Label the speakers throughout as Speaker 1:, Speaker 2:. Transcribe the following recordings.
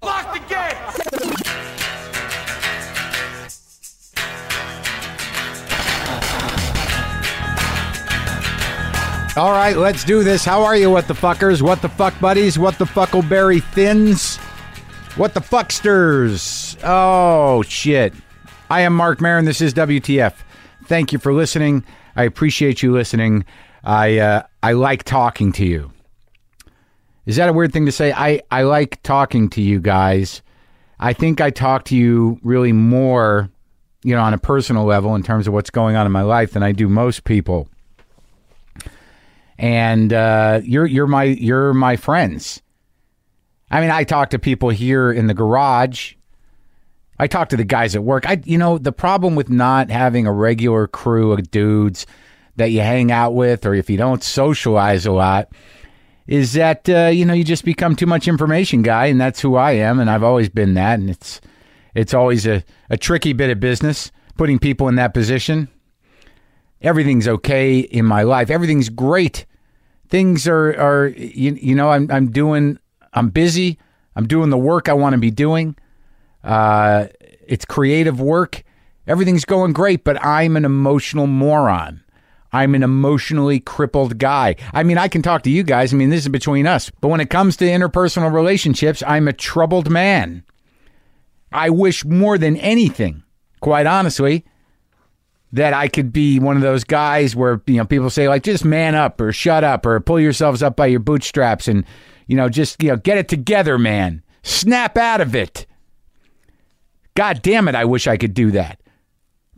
Speaker 1: the gate.
Speaker 2: All right, let's do this. How are you, what the fuckers? What the fuck buddies? What the fuckleberry thins? What the fucksters? Oh, shit. I am Mark Marin. This is WTF. Thank you for listening. I appreciate you listening. I uh, I like talking to you. Is that a weird thing to say? I, I like talking to you guys. I think I talk to you really more, you know, on a personal level in terms of what's going on in my life than I do most people and uh, you're you're my you're my friends. I mean, I talk to people here in the garage. I talk to the guys at work. I you know the problem with not having a regular crew of dudes that you hang out with, or if you don't socialize a lot, is that uh, you know you just become too much information guy, and that's who I am, and I've always been that, and it's it's always a, a tricky bit of business putting people in that position everything's okay in my life. Everything's great. Things are are you, you know I'm I'm doing I'm busy. I'm doing the work I want to be doing. Uh, it's creative work. Everything's going great, but I'm an emotional moron. I'm an emotionally crippled guy. I mean, I can talk to you guys. I mean, this is between us. But when it comes to interpersonal relationships, I'm a troubled man. I wish more than anything, quite honestly, that I could be one of those guys where you know people say like just man up or shut up or pull yourselves up by your bootstraps and you know just you know get it together man snap out of it god damn it I wish I could do that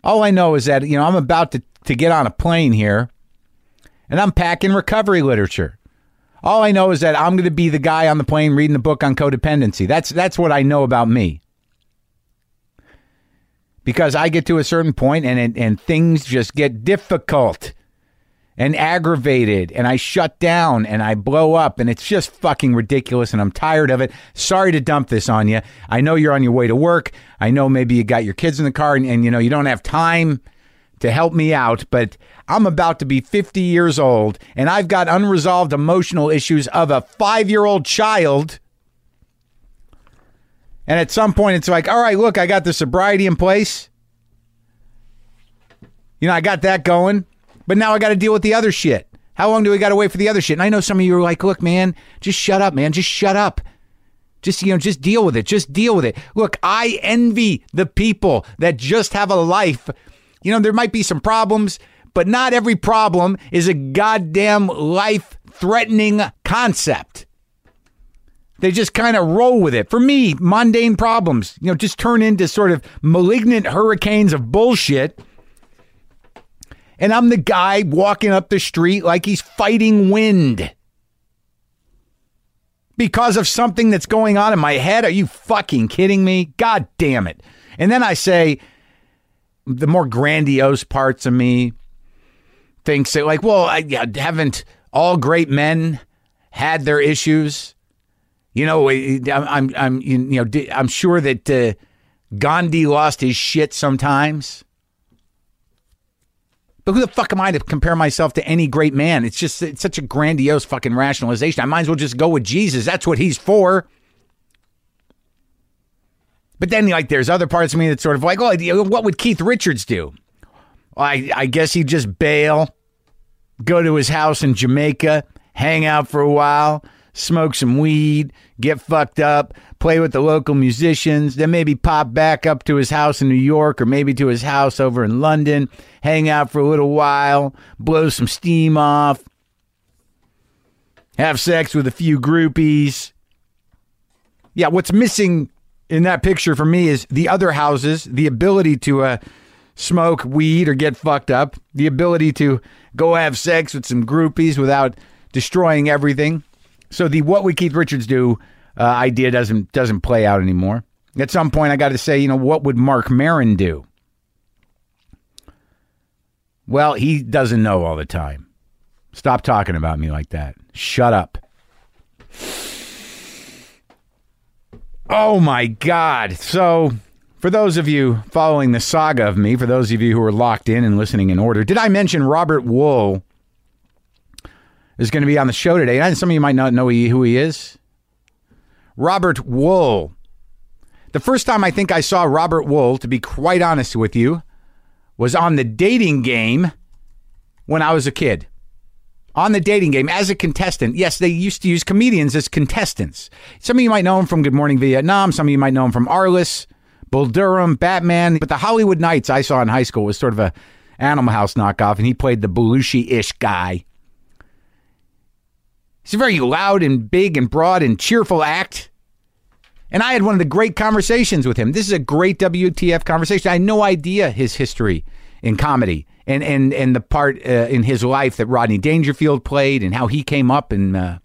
Speaker 2: all I know is that you know I'm about to to get on a plane here and I'm packing recovery literature all I know is that I'm going to be the guy on the plane reading the book on codependency that's that's what I know about me because I get to a certain point and and, and things just get difficult and aggravated and I shut down and I blow up and it's just fucking ridiculous and I'm tired of it. Sorry to dump this on you. I know you're on your way to work. I know maybe you got your kids in the car and, and you know you don't have time to help me out, but I'm about to be 50 years old and I've got unresolved emotional issues of a 5-year-old child. And at some point, it's like, all right, look, I got the sobriety in place. You know, I got that going, but now I got to deal with the other shit. How long do we got to wait for the other shit? And I know some of you are like, look, man, just shut up, man. Just shut up. Just, you know, just deal with it. Just deal with it. Look, I envy the people that just have a life. You know, there might be some problems, but not every problem is a goddamn life threatening concept. They just kind of roll with it. For me, mundane problems, you know, just turn into sort of malignant hurricanes of bullshit. And I'm the guy walking up the street like he's fighting wind because of something that's going on in my head. Are you fucking kidding me? God damn it. And then I say the more grandiose parts of me thinks that, like, well, I, yeah, haven't all great men had their issues? You know, eh, I'm, I'm, I'm, you know, di- I'm sure that uh, Gandhi lost his shit sometimes. But who the fuck am I to compare myself to any great man? It's just it's such a grandiose fucking rationalization. I might as well just go with Jesus. That's what he's for. But then, like, there's other parts of me that's sort of like, oh, you know, what would Keith Richards do? Well, I, I guess he'd just bail, go to his house in Jamaica, hang out for a while, smoke some weed, get fucked up, play with the local musicians, then maybe pop back up to his house in New York or maybe to his house over in London, hang out for a little while, blow some steam off, have sex with a few groupies. Yeah, what's missing in that picture for me is the other houses, the ability to uh, smoke weed or get fucked up, the ability to go have sex with some groupies without destroying everything. So the what would Keith Richards do uh, idea doesn't doesn't play out anymore. At some point, I got to say, you know, what would Mark Marin do? Well, he doesn't know all the time. Stop talking about me like that. Shut up. Oh my God. So, for those of you following the saga of me, for those of you who are locked in and listening in order, did I mention Robert Wool is going to be on the show today? And some of you might not know he- who he is. Robert Wool The first time I think I saw Robert Wool, to be quite honest with you, was on the dating game when I was a kid. On the dating game as a contestant. Yes, they used to use comedians as contestants. Some of you might know him from Good Morning Vietnam. Some of you might know him from Arliss, Bull Durham, Batman. But the Hollywood Nights I saw in high school was sort of a Animal House knockoff, and he played the Belushi-ish guy. He's a very loud and big and broad and cheerful act. And I had one of the great conversations with him. This is a great WTF conversation. I had no idea his history in comedy and and and the part uh, in his life that Rodney Dangerfield played and how he came up. And uh,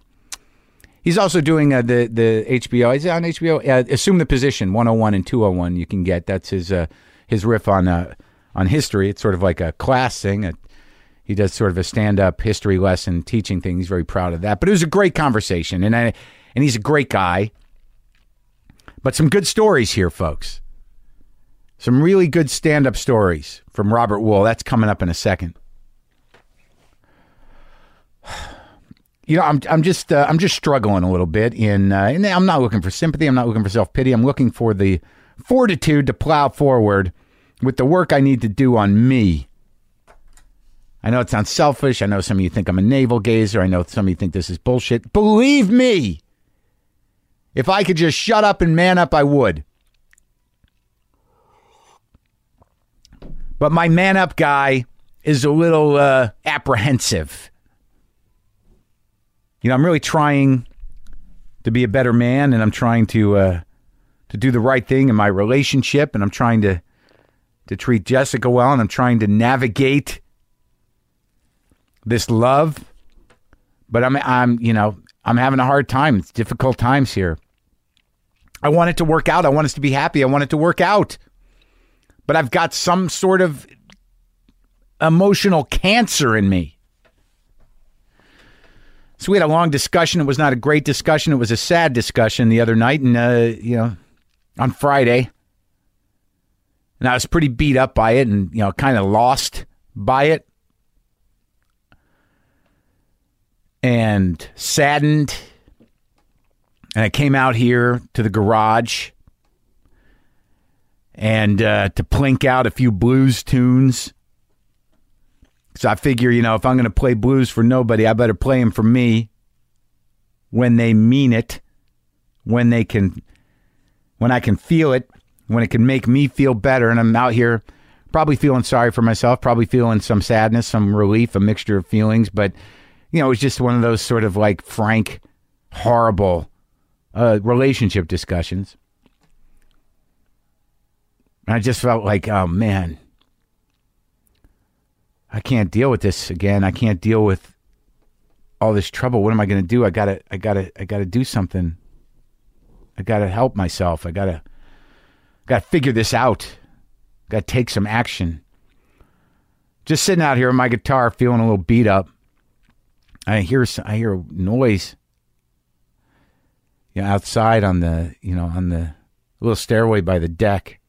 Speaker 2: he's also doing uh, the the HBO. Is it on HBO? Uh, Assume the position 101 and 201. You can get that's his uh, his riff on uh, on history. It's sort of like a class thing. A, he does sort of a stand up history lesson teaching thing. He's very proud of that. But it was a great conversation, and I, and he's a great guy. But some good stories here, folks. Some really good stand up stories from Robert Wool. That's coming up in a second. You know, I'm I'm just uh, I'm just struggling a little bit in uh, and I'm not looking for sympathy. I'm not looking for self pity. I'm looking for the fortitude to plow forward with the work I need to do on me. I know it sounds selfish. I know some of you think I'm a navel gazer. I know some of you think this is bullshit. Believe me, if I could just shut up and man up, I would. But my man up guy is a little uh, apprehensive. You know, I'm really trying to be a better man, and I'm trying to uh, to do the right thing in my relationship, and I'm trying to to treat Jessica well, and I'm trying to navigate this love, but I'm I'm you know I'm having a hard time. It's difficult times here. I want it to work out. I want us to be happy. I want it to work out, but I've got some sort of emotional cancer in me. So we had a long discussion. It was not a great discussion. It was a sad discussion the other night, and uh, you know, on Friday, and I was pretty beat up by it, and you know, kind of lost by it. and saddened. And I came out here to the garage and uh, to plink out a few blues tunes. So I figure, you know, if I'm going to play blues for nobody, I better play them for me when they mean it, when they can, when I can feel it, when it can make me feel better. And I'm out here probably feeling sorry for myself, probably feeling some sadness, some relief, a mixture of feelings, but you know, it was just one of those sort of like frank, horrible uh, relationship discussions. And I just felt like, oh man, I can't deal with this again. I can't deal with all this trouble. What am I going to do? I gotta, I gotta, I gotta do something. I gotta help myself. I gotta, gotta figure this out. Gotta take some action. Just sitting out here on my guitar, feeling a little beat up. I hear I hear a noise. You know, outside on the you know on the little stairway by the deck.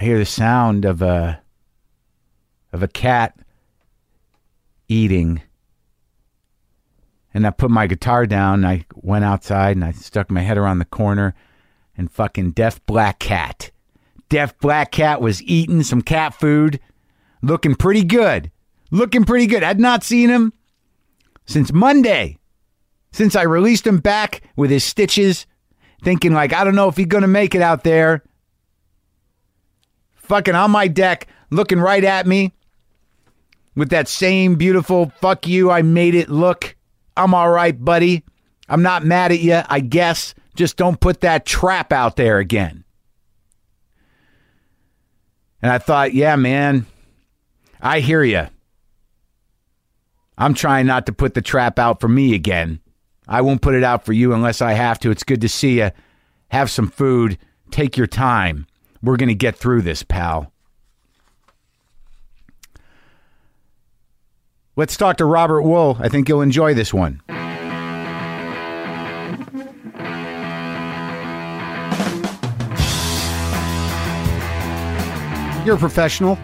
Speaker 2: I hear the sound of a of a cat eating. And I put my guitar down. And I went outside and I stuck my head around the corner, and fucking deaf black cat, deaf black cat was eating some cat food, looking pretty good looking pretty good. I'd not seen him since Monday, since I released him back with his stitches, thinking like I don't know if he's gonna make it out there. Fucking on my deck, looking right at me with that same beautiful "fuck you, I made it" look. I'm all right, buddy. I'm not mad at you. I guess just don't put that trap out there again. And I thought, yeah, man, I hear you. I'm trying not to put the trap out for me again. I won't put it out for you unless I have to. It's good to see you. Have some food. Take your time. We're going to get through this, pal. Let's talk to Robert Wool. I think you'll enjoy this one. You're a professional.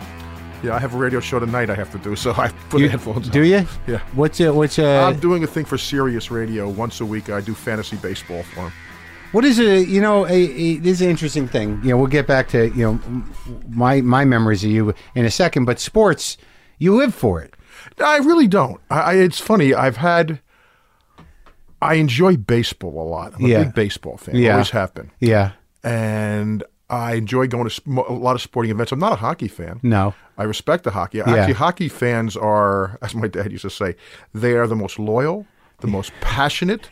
Speaker 3: Yeah, I have a radio show tonight I have to do, so I put
Speaker 2: You-
Speaker 3: headphones
Speaker 2: Do
Speaker 3: on.
Speaker 2: you?
Speaker 3: Yeah.
Speaker 2: What's uh, what's uh,
Speaker 3: I'm doing a thing for Sirius Radio once a week. I do fantasy baseball for them.
Speaker 2: What is a you know a, a this is an interesting thing. You know, we'll get back to you know m- my my memories of you in a second, but sports, you live for it.
Speaker 3: I really don't. I, I it's funny. I've had. I enjoy baseball a lot. I'm a
Speaker 2: Yeah.
Speaker 3: big baseball fan.
Speaker 2: Yeah.
Speaker 3: Always have been.
Speaker 2: Yeah.
Speaker 3: And I enjoy going to sp- a lot of sporting events. I'm not a hockey fan.
Speaker 2: No.
Speaker 3: I respect the hockey. Actually, hockey fans are, as my dad used to say, they are the most loyal, the most passionate,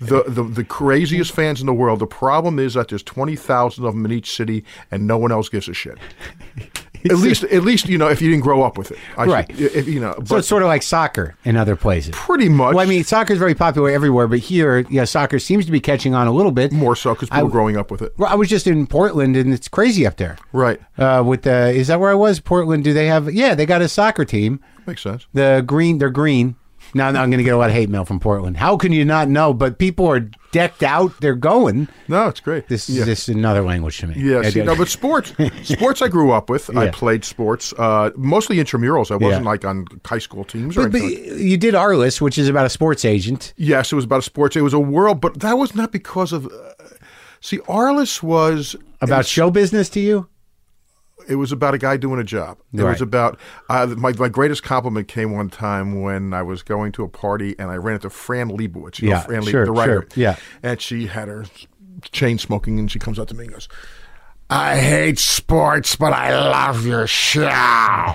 Speaker 3: the, the the craziest fans in the world. The problem is that there's twenty thousand of them in each city, and no one else gives a shit. at least, at least you know if you didn't grow up with it, I
Speaker 2: Right.
Speaker 3: should- if- you know,
Speaker 2: So
Speaker 3: but
Speaker 2: it's sort of like soccer in other places.
Speaker 3: pretty much.
Speaker 2: Well, I mean, soccer is very popular everywhere, but here, yeah, soccer seems to be catching on a little bit.
Speaker 3: more so because people
Speaker 2: I-
Speaker 3: are growing up with it,
Speaker 2: Well, I was just in Portland, and it's crazy up there.
Speaker 3: right?
Speaker 2: Uh, with the is that where I was? Portland? Do they have? Yeah, they got a soccer team.
Speaker 3: Makes sense.
Speaker 2: The green, they're green. Now now I'm going to get a lot of hate mail from Portland. How can you not know? But people are decked out. They're going.
Speaker 3: No, it's great.
Speaker 2: This is just another language to me.
Speaker 3: Yes,
Speaker 2: I- I-
Speaker 3: no, but sports. sports I grew up with. I played sports, uh, mostly intramurals. I wasn't
Speaker 2: Yeah.
Speaker 3: like on high school teams or
Speaker 2: but, but
Speaker 3: anything. like-
Speaker 2: you did Arliss, which is about a sports agent.
Speaker 3: yes, it was about sports. It was a world, but that was not because of. Uh, see, Arliss was
Speaker 2: About show business to you?
Speaker 3: It was about a guy doing a job. It
Speaker 2: Right.
Speaker 3: was about uh, my my greatest compliment came one time when I was going to a party and I ran into Fran Lebowitz, you
Speaker 2: Yeah,
Speaker 3: know, Fran
Speaker 2: sure,
Speaker 3: the writer,
Speaker 2: sure, yeah.
Speaker 3: and she had her chain smoking and she comes up to me and goes. I hate sports, but I love your show.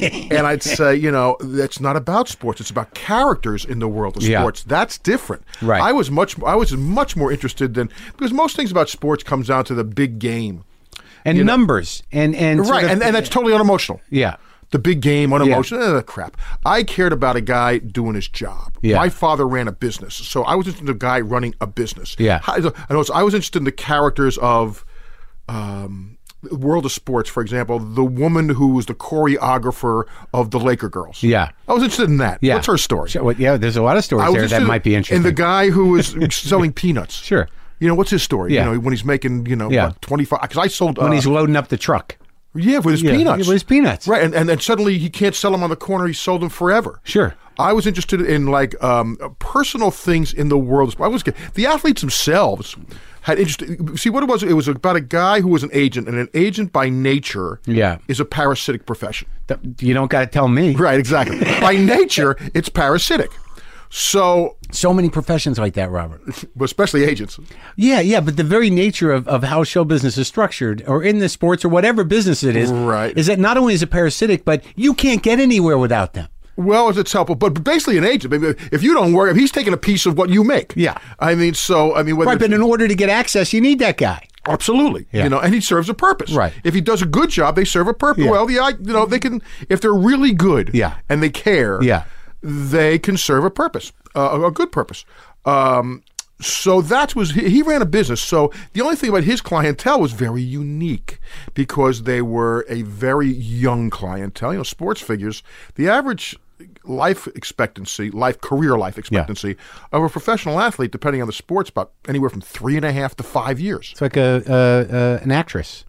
Speaker 3: and I'd say, you know, that's not about sports. It's about characters in the world of
Speaker 2: Yeah.
Speaker 3: sports. That's different.
Speaker 2: Right.
Speaker 3: I was much, I was much more interested than because most things about sports comes down to the big game,
Speaker 2: And numbers. And, and sort
Speaker 3: right?
Speaker 2: of-
Speaker 3: and, and that's totally unemotional
Speaker 2: yeah.
Speaker 3: the big game, unemotional, eh, crap. I cared about a guy doing his job.
Speaker 2: Yeah.
Speaker 3: My father ran a business, so I was interested in a guy running a business.
Speaker 2: Yeah.
Speaker 3: How- I was, I was interested in the characters of. Um, the World of sports, for example, the woman who was the choreographer of the Laker girls.
Speaker 2: Yeah.
Speaker 3: I was interested in that.
Speaker 2: Yeah.
Speaker 3: What's her story?
Speaker 2: Sure, well, yeah, there's a lot of stories
Speaker 3: I was
Speaker 2: there that
Speaker 3: interested
Speaker 2: might be interesting.
Speaker 3: in the guy who was selling peanuts.
Speaker 2: Sure.
Speaker 3: You know what's his story?
Speaker 2: Yeah.
Speaker 3: You know when he's making you know
Speaker 2: Yeah.
Speaker 3: twenty five because I sold
Speaker 2: when
Speaker 3: uh,
Speaker 2: he's loading up the truck.
Speaker 3: yeah, with his
Speaker 2: Yeah,
Speaker 3: peanuts.
Speaker 2: with his peanuts.
Speaker 3: Right, and, and then suddenly he can't sell them on the corner. He sold them forever.
Speaker 2: Sure.
Speaker 3: I was interested in like um, personal things in the world. I was the athletes themselves had interest. See what it was? It was about a guy who was an agent, and an agent by nature,
Speaker 2: Yeah.
Speaker 3: is a parasitic profession.
Speaker 2: Th- You don't got to tell me.
Speaker 3: Right, exactly. by nature, it's parasitic. So,
Speaker 2: So many professions like that, Robert.
Speaker 3: especially agents.
Speaker 2: Yeah, yeah, but the very nature of, of how show business is structured, or in the sports, or whatever business it is,
Speaker 3: Right.
Speaker 2: is that not only is it parasitic, but you can't get anywhere without them.
Speaker 3: Well, it's helpful, but but basically an agent. If you don't work, he's taking a piece of what you make.
Speaker 2: Yeah.
Speaker 3: I mean, so I mean, whether
Speaker 2: Right,
Speaker 3: it's-
Speaker 2: but in order to get access, you need that guy.
Speaker 3: Absolutely,
Speaker 2: Yeah.
Speaker 3: you know, and he serves a purpose.
Speaker 2: Right.
Speaker 3: If he does a good job, they serve a purpose.
Speaker 2: Yeah.
Speaker 3: Well, the I, you know, they can if they're really good.
Speaker 2: Yeah.
Speaker 3: And they care.
Speaker 2: Yeah.
Speaker 3: They can serve a purpose, uh, a- a good purpose. Um, so that was he, he ran a business. So the only thing about his clientele was very unique because they were a very young clientele. You know, sports figures. The average life expectancy, life career life expectancy of a professional athlete, depending on the sports, about anywhere from three and a half to five years.
Speaker 2: It's like a uh, uh, an actress.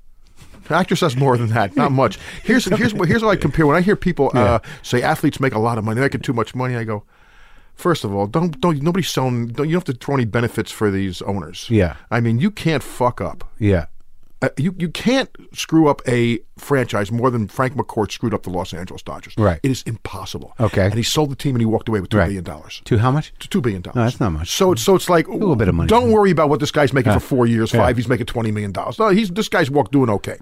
Speaker 3: An actress does more than that, not much. Here's here's what here's what I compare. When I hear people uh, say athletes make a lot of money, they make too much money, I go. First of all, don't don't nobody's selling. Don't, you don't have to throw any benefits for these owners.
Speaker 2: Yeah.
Speaker 3: I mean, you can't fuck up.
Speaker 2: Yeah,
Speaker 3: Uh, you you can't screw up a franchise more than Frank McCourt screwed up the Los Angeles Dodgers.
Speaker 2: Right.
Speaker 3: it is impossible.
Speaker 2: Okay.
Speaker 3: and he sold the team and he walked away with two
Speaker 2: Right.
Speaker 3: billion dollars.
Speaker 2: to how much?
Speaker 3: To two billion dollars.
Speaker 2: that's not much.
Speaker 3: So it's so it's like a little
Speaker 2: bit of money.
Speaker 3: Don't worry about what this guy's making for four years, five. He's making twenty million dollars. No, he's this guy's walk doing okay.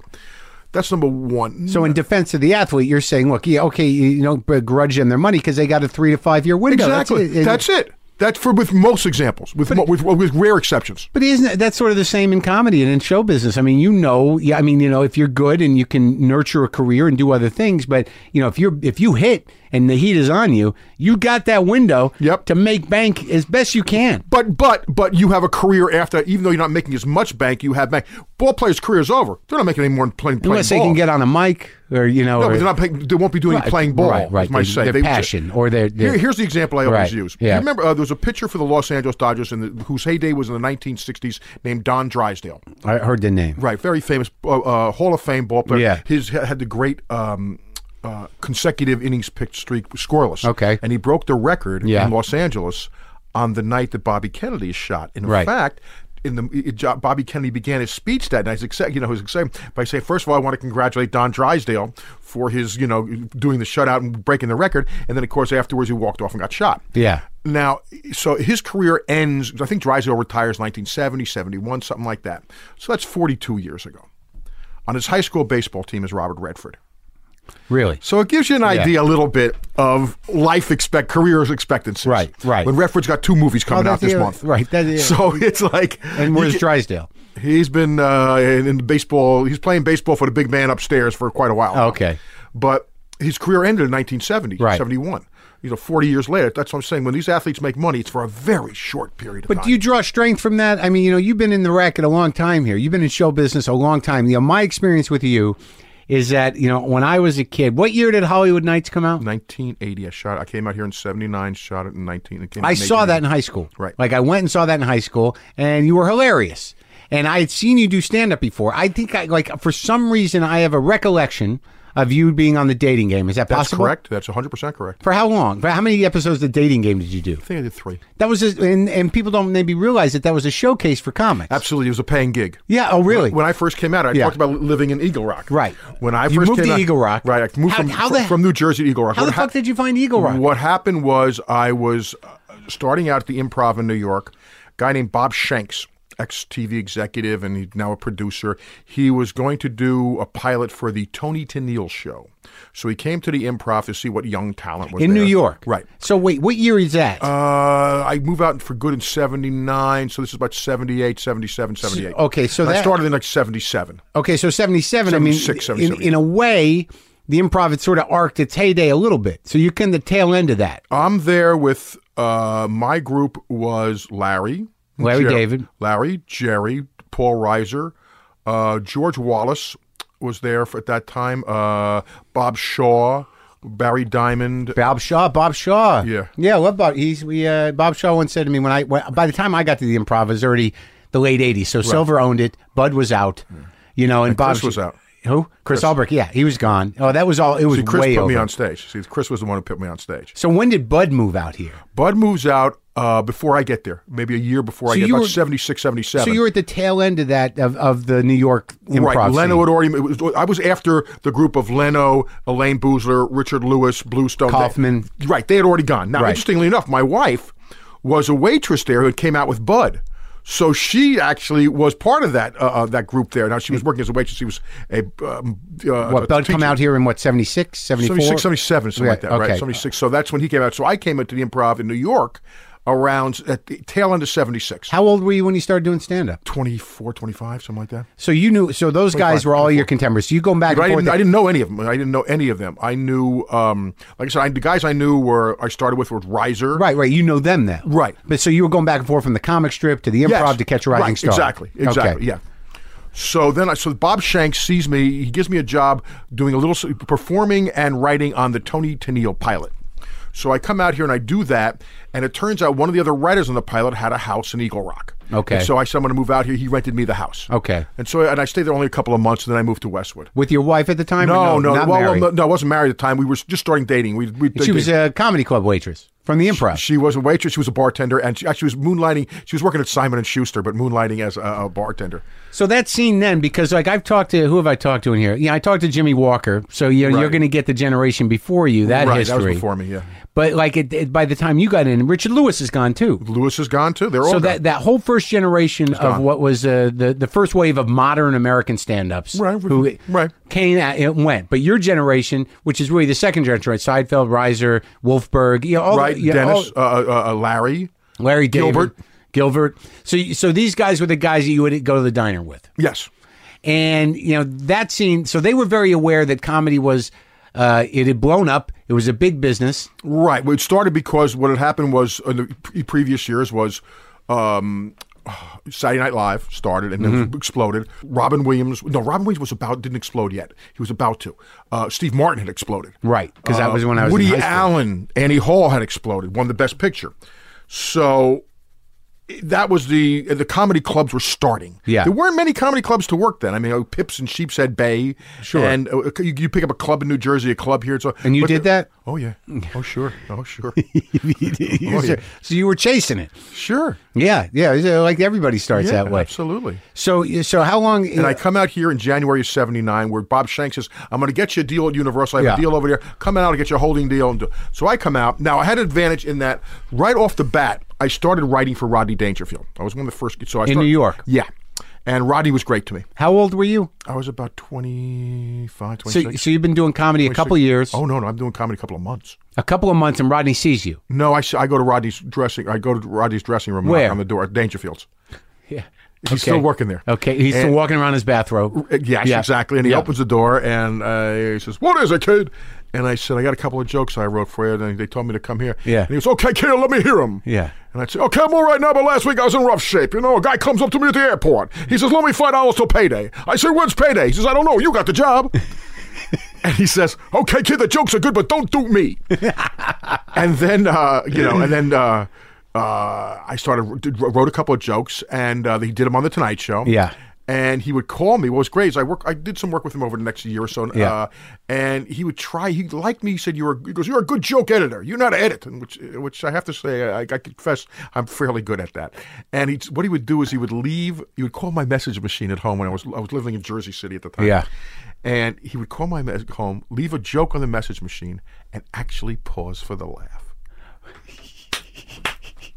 Speaker 3: That's number one.
Speaker 2: So in defense of the athlete, you're saying, look, yeah, okay, you, you don't begrudge them their money because they got a three to five year window. That's it.
Speaker 3: exactly,
Speaker 2: And-
Speaker 3: that's it. That's for with most examples, with mo- with, with rare exceptions.
Speaker 2: But isn't that, that's sort of the same in comedy and in show business? I mean, you know, yeah, I mean, you know, if you're good and you can nurture a career and do other things, but you know, if you're if you hit and the heat is on you, you got that window
Speaker 3: Yep.
Speaker 2: to make bank as best you can.
Speaker 3: But but but you have a career after, even though you're not making as much bank, you have bank. Ball players' career's over. They're not making any more than playing, playing
Speaker 2: Unless
Speaker 3: ball.
Speaker 2: they can get on a mic or you know,
Speaker 3: no,
Speaker 2: or-
Speaker 3: but they're not. Playing, they won't be doing
Speaker 2: Right,
Speaker 3: playing ball.
Speaker 2: right, right.
Speaker 3: is my
Speaker 2: Their-
Speaker 3: say.
Speaker 2: their
Speaker 3: They-
Speaker 2: passion or their- their-
Speaker 3: Here- here's the example I always
Speaker 2: Right,
Speaker 3: use.
Speaker 2: yeah.
Speaker 3: You remember uh, there was a pitcher for the Los Angeles Dodgers, in the, whose heyday was in the 1960s, named Don Drysdale.
Speaker 2: I heard the name.
Speaker 3: Right, very famous uh, uh, Hall of Fame ball player.
Speaker 2: Yeah.
Speaker 3: his had the great um, uh, consecutive innings pitch streak scoreless.
Speaker 2: Okay.
Speaker 3: and he broke the record
Speaker 2: Yeah.
Speaker 3: in Los Angeles on the night that Bobby Kennedy is shot. And in
Speaker 2: Right.
Speaker 3: fact, in the it, Jo- Bobby Kennedy began his speech that night. His exce- you know, his excitement by saying, first of all, I want to congratulate Don Drysdale for his you know doing the shutout and breaking the record, and then of course afterwards he walked off and got shot.
Speaker 4: Yeah.
Speaker 3: Now, so his career ends. I think Drysdale retires 1970, 71, something like that. So that's 42 years ago. On his high school baseball team is Robert Redford.
Speaker 4: Really?
Speaker 3: So it gives you an idea a little bit of life expect careers expectancies.
Speaker 4: Right, right.
Speaker 3: When Redford's got two movies coming
Speaker 2: Oh,
Speaker 3: out
Speaker 2: that's
Speaker 3: this
Speaker 2: the-
Speaker 3: month.
Speaker 2: right, that's the-
Speaker 3: So it's like
Speaker 2: And
Speaker 3: you
Speaker 2: where's
Speaker 3: get-
Speaker 2: Drysdale?
Speaker 3: He's been uh, in, in baseball. He's playing baseball for the big man upstairs for quite a while. now.
Speaker 2: Oh, Okay.
Speaker 3: But his career ended in 1970,
Speaker 4: Right.
Speaker 3: 71. You know, 40 years later. That's what I'm saying. When these athletes make money, it's for a very short period of
Speaker 2: But
Speaker 3: time.
Speaker 2: do you draw strength from that? I mean, you know, you've been in the racket a long time here. You've been in show business a long time. You know, my experience with you is that, you know, when I was a kid, what year did Hollywood Nights come out?
Speaker 3: 1980, I shot. I came out here in 79, shot it in 19. It came out
Speaker 2: I
Speaker 3: in
Speaker 2: saw
Speaker 3: 89.
Speaker 2: that in high school.
Speaker 3: Right.
Speaker 2: Like I went and saw that in high school, and you were hilarious. And I had seen you do stand up before. I think I like for some reason I have a recollection of you being on the dating game. Is that
Speaker 3: That's
Speaker 2: possible?
Speaker 3: correct. That's 100% correct.
Speaker 2: For how long? For how many episodes of the dating game did you do?
Speaker 3: I think I did three.
Speaker 2: That was a, and and people don't maybe realize that that was a showcase for comics.
Speaker 3: Absolutely. It was a paying gig.
Speaker 2: Yeah. Oh, really?
Speaker 3: When I first came out, I
Speaker 2: Yeah.
Speaker 3: talked about living in Eagle Rock.
Speaker 2: Right.
Speaker 3: When I
Speaker 2: You
Speaker 3: first
Speaker 2: moved
Speaker 3: came
Speaker 2: to
Speaker 3: out-
Speaker 2: Eagle Rock.
Speaker 3: Right. I moved
Speaker 2: How-
Speaker 3: from,
Speaker 2: how
Speaker 3: fr-
Speaker 2: the-
Speaker 3: from New Jersey to Eagle Rock.
Speaker 2: how the
Speaker 3: What
Speaker 2: fuck did you find Eagle Rock?
Speaker 3: What happened was I was uh, starting out at the Improv in New York. A guy named Bob Shanks, ex TV executive and he's now a producer. He was going to do a pilot for the Tony Tennille show. So he came to the Improv to see what young talent was
Speaker 2: in
Speaker 3: there.
Speaker 2: New York.
Speaker 3: Right.
Speaker 2: So wait, what year is that?
Speaker 3: Uh, I move out for good in 79, so this is about 78, 77, 78.
Speaker 2: okay, so
Speaker 3: And I
Speaker 2: that-
Speaker 3: started in like 77.
Speaker 2: okay, so seventy seven. I mean,
Speaker 3: 76,
Speaker 2: in,
Speaker 3: 77.
Speaker 2: in a way, the improv had sort of arced its heyday a little bit. So you can the tail end of that.
Speaker 3: I'm there with uh, my group was Larry,
Speaker 2: Larry David.
Speaker 3: Larry, Jerry, Paul Reiser, uh, George Wallace was there for, at that time. Uh, Bob Shaw, Barry Diamond.
Speaker 2: Bob Shaw, Bob Shaw.
Speaker 3: Yeah.
Speaker 2: yeah, I love Bob. He's we uh, Bob Shaw once said to me when I when, by the time I got to the improv, it was already the late '80s. So Silver owned it. Bud was out. You know, and, Bob
Speaker 3: Chris was out.
Speaker 2: Who? Chris, Albrecht. Yeah, he was gone. Oh, that was all. It was
Speaker 3: See, Chris
Speaker 2: way
Speaker 3: put
Speaker 2: over.
Speaker 3: me on stage. See, Chris was the one who put me on stage.
Speaker 2: So when did Bud move out here?
Speaker 3: Bud moves out uh, before I get there, maybe a year before I
Speaker 2: So
Speaker 3: get
Speaker 2: you
Speaker 3: about
Speaker 2: were-
Speaker 3: 76, 77.
Speaker 2: So you were at the tail end of that of, of the New York improv.
Speaker 3: Right, Leno
Speaker 2: scene.
Speaker 3: had already. It was, I was after the group of Leno, Elaine Boozler, Richard Lewis, Bluestone,
Speaker 2: Kaufman.
Speaker 3: They, right, they had already gone. Now,
Speaker 2: Right.
Speaker 3: interestingly enough, my wife was a waitress there who came out with Bud, so she actually was part of that uh, uh, that group there. Now she was working as a waitress. She was a um, uh,
Speaker 2: What Bud come out here in what 76, 74?
Speaker 3: 76, 77, something like
Speaker 2: Yeah,
Speaker 3: that, right?
Speaker 2: okay.
Speaker 3: 76. So that's when he came out. So I came into the improv in New York around at the tail end of 76.
Speaker 2: How old were you when you started doing stand up?
Speaker 3: 24, 25, something like that.
Speaker 2: So you knew. So those guys were all your contemporaries. So you going back
Speaker 3: But
Speaker 2: and
Speaker 3: I
Speaker 2: forth.
Speaker 3: didn't, I didn't know any of them. I didn't know any of them. I knew, um, like I said, I, the guys I knew were I started with were Riser,
Speaker 2: right, right. You know them then.
Speaker 3: Right.
Speaker 2: But so you were going back and forth from the comic strip to the improv
Speaker 3: Yes.
Speaker 2: to catch a rising
Speaker 3: Right,
Speaker 2: star.
Speaker 3: Exactly, exactly,
Speaker 2: Okay.
Speaker 3: yeah. So then, I, so Bob Shanks sees me. He gives me a job doing a little s- performing and writing on the Tony Tennille pilot. So I come out here and I do that, and it turns out one of the other writers on the pilot had a house in Eagle Rock.
Speaker 2: Okay.
Speaker 3: And so I said I'm going to move out here. He rented me the house.
Speaker 2: Okay.
Speaker 3: And so and I stayed there only a couple of months, and then I moved to Westwood.
Speaker 2: With your wife at the time? or
Speaker 3: No, no,
Speaker 2: not
Speaker 3: well, well,
Speaker 2: married?
Speaker 3: no, no, I wasn't married at the time. We were just starting dating. We, we
Speaker 2: She was a comedy club waitress from the improv.
Speaker 3: she was a waitress. She was a bartender, and she actually was moonlighting. She was working at Simon and Schuster, but moonlighting as a, a bartender.
Speaker 2: So that scene then, because like I've talked to who have I talked to in here? Yeah, I talked to Jimmy Walker. So you know, you're
Speaker 3: Right.
Speaker 2: going to get the generation before you that
Speaker 3: right,
Speaker 2: history.
Speaker 3: that was before me. Yeah,
Speaker 2: But like it, it- by the time you got in, Richard Lewis is gone too.
Speaker 3: Lewis is gone too. They're all
Speaker 2: So
Speaker 3: gone.
Speaker 2: that, that whole first generation of what was uh, the the first wave of modern American stand-ups
Speaker 3: Right,
Speaker 2: who
Speaker 3: right.
Speaker 2: came at, it went. But your generation, which is really the second generation, Seinfeld, Reiser, Wolfberg, you know, all the-
Speaker 3: right,
Speaker 2: you know, all-
Speaker 3: Dennis, uh, uh, uh, Larry.
Speaker 2: Larry David,
Speaker 3: Gilbert.
Speaker 2: Gilbert. So you- so these guys were the guys that you would go to the diner with.
Speaker 3: Yes,
Speaker 2: And you know that scene. So they were very aware that comedy was uh, it had blown up. It was a big business.
Speaker 3: right. Well, it started because what had happened was in the pre- previous years was. Um, Saturday Night Live started and then
Speaker 2: Mm-hmm.
Speaker 3: exploded. Robin Williams, no, Robin Williams was about didn't explode yet. He was about to. Uh, Steve Martin had exploded.
Speaker 2: Right, because that
Speaker 3: Uh,
Speaker 2: was when I was in
Speaker 3: Woody
Speaker 2: high school.
Speaker 3: Allen, Annie Hall had exploded, won the Best Picture. So that was the the comedy clubs were starting.
Speaker 4: Yeah.
Speaker 3: there weren't many comedy clubs to work then. I mean, oh, Pips and Sheepshead Bay. Sure, and uh, you, you pick up a club in New Jersey, a club here. So
Speaker 2: And you
Speaker 3: but
Speaker 2: did
Speaker 3: the-
Speaker 2: that?
Speaker 3: Oh yeah. Oh sure. Oh sure. yeah.
Speaker 2: So you were chasing it.
Speaker 3: sure.
Speaker 2: Yeah, yeah. so, Like everybody starts that way.
Speaker 3: Absolutely.
Speaker 2: So, so how long?
Speaker 3: And I come out here in January of '79, where Bob Shanks says, "I'm going to get you a deal at Universal. I have a
Speaker 2: Yeah.
Speaker 3: deal over there. Come out and get you a holding deal." And do. So I come out. Now I had an advantage in that right off the bat, I started writing for Rodney Dangerfield. I was one of the first. So I
Speaker 2: In
Speaker 3: start-
Speaker 2: New York?
Speaker 3: yeah. And Rodney was great to me.
Speaker 2: how old were you?
Speaker 3: I was about 25,
Speaker 2: So,
Speaker 3: 26.
Speaker 2: so you've been doing comedy a couple years,
Speaker 3: oh no, no, I'm doing comedy a couple of months.
Speaker 2: a couple of months, and Rodney sees you.
Speaker 3: No, I, s- I go to Rodney's dressing. I go to Rodney's dressing room. knock
Speaker 2: Where?
Speaker 3: on the door? at Dangerfield's.
Speaker 2: Yeah.
Speaker 3: He's still working there.
Speaker 2: Okay, he's still
Speaker 3: And- uh,
Speaker 2: walking around his bathrobe.
Speaker 3: Yes,
Speaker 2: Yeah.
Speaker 3: exactly. And he
Speaker 2: Yeah.
Speaker 3: opens the door and uh, he says, "What is it, kid?" And I said, "I got a couple of jokes I wrote for you." And they told me to come here.
Speaker 2: Yeah.
Speaker 3: And he goes, "Okay, kid, let me hear them."
Speaker 2: Yeah.
Speaker 3: And I'd say, "Okay, I'm all right now, but last week I was in rough shape. You know, a guy comes up to me at the airport. He says, "Loan me five dollars till payday." I say, "When's payday?" He says, "I don't know. You got the job." and he says, "Okay, kid, the jokes are good, but don't do me." and then uh, you know, and then uh, uh, I started did, wrote a couple of jokes, and uh, he did them on the Tonight Show.
Speaker 2: Yeah.
Speaker 3: And he would call me. What was great is I work. I did some work with him over the next year or so.
Speaker 2: Yeah.
Speaker 3: Uh, and he would try. He liked me. He said, "You're." A, he goes, "You're a good joke editor. You're not an edit." And which, which I have to say, I, I confess, I'm fairly good at that. And he, what he would do is he would leave. He would call my message machine at home when I was I was living in Jersey City at the time.
Speaker 2: Yeah.
Speaker 3: And he would call my mes- home, leave a joke on the message machine, and actually pause for the laugh.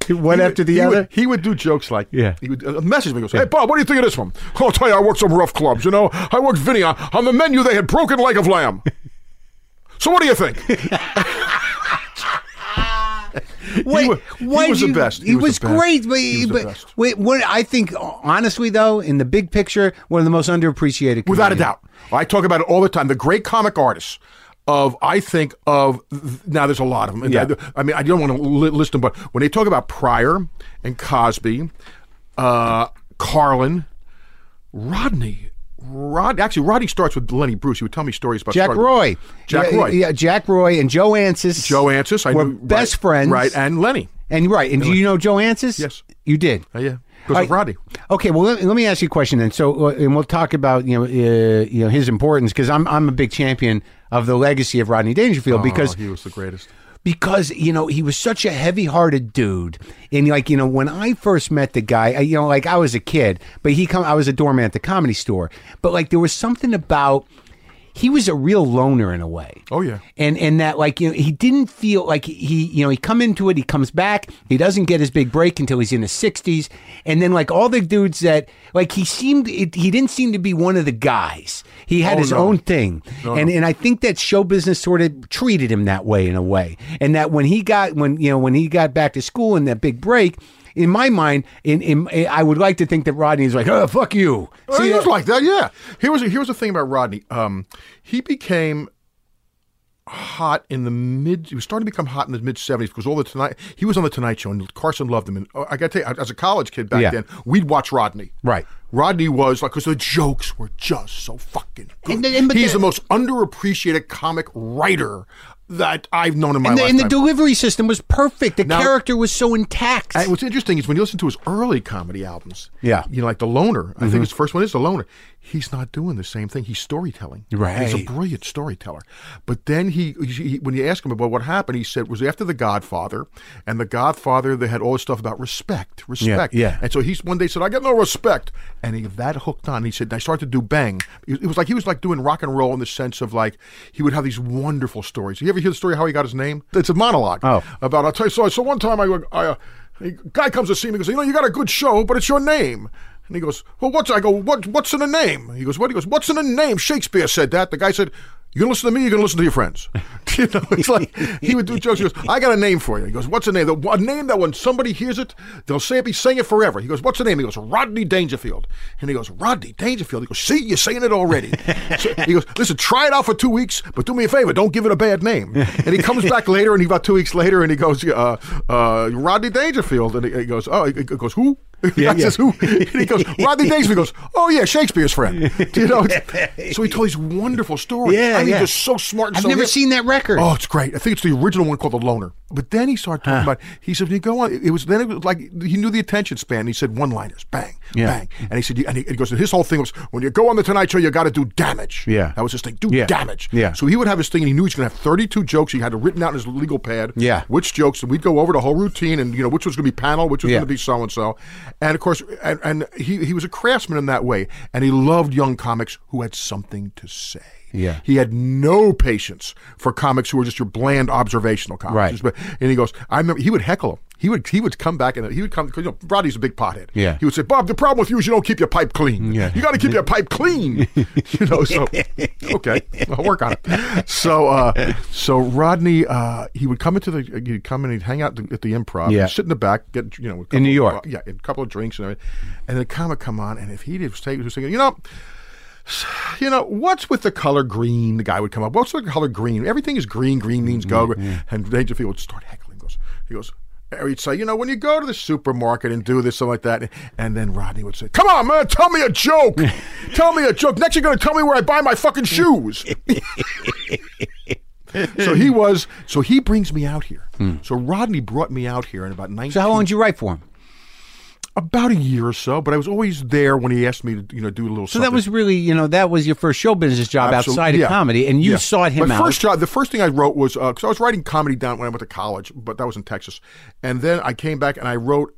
Speaker 2: One
Speaker 3: He
Speaker 2: after
Speaker 3: would-
Speaker 2: the
Speaker 3: he
Speaker 2: other.
Speaker 3: Would, he would do jokes like,
Speaker 2: Yeah.
Speaker 3: He would uh, message me. He goes, hey Bob, what do you think of this one? "Oh, I'll tell you, I worked some rough clubs. You know, I worked Vinny on, on the menu. They had broken leg of lamb. so what do you think?
Speaker 2: Wait,
Speaker 3: wa- he
Speaker 2: why
Speaker 3: was the
Speaker 2: you-
Speaker 3: best.
Speaker 2: He,
Speaker 3: He was the
Speaker 2: was,
Speaker 3: best.
Speaker 2: great. But,
Speaker 3: He was the
Speaker 2: but-
Speaker 3: best.
Speaker 2: wait, what I think, honestly, though, in the big picture, one of the most underappreciated.
Speaker 3: Without a
Speaker 2: comedians.
Speaker 3: doubt. I talk about it all the time. The great comic artists of, I think of, now there's a lot of them. And
Speaker 2: Yeah.
Speaker 3: I, I mean, I don't want to li- list them, but when they talk about Pryor and Cosby, uh, Carlin, Rodney, Rod, actually, Rodney starts with Lenny Bruce. He would tell me stories about
Speaker 2: Jack
Speaker 3: starting-
Speaker 2: Roy.
Speaker 3: Jack
Speaker 2: yeah,
Speaker 3: Roy.
Speaker 2: Yeah, Jack Roy and Joe Ansis.
Speaker 3: Joe Ansis. I
Speaker 2: were
Speaker 3: knew,
Speaker 2: best
Speaker 3: right,
Speaker 2: friends.
Speaker 3: Right, and Lenny.
Speaker 2: And right, and do you know Joe Ansis?
Speaker 3: Yes.
Speaker 2: you did.
Speaker 3: Uh, yeah, because of
Speaker 2: I-
Speaker 3: Rodney.
Speaker 2: Okay, well, let, let me ask you a question then. So, uh, and we'll talk about you know uh, you know his importance because I'm I'm a big champion of the legacy of Rodney Dangerfield because
Speaker 3: Oh, he was the greatest.
Speaker 2: because you know he was such a heavy-hearted dude and like you know when i first met the guy I, you know like i was a kid but he come i was a doorman at the comedy store but like there was something about he was a real loner in a way
Speaker 3: Oh, yeah.
Speaker 2: and and that like you know he didn't feel like he you know he come into it he comes back he doesn't get his big break until he's in his 60s and then like all the dudes that like he seemed it, he didn't seem to be one of the guys he had
Speaker 3: Oh,
Speaker 2: his
Speaker 3: no.
Speaker 2: own thing and and I think that show business sort of treated him that way in a way and that when he got when you know when he got back to school and that big break in my mind, in, in I would like to think that Rodney's like, oh, fuck you.
Speaker 3: Well, he
Speaker 2: See, uh,
Speaker 3: was like that, yeah. Here was here was the thing about Rodney. Um, he became hot in the mid. He was starting to become hot in the mid seventies because all the tonight he was on the Tonight Show and Carson loved him. And uh, I got to tell you, as a college kid back
Speaker 2: Yeah.
Speaker 3: then, we'd watch Rodney.
Speaker 2: Right.
Speaker 3: Rodney was like because the jokes were just so fucking good.
Speaker 2: And the- and but
Speaker 3: He's
Speaker 2: the-
Speaker 3: the, most underappreciated comic writer that I've known in my
Speaker 2: and the,
Speaker 3: life.
Speaker 2: and the delivery system was perfect. The
Speaker 3: Now-
Speaker 2: character was so intact.
Speaker 3: And what's interesting is when you listen to his early comedy albums,
Speaker 2: Yeah. Mm-hmm.
Speaker 3: you know, like The Loner. I think his first one is The Loner. He's not doing the same thing. He's storytelling. He's a
Speaker 2: Right.
Speaker 3: brilliant storyteller. But then he, he, when you ask him about what happened, he said it was after The Godfather, and The Godfather they had all this stuff about respect, respect.
Speaker 2: yeah.
Speaker 3: And so he's one day said, "I got no respect," and he, that hooked on. He said, "I started to do bang." It was like he was like doing rock and roll in the sense of like he would have these wonderful stories. You ever hear the story of how he got his name? It's a monologue
Speaker 2: Oh.
Speaker 3: about I'll tell you. So, so one time I, I uh, a guy comes to see me. He goes, you know, you got a good show, but it's your name. And he goes, well, what's? I go, what? What's in a name? He goes, what? He goes, what's in a name? Shakespeare said that. The guy said. You gonna listen to me? You're gonna listen to your friends. You know, it's like he would do jokes. He goes, "I got a name for you." He goes, "What's a name? The, a name that when somebody hears it, they'll say it, be saying it forever." He goes, "What's the name?" He goes, "Rodney Dangerfield." And he goes, "Rodney Dangerfield." He goes, "See, you're saying it already." so he goes, "Listen, try it out for two weeks, but do me a favor, don't give it a bad name." And he comes back later, and he about two weeks later, and he goes, uh, uh, "Rodney Dangerfield," and he, he goes, "Oh," he, he goes, "Who?" Yeah, That's just who. And he goes, Rodney Dangerfield goes, oh yeah, Shakespeare's friend. You know, it's- so he told these wonderful stories.
Speaker 2: Yeah,
Speaker 3: I mean,
Speaker 2: yeah.
Speaker 3: just so smart. And
Speaker 2: I've
Speaker 3: so
Speaker 2: never
Speaker 3: hip.
Speaker 2: seen that record.
Speaker 3: Oh, it's great. I think it's the original one called The Loner. But then he started talking about. He said, "You go on." It was then it was like he knew the attention span. He said one-liners, bang,
Speaker 2: Yeah.
Speaker 3: bang, and he said, and he, and he goes, his whole thing was when you go on the Tonight Show, you got to do damage.
Speaker 2: Yeah.
Speaker 3: that was his thing. Do
Speaker 2: Yeah.
Speaker 3: damage.
Speaker 2: Yeah.
Speaker 3: So he would have his thing, and he knew he was going to have thirty-two jokes. He had it written out in his legal pad.
Speaker 2: Yeah.
Speaker 3: which jokes, and we'd go over the whole routine, and you know which was going to be panel, which was
Speaker 2: Yeah.
Speaker 3: going to be so and so, and of course, and, and he he was a craftsman in that way, and he loved young comics who had something to say.
Speaker 2: Yeah.
Speaker 3: He had no patience for comics who were just your bland observational comics.
Speaker 2: Right.
Speaker 3: Just- And he goes, I remember he would heckle him. He would he would come back and he would come because you know Roddy's a big pothead.
Speaker 2: Yeah.
Speaker 3: He would say, Bob, the problem with you is you don't keep your pipe clean.
Speaker 2: Yeah.
Speaker 3: You got to keep your pipe clean. you know. So okay, I'll work on it. So uh, so Rodney uh, he would come into the he'd come and he'd hang out at the improv.
Speaker 2: Yeah.
Speaker 3: He'd sit in the back, get you know a couple-
Speaker 2: In New York.
Speaker 3: uh, yeah, a couple of drinks and everything. And then the comic come on, and if he did say he was thinking, you know you know, what's with the color green? The guy would come up. What's with the color green? Everything is green. Green means go.
Speaker 2: Mm,
Speaker 3: And Dangerfield would start heckling. He goes, he goes, or he'd say, you know, when you go to the supermarket and do this, something like that. And then Rodney would say, come on, man, tell me a joke. tell me a joke. Next, you're going to tell me where I buy my fucking shoes. so he was, so he brings me out here. So Rodney brought me out here in about 19.
Speaker 2: Hmm. So how long did you write for him?
Speaker 3: About a year or so, but I was always there when he asked me to, you know, do a little
Speaker 2: So that was really, you know, that was your first show business job
Speaker 3: Absolutely.
Speaker 2: outside of
Speaker 3: Yeah.
Speaker 2: comedy, and you
Speaker 3: Yeah.
Speaker 2: sought him
Speaker 3: My
Speaker 2: out.
Speaker 3: First job, the first thing I wrote was because I was writing comedy down when I went to college, but that was in Texas. And then I came back and I wrote.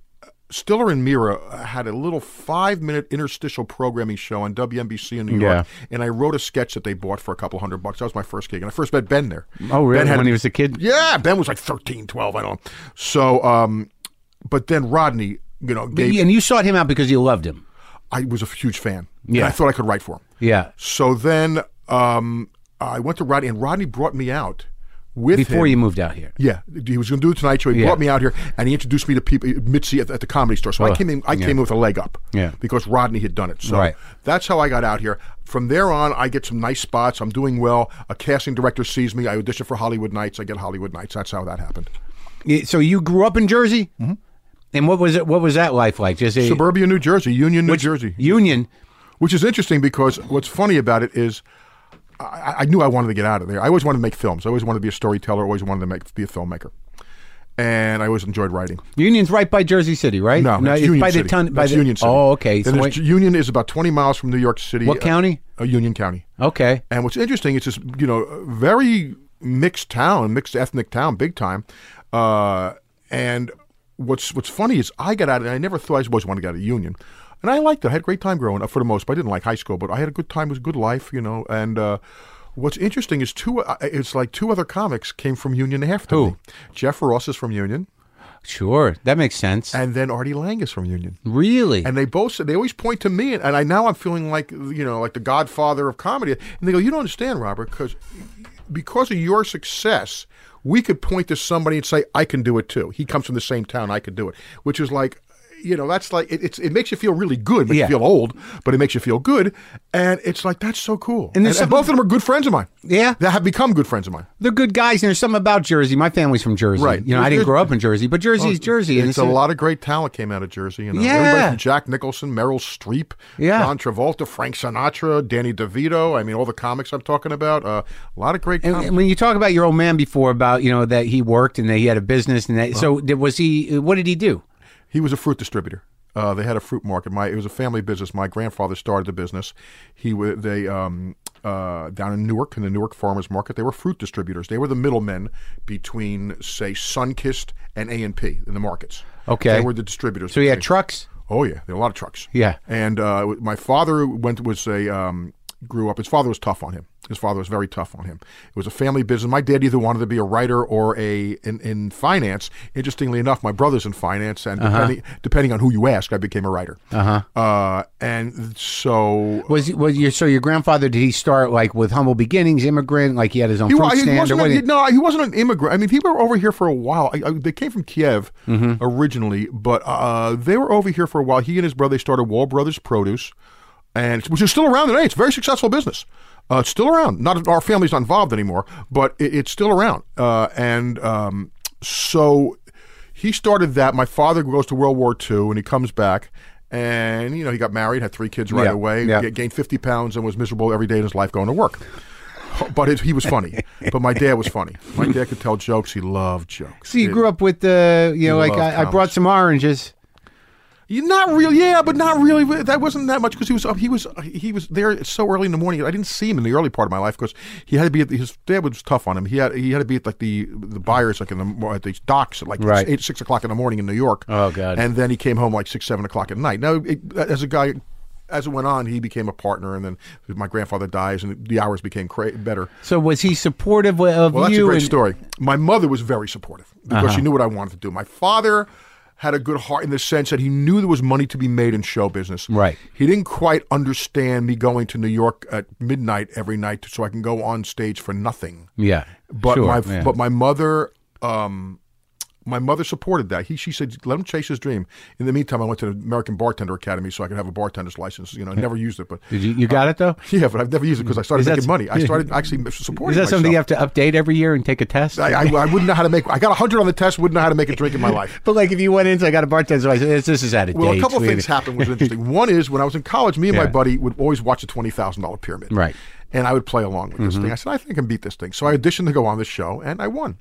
Speaker 3: Stiller and Mira uh, had a little five-minute interstitial programming show on WNBC in New York, and I wrote a sketch that they bought for a couple hundred bucks. That was my first gig, and I first met Ben there.
Speaker 2: oh, really?
Speaker 3: Ben had
Speaker 2: when he was a kid?
Speaker 3: yeah, Ben was like 13, 12, I don't know. So, um, but then Rodney, you know, gave,
Speaker 2: And you sought him out because you loved him.
Speaker 3: I was a huge fan. and
Speaker 2: Yeah.
Speaker 3: I thought I could write for him.
Speaker 2: Yeah.
Speaker 3: So then um, I went to Rodney, and Rodney brought me out with
Speaker 2: Before
Speaker 3: him.
Speaker 2: you moved out here.
Speaker 3: Yeah, he was going to do the Tonight Show. He brought me out here, and he introduced me to people, Mitzi at the, at the comedy store. So I came in. I came in with a leg up.
Speaker 2: Yeah.
Speaker 3: because Rodney had done it. So
Speaker 2: Right.
Speaker 3: that's how I got out here. From there on, I get some nice spots. I'm doing well. A casting director sees me. I audition for Hollywood Nights. I get Hollywood Nights. That's how that happened.
Speaker 2: Yeah, So you grew up in Jersey? Mm-hmm. And what was it? What was that life like? Just a
Speaker 3: Suburbia, New Jersey, Union, New Jersey.
Speaker 2: union.
Speaker 3: Which is interesting because what's funny about it is I, I knew I wanted to get out of there. I always wanted to make films. I always wanted to be a storyteller. Always wanted to make, be a filmmaker. And I always enjoyed writing.
Speaker 2: Union's right by Jersey City, right?
Speaker 3: No, it's
Speaker 2: it's
Speaker 3: Union
Speaker 2: by
Speaker 3: City.
Speaker 2: the ton. By
Speaker 3: That's
Speaker 2: the,
Speaker 3: Union City.
Speaker 2: Oh, okay.
Speaker 3: Then
Speaker 2: So
Speaker 3: there's-
Speaker 2: wait-
Speaker 3: Union is about 20 miles from New York City.
Speaker 2: What
Speaker 3: Uh,
Speaker 2: county?
Speaker 3: Uh, Union County.
Speaker 2: okay.
Speaker 3: And what's interesting, it's this you know a very mixed town, mixed ethnic town, big time. Uh, and what's what's funny is I got out, and I never thought I always wanted to get out of the union. And I liked it. I had a great time growing up for the most. Part. I didn't like high school, but I had a good time. It was a good life, you know. And uh, what's interesting is two. uh, It's like two other comics came from Union after
Speaker 2: Who?
Speaker 3: me. Jeff Ross is from Union,
Speaker 2: Sure, that makes sense.
Speaker 3: and then Artie Lang is from Union.
Speaker 2: really?
Speaker 3: And they both said they always point to me, and, and I now I'm feeling like you know like the Godfather of comedy. And they go, you don't understand, Robert, because because of your success, we could point to somebody and say, I can do it too. He comes from the same town, I could do it, which is like. You know, that's like it, it's. It makes you feel really good. It makes
Speaker 2: Yeah.
Speaker 3: you feel old, but it makes you feel good, and it's like that's so cool. And,
Speaker 2: there's something-
Speaker 3: and both of them are good friends of mine.
Speaker 2: Yeah.
Speaker 3: that have become good friends of mine.
Speaker 2: They're good guys, and there's something about Jersey. My family's from Jersey.
Speaker 3: Right. Oh,
Speaker 2: You know, I didn't grow up in Jersey, but Jersey is Jersey. and
Speaker 3: It's a lot of great talent came out of Jersey. You know,
Speaker 2: Yeah.
Speaker 3: everybody from Jack Nicholson, Meryl Streep,
Speaker 2: Yeah.
Speaker 3: John Travolta, Frank Sinatra, Danny DeVito. I mean, all the comics I'm talking about. Uh, a lot of great
Speaker 2: And
Speaker 3: comics.
Speaker 2: when you talk about your old man before about you know that he worked and that he had a business and that so did, was he what did he do?
Speaker 3: He was a fruit distributor. Uh, they had a fruit market. My it was a family business. My grandfather started the business. He wa- they um, uh, down in Newark in the Newark Farmers Market. They were fruit distributors. They were the middlemen between say Sunkist and A and P in the markets.
Speaker 2: Okay.
Speaker 3: they were the distributors.
Speaker 2: So he had
Speaker 3: between-
Speaker 2: trucks.
Speaker 3: Oh yeah, there are a lot of trucks.
Speaker 2: Yeah.
Speaker 3: and uh, my father went was a um, grew up. His father was tough on him. His father was very tough on him. It was a family business. My dad either wanted to be a writer or a in, in finance. Interestingly enough, my brother's in finance, and depending, depending on who you ask, I became a writer. Uh-huh. And so
Speaker 2: Was he- was your so your grandfather did he start like with humble beginnings, immigrant, like he had his own
Speaker 3: He, wa-
Speaker 2: fruit
Speaker 3: he
Speaker 2: stand or
Speaker 3: wasn't
Speaker 2: what?
Speaker 3: a,
Speaker 2: did-
Speaker 3: no, he wasn't an immigrant. I mean, people were over here for a while. I, I, they came from Kiev
Speaker 4: Mm-hmm.
Speaker 3: originally, but uh, they were over here for a while. He and his brother they started Wall Brothers Produce, and which is still around today. It's a very successful business. Uh, it's still around. Not our family's not involved anymore, but it, it's still around. Uh, and um, so He started that. My father goes to World War II and he comes back. And, you know, he got married, had three kids right
Speaker 4: Yeah,
Speaker 3: away,
Speaker 4: yeah.
Speaker 3: ga- gained 50 pounds, and was miserable every day in his life going to work. But it, he was funny. but my dad was funny. My dad could tell jokes. He loved jokes.
Speaker 2: So you
Speaker 3: He-
Speaker 2: grew up with the, you know,
Speaker 3: You
Speaker 2: like
Speaker 3: love
Speaker 2: I, I brought
Speaker 3: comics.
Speaker 2: some oranges.
Speaker 3: You not really, yeah, but not really. That wasn't that much because he was up. He was uh, he was there so early in the morning. I didn't see him in the early part of my life because he had to be at the, his dad was tough on him. He had he had to be at like the the buyers like in the mo- at these docks at like
Speaker 2: Right.
Speaker 3: eight six o'clock in the morning in New York.
Speaker 2: Oh, God.
Speaker 3: And then he came home like six seven o'clock at night. Now it, as a guy. As it went on, he became a partner, and then my grandfather dies, and the hours became cra- better.
Speaker 2: So was he supportive of
Speaker 3: Well, that's
Speaker 2: you?
Speaker 3: a great
Speaker 2: and- Uh-huh.
Speaker 3: story. My mother was very supportive because she knew what I wanted to do. My father had a good heart in the sense that he knew there was money to be made in show business.
Speaker 2: Right.
Speaker 3: He didn't quite understand me going to New York at midnight every night so I can go on stage for nothing.
Speaker 2: Yeah,
Speaker 3: But
Speaker 2: sure,
Speaker 3: my
Speaker 2: yeah.
Speaker 3: but my mother um my mother supported that. He she said, "Let him chase his dream." In the meantime, I went to the American Bartender Academy so I could have a bartender's license. You know, I never used it, but
Speaker 2: Did you, you got it though.
Speaker 3: yeah, but I've never used it because I started
Speaker 2: Is that
Speaker 3: making
Speaker 2: s-
Speaker 3: money. I started actually
Speaker 2: Is
Speaker 3: supporting.
Speaker 2: that something
Speaker 3: myself.
Speaker 2: you have to update every year and take a test?
Speaker 3: I, I, I wouldn't know how to make. I got hundred on the test. Wouldn't know how to make a drink in my life.
Speaker 2: but like, if you went into, I got a bartender's license. This, this is out of
Speaker 3: Well,
Speaker 2: date.
Speaker 3: a couple
Speaker 2: We-
Speaker 3: things happened which was interesting. One is when I was in college, me and
Speaker 2: Yeah.
Speaker 3: my buddy would always watch the twenty thousand dollar pyramid.
Speaker 2: Right. Mm-hmm.
Speaker 3: And I would play along with this thing. I said, I think I can beat this thing. So I auditioned to go on this show, and I won.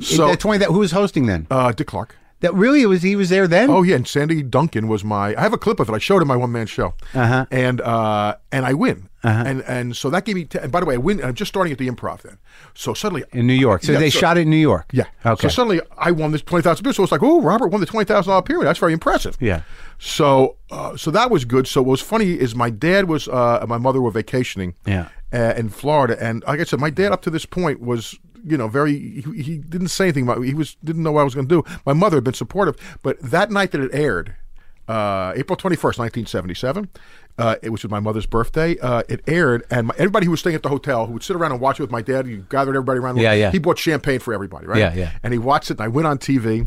Speaker 3: So
Speaker 2: That twenty. That who was hosting then?
Speaker 3: uh, Dick Clark.
Speaker 2: that really was he was there then.
Speaker 3: Oh yeah, and Sandy Duncan was my. I have a clip of it. I showed him my one man show,
Speaker 2: Uh-huh.
Speaker 3: and uh, and I win, and and so that gave me. T- and by the way, I win. I'm just starting at the improv then. So suddenly
Speaker 2: in New York. So
Speaker 3: Yeah,
Speaker 2: they
Speaker 3: so-
Speaker 2: shot it in New York.
Speaker 3: Yeah.
Speaker 2: Okay.
Speaker 3: So suddenly I won this twenty thousand. So it's like, oh, Robert won the twenty thousand dollar pyramid. That's very impressive.
Speaker 2: Yeah.
Speaker 3: So uh, so that was good. So what was funny is my dad was uh, and my mother were vacationing.
Speaker 2: Yeah.
Speaker 3: Uh, in Florida, and like I said, my dad up to this point was you know very he, he didn't say anything about he was didn't know what I was going to do. My mother had been supportive, but that night that it aired. Uh, April 21st, 1977, uh, it, which was my mother's birthday, uh, it aired, and my, everybody who was staying at the hotel who would sit around and watch it with my dad, you gathered everybody around.
Speaker 2: Yeah, yeah.
Speaker 3: He bought champagne for everybody, right?
Speaker 2: Yeah, yeah.
Speaker 3: And he watched it, and I went on TV,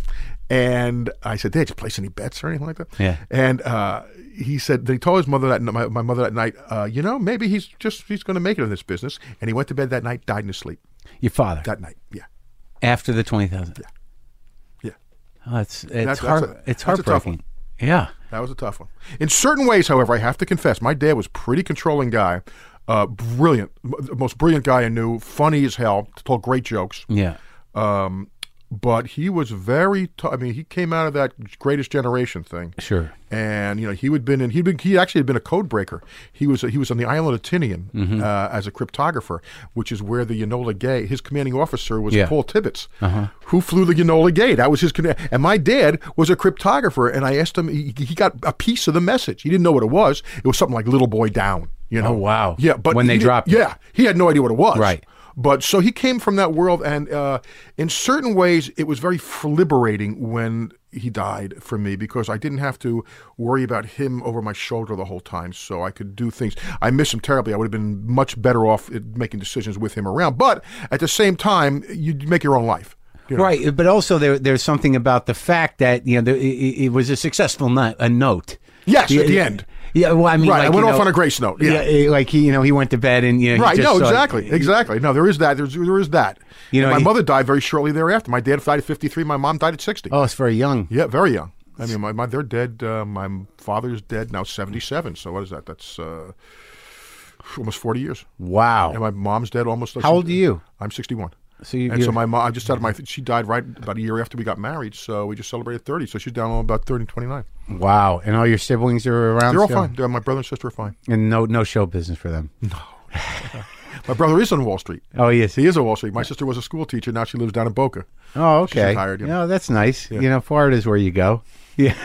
Speaker 3: and I said, "Dad, did you place any bets or anything like that?"
Speaker 2: Yeah.
Speaker 3: And uh, he said they told his mother that my, my mother that night, uh, you know, maybe he's just he's going to make it in this business. And he went to bed that night, died in his sleep
Speaker 2: Your father
Speaker 3: that night. Yeah,
Speaker 2: after the twenty thousand. Yeah.
Speaker 3: yeah.
Speaker 2: Oh, it's it's
Speaker 3: that's
Speaker 2: heart,
Speaker 3: a-
Speaker 2: it's
Speaker 3: that's a tough
Speaker 2: heartbreaking. Yeah.
Speaker 3: That was a tough one. In certain ways, however, I have to confess, my dad was pretty controlling guy. Uh, brilliant, m- the most brilliant guy I knew. Funny as hell, told great jokes.
Speaker 2: Yeah.
Speaker 3: Um, but he was very. T- I mean, he came out of that Greatest Generation thing.
Speaker 2: Sure.
Speaker 3: and you know he would been in he'd been he actually had been a code breaker. He was he was on the island of Tinian
Speaker 2: Mm-hmm.
Speaker 3: uh, as a cryptographer, which is where the Enola Gay. His commanding officer was
Speaker 2: Yeah. Uh-huh.
Speaker 3: Paul Tibbets, who flew the Enola Gay. That was his command. And my dad was a cryptographer, and I asked him. He, he got a piece of the message. He didn't know what it was. It was something like "Little Boy Down." You know?
Speaker 2: Oh, wow.
Speaker 3: Yeah, but
Speaker 2: When they
Speaker 3: he did-
Speaker 2: dropped it.
Speaker 3: yeah, he had no idea what it was.
Speaker 2: Right.
Speaker 3: But so he came from that world, and uh, in certain ways, it was very f- liberating when he died for me because I didn't have to worry about him over my shoulder the whole time. So I could do things. I miss him terribly. I would have been much better off at making decisions with him around. But at the same time, you make your own life. you know?
Speaker 2: Right, but also there, there's something about the fact that you know the, it, it was a successful night, a note.
Speaker 3: Yes,
Speaker 2: yeah,
Speaker 3: at the end.
Speaker 2: Yeah, well, I mean,
Speaker 3: Right,
Speaker 2: like,
Speaker 3: I went
Speaker 2: you
Speaker 3: off
Speaker 2: know,
Speaker 3: on a grace note, yeah.
Speaker 2: eh, like he, you know, he went to bed and you know, he
Speaker 3: Right.
Speaker 2: just
Speaker 3: No,
Speaker 2: saw-
Speaker 3: exactly. Exactly. No, there is that. There's, there is that.
Speaker 2: You know,
Speaker 3: And my
Speaker 2: he-
Speaker 3: mother died very shortly thereafter. My dad died at 53. My mom died at 60.
Speaker 2: Oh, it's very young.
Speaker 3: Yeah, very young. I mean, my, my they're dead. Uh, my father's dead now, seventy-seven. So what is that? That's uh, almost forty years.
Speaker 2: Wow.
Speaker 3: And my mom's dead almost.
Speaker 2: How old are you?
Speaker 3: I'm sixty-one.
Speaker 2: So you-
Speaker 3: and
Speaker 2: you're-
Speaker 3: so my mom, I just started my. She died right about a year after we got married. So we just celebrated thirty. So she's down about 30, 29.
Speaker 2: Wow. And all your siblings are around.
Speaker 3: They're all
Speaker 2: still?
Speaker 3: fine. They're- my brother and sister are fine.
Speaker 2: And no, no show business for them.
Speaker 3: My brother is on Wall Street.
Speaker 2: Oh, yes.
Speaker 3: He is on Wall Street. My sister was a school teacher. Now she lives down in Boca.
Speaker 2: Oh, okay.
Speaker 3: retired, yeah.
Speaker 2: No, that's nice. You know, Florida's where you go. Yeah,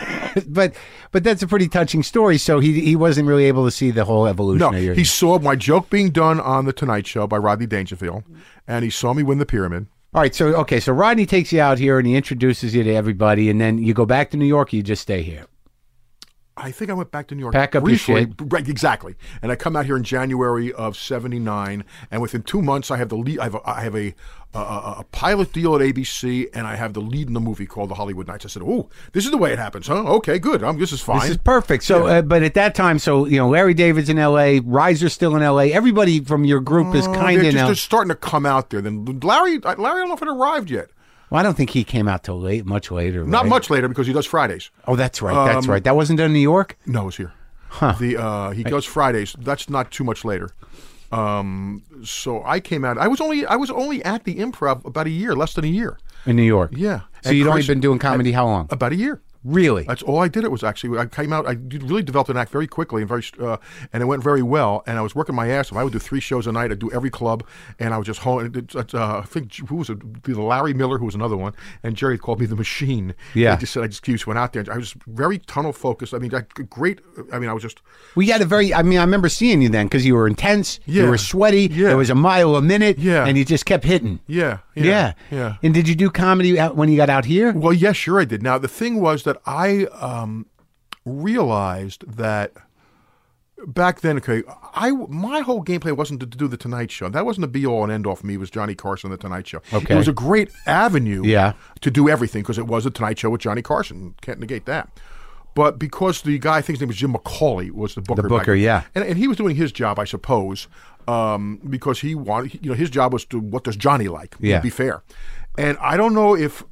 Speaker 2: but but that's a pretty touching story. So he he wasn't really able to see the whole evolution.
Speaker 3: No,
Speaker 2: of your,
Speaker 3: he saw my joke being done on the Tonight Show by Rodney Dangerfield, and he saw me win the pyramid.
Speaker 2: All right, so okay, so Rodney takes you out here and he introduces you to everybody, and then you go back to New York. Or you just stay here.
Speaker 3: I think I went back to New York.
Speaker 2: Pack up your
Speaker 3: briefly,
Speaker 2: shit.
Speaker 3: b- Right, exactly. And I come out here in January of '79, and within two months, I have the lead. I have a, I have a, a, a a pilot deal at ABC, and I have the lead in the movie called The Hollywood Nights. I said, "Oh, this is the way it happens, huh? Okay, good. i this is fine."
Speaker 2: This is perfect. So, uh, but at that time, so you know, Larry David's in L.A., Riser's still in L.A. Everybody from your group is
Speaker 3: Oh,
Speaker 2: kind
Speaker 3: they're
Speaker 2: of
Speaker 3: just
Speaker 2: now.
Speaker 3: they're starting to come out there. Then Larry, Larry, I don't know if it arrived yet.
Speaker 2: Well, I don't think he came out till late, much later.
Speaker 3: Not
Speaker 2: right?
Speaker 3: much later because he does Fridays.
Speaker 2: Oh, that's right. That's right. That wasn't done in New York.
Speaker 3: No, it's here. The uh, he does Fridays. That's not too much later. Um, so I came out. I was only I was only at the Improv about a year, less than a year.
Speaker 2: In New York.
Speaker 3: Yeah.
Speaker 2: So
Speaker 3: And
Speaker 2: you'd only
Speaker 3: Chris-
Speaker 2: been doing comedy how long?
Speaker 3: About a year.
Speaker 2: really?
Speaker 3: That's all I did. It was actually I came out. I did- really developed an act very quickly and very, uh, and it went very well. And I was working my ass off. I would do three shows a night. I'd do every club, and I was just home. Uh, I think who was it? Larry Miller, who was another one, and Jerry called me the machine.
Speaker 2: Yeah.
Speaker 3: I just said I just excuse went out there. I was very tunnel focused. I mean, I, great. I mean, I was just
Speaker 2: We had a very. I mean, I remember seeing you then because you were intense. You
Speaker 3: Yeah.
Speaker 2: were sweaty.
Speaker 3: Yeah.
Speaker 2: There was a mile a minute.
Speaker 3: Yeah.
Speaker 2: And you just kept hitting.
Speaker 3: yeah,
Speaker 2: Yeah.
Speaker 3: yeah.
Speaker 2: And did you do comedy out when you got out here?
Speaker 3: Well, yes, sure I did. Now the thing was that I um, realized that back then, okay, I my whole gameplay wasn't to do the Tonight Show. That wasn't the be all and end all for me. It was Johnny Carson, the Tonight Show.
Speaker 2: Okay.
Speaker 3: it was a great avenue,
Speaker 2: Yeah.
Speaker 3: to do everything because it was the Tonight Show with Johnny Carson. Can't negate that. But because the guy, I think his name was Jim McCauley, was the booker. back
Speaker 2: booker,
Speaker 3: then.
Speaker 2: yeah.
Speaker 3: and, and he was doing his job, I suppose, um, because he wanted, you know, his job was to what does Johnny like?
Speaker 2: Yeah.
Speaker 3: be fair. And I don't know if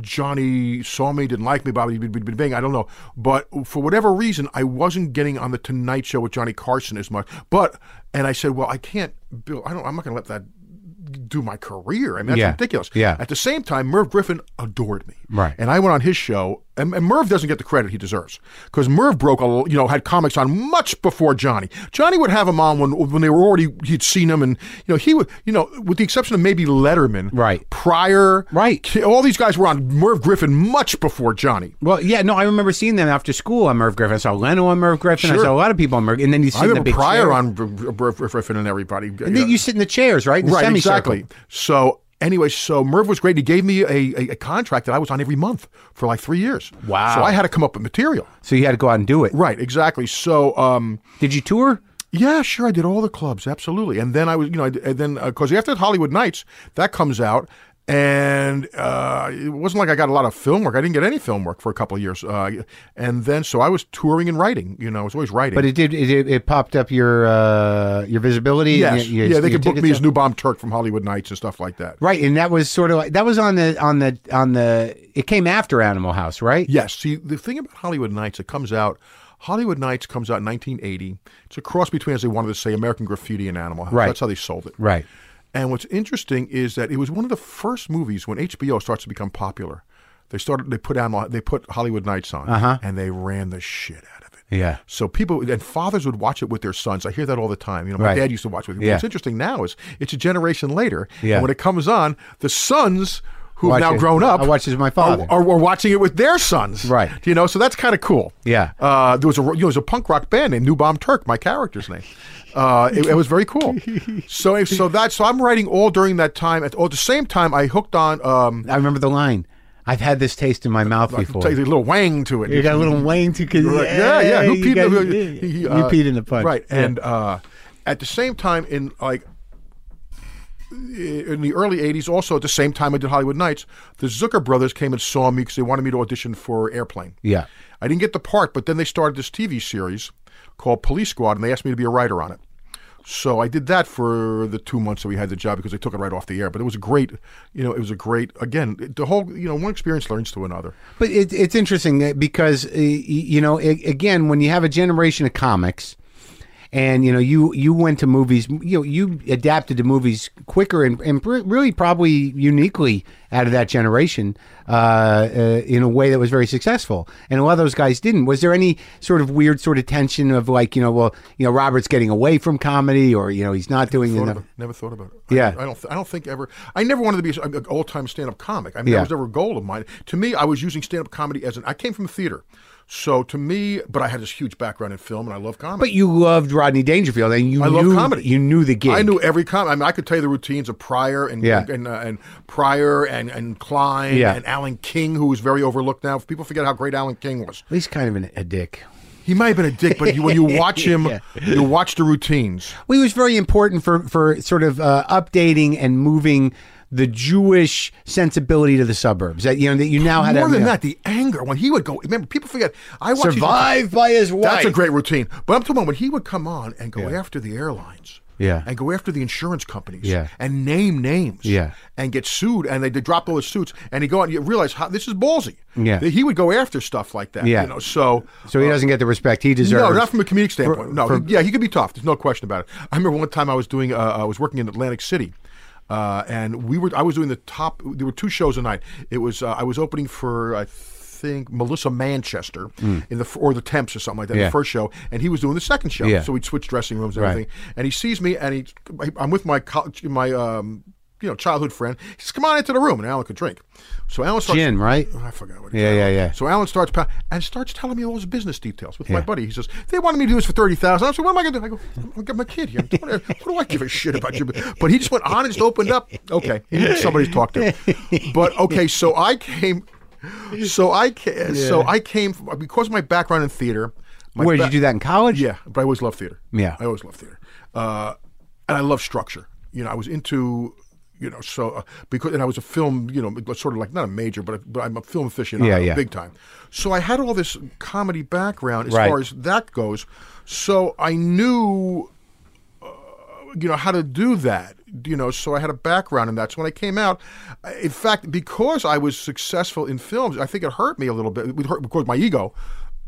Speaker 3: Johnny saw me, didn't like me, Bobby, bing, bing, bing, bing, I don't know. But for whatever reason, I wasn't getting on the Tonight Show with Johnny Carson as much. But and I said, well, I can't, Bill. I don't. I'm not going to let that do my career. I mean, that's
Speaker 2: Yeah.
Speaker 3: ridiculous.
Speaker 2: Yeah.
Speaker 3: At the same time, Merv Griffin adored me.
Speaker 2: Right.
Speaker 3: And I went on his show, and, and Merv doesn't get the credit he deserves because Merv broke a, l- you know, had comics on much before Johnny. Johnny would have him on when when they were already he'd seen him, and you know he would, you know, with the exception of maybe Letterman,
Speaker 2: Right.
Speaker 3: Pryor,
Speaker 2: Right.
Speaker 3: Ki- all these guys were on Merv Griffin much before Johnny.
Speaker 2: Well, yeah, no, I remember seeing them after school on Merv Griffin. I saw Leno on Merv Griffin. I
Speaker 3: Sure.
Speaker 2: saw a lot of people on Merv, and then you sit
Speaker 3: I
Speaker 2: in the
Speaker 3: remember
Speaker 2: big
Speaker 3: Pryor
Speaker 2: chair.
Speaker 3: on R- R- Merv Griffin and everybody.
Speaker 2: And then you sit in the chairs, right? In the
Speaker 3: right,
Speaker 2: semicircle.
Speaker 3: exactly. So anyway, so Merv was great. He gave me a, a, a contract that I was on every month for like three years.
Speaker 2: Wow.
Speaker 3: So I had to come up with material.
Speaker 2: So you had to go out and do it.
Speaker 3: Right, exactly. So um,
Speaker 2: Did you tour?
Speaker 3: Yeah, sure. I did all the clubs, absolutely. And then I was, you know, I, and then because after Hollywood Nights, that comes out, and uh, it wasn't like I got a lot of film work. I didn't get any film work for a couple of years, uh, and then so I was touring and writing. You know, I was always writing.
Speaker 2: But it did. It, it, it popped up your uh, your visibility. and
Speaker 3: yes,
Speaker 2: your- your-
Speaker 3: yeah, they
Speaker 2: your
Speaker 3: could book
Speaker 2: tickets
Speaker 3: me
Speaker 2: up.
Speaker 3: as New Bomb Turk from Hollywood Nights and stuff like that.
Speaker 2: Right, and that was sort of like, that was on the on the on the. It came after Animal House, right?
Speaker 3: Yes. See, the thing about Hollywood Nights, it comes out. Hollywood Nights comes out in 1980. It's a cross between, as they wanted to say, American Graffiti and Animal House.
Speaker 2: Right.
Speaker 3: That's how they sold it.
Speaker 2: Right.
Speaker 3: And what's interesting is that it was one of the first movies when HBO starts to become popular. They started. They put Animal, They put Hollywood Nights on, and they ran the shit out of it.
Speaker 2: Yeah.
Speaker 3: So people and fathers would watch it with their sons. I hear that all the time. You know, my
Speaker 2: Right.
Speaker 3: dad used to watch with me.
Speaker 2: Yeah.
Speaker 3: What's interesting now is it's a generation later.
Speaker 2: Yeah.
Speaker 3: And when it comes on, the sons who
Speaker 2: Watch
Speaker 3: have now
Speaker 2: it.
Speaker 3: grown up
Speaker 2: I watched it with my father.
Speaker 3: are, are, are watching it with their sons.
Speaker 2: Right.
Speaker 3: You know, so that's kind of cool.
Speaker 2: Yeah.
Speaker 3: Uh, there was a you know, there was a punk rock band named New Bomb Turk, my character's name. Uh, it, it was very cool. So so that so I'm writing all during that time. At, all at the same time, I hooked on um,
Speaker 2: I remember the line. I've had this taste in my mouth before.
Speaker 3: take a little wang to it.
Speaker 2: You got a little wang to cause,
Speaker 3: Right. Yeah, yeah. Who
Speaker 2: you
Speaker 3: peed
Speaker 2: got-
Speaker 3: in the who- he,
Speaker 2: you
Speaker 3: uh,
Speaker 2: peed in the punch.
Speaker 3: Right, and uh, at the same time, in like in the early '80s, also at the same time I did Hollywood Nights, the Zucker brothers came and saw me because they wanted me to audition for Airplane.
Speaker 2: Yeah.
Speaker 3: I didn't get the part, but then they started this TV series called Police Squad, and they asked me to be a writer on it. So I did that for the two months that we had the job because they took it right off the air. But it was a great, you know, it was a great. Again, the whole, you know, one experience learns to another.
Speaker 2: But it, it's interesting that- because uh, y- you know, a- again, when you have a generation of comics, and you know, you you went to movies, you know, you adapted to movies quicker and, and pr- really probably uniquely out of that generation uh, uh, in a way that was very successful. And a lot of those guys didn't. Was there any sort of weird sort of tension of like, you know, well, you know, Robert's getting away from comedy, or you know, he's not doing
Speaker 3: Thought
Speaker 2: enough.
Speaker 3: about it. Never thought about it. I-
Speaker 2: Yeah.
Speaker 3: I, don't. th- I don't think ever. I never wanted to be a- an old-time stand-up comic. I mean,
Speaker 2: Yeah.
Speaker 3: that was never a goal of mine. To me, I was using stand-up comedy as an. I came from theater, so to me, but I had this huge background in film, and I love comedy.
Speaker 2: But you loved Rodney Dangerfield, and you
Speaker 3: I
Speaker 2: knew
Speaker 3: love comedy.
Speaker 2: you knew the gig.
Speaker 3: I knew every comic. I mean, I could tell you the routines of Pryor and
Speaker 2: Yeah.
Speaker 3: and, uh, and Pryor and and Klein
Speaker 2: Yeah.
Speaker 3: and Alan King, who is very overlooked now. People forget how great Alan King was.
Speaker 2: He's kind of an, a dick.
Speaker 3: He might have been a dick, but you, when you watch him,
Speaker 2: Yeah.
Speaker 3: you watch the routines.
Speaker 2: Well, he was very important for for sort of uh, updating and moving the Jewish sensibility to the suburbs. That you know that you now had
Speaker 3: More
Speaker 2: a,
Speaker 3: than
Speaker 2: you know,
Speaker 3: that, the anger when he would go. Remember, people forget. I watched these-
Speaker 2: survived by his wife.
Speaker 3: That's a great routine. But I'm talking about when he would come on and go after the airlines.
Speaker 2: Yeah.
Speaker 3: and go after the insurance companies
Speaker 2: Yeah.
Speaker 3: and name names
Speaker 2: Yeah.
Speaker 3: and get sued and they, they dropped all his suits and he go out and you realize how this is ballsy
Speaker 2: Yeah.
Speaker 3: he would go after stuff like that
Speaker 2: Yeah.
Speaker 3: you know so
Speaker 2: So he doesn't get the respect he deserves.
Speaker 3: no, not from a comedic standpoint. no,
Speaker 2: for-
Speaker 3: yeah, he could be tough. There's no question about it. I remember one time I was doing, uh, I was working in Atlantic City, uh, and we were, I was doing the top. There were two shows a night. It was, uh, I was opening for, I think Melissa Manchester in the f- or the Temps or something like that.
Speaker 2: Hmm. Yeah.
Speaker 3: The first show, and he was doing the second show.
Speaker 2: Yeah.
Speaker 3: So we'd switch dressing rooms and
Speaker 2: Right.
Speaker 3: everything. And he sees me, and he, I'm with my college, my. Um, you know, childhood friend. He says, "Come on into the room," and Alan could drink. So Alan starts
Speaker 2: Gin, right?
Speaker 3: I forgot what.
Speaker 2: Yeah, yeah, yeah.
Speaker 3: So Alan starts pa- and starts telling me all his business details with my buddy. He says they wanted me to do this for thirty thousand. I said, "What am I going to do?" I go, "I'm going to get my kid here. What do I give a shit about you?" But he just went on and just opened up. Okay, he needed somebody to talk to. But okay, so I came. So I came, so I came because of my background in theater. My
Speaker 2: Where did
Speaker 3: ba-
Speaker 2: you do that in college?
Speaker 3: yeah, but I always loved theater.
Speaker 2: Yeah.
Speaker 3: I always loved theater, uh, and I love structure. You know, I was into you know so uh, because and I was a film you know but sort of like not a major but, but I'm a film aficionado
Speaker 2: Yeah, yeah.
Speaker 3: big time. So I had all this comedy background as
Speaker 2: Right.
Speaker 3: far as that goes. So I knew you know how to do that you know so i had a background in that so when i came out I- in fact because i was successful in films i think it hurt me a little bit it hurt because my ego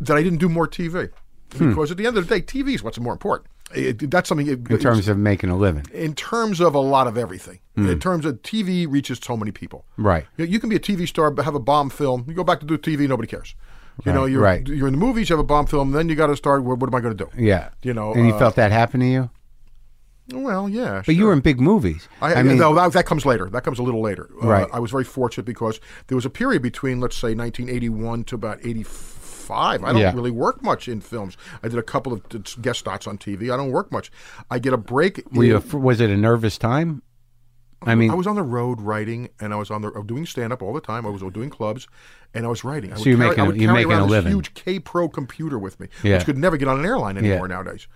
Speaker 3: that i didn't do more tv
Speaker 2: Hmm.
Speaker 3: because at the end of the day tv is what's more important It- that's something it,
Speaker 2: In terms of making a living.
Speaker 3: in terms of a lot of everything in terms of tv reaches so many people
Speaker 2: Right.
Speaker 3: you, you can be a tv star but have a bomb film you go back to do tv nobody cares you know you're
Speaker 2: right.
Speaker 3: you're in the movies you have a bomb film then you got to start what, what am i going to do
Speaker 2: Yeah.
Speaker 3: you know
Speaker 2: And you
Speaker 3: uh,
Speaker 2: felt that happen to you?
Speaker 3: well yeah
Speaker 2: But you were in big movies.
Speaker 3: I,
Speaker 2: mean,
Speaker 3: no, that, that comes later. That comes a little later. Uh,
Speaker 2: Right.
Speaker 3: I was very fortunate because there was a period between, let's say, 1981 to about 85. I don't
Speaker 2: Yeah.
Speaker 3: really work much in films. I did a couple of t- guest spots on TV. I don't work much. I get a break.
Speaker 2: were you,
Speaker 3: in-
Speaker 2: af- was it a nervous time? I mean,
Speaker 3: I was on the road writing, and I was on the I was doing stand up all the time. I was uh, doing clubs, and I was writing. I would
Speaker 2: you're
Speaker 3: carry,
Speaker 2: making
Speaker 3: I
Speaker 2: a-
Speaker 3: would
Speaker 2: you're
Speaker 3: carry
Speaker 2: making
Speaker 3: around
Speaker 2: a
Speaker 3: this
Speaker 2: living.
Speaker 3: Huge K Pro computer with me,
Speaker 2: Yeah.
Speaker 3: which could never get on an airline anymore
Speaker 2: Yeah.
Speaker 3: nowadays.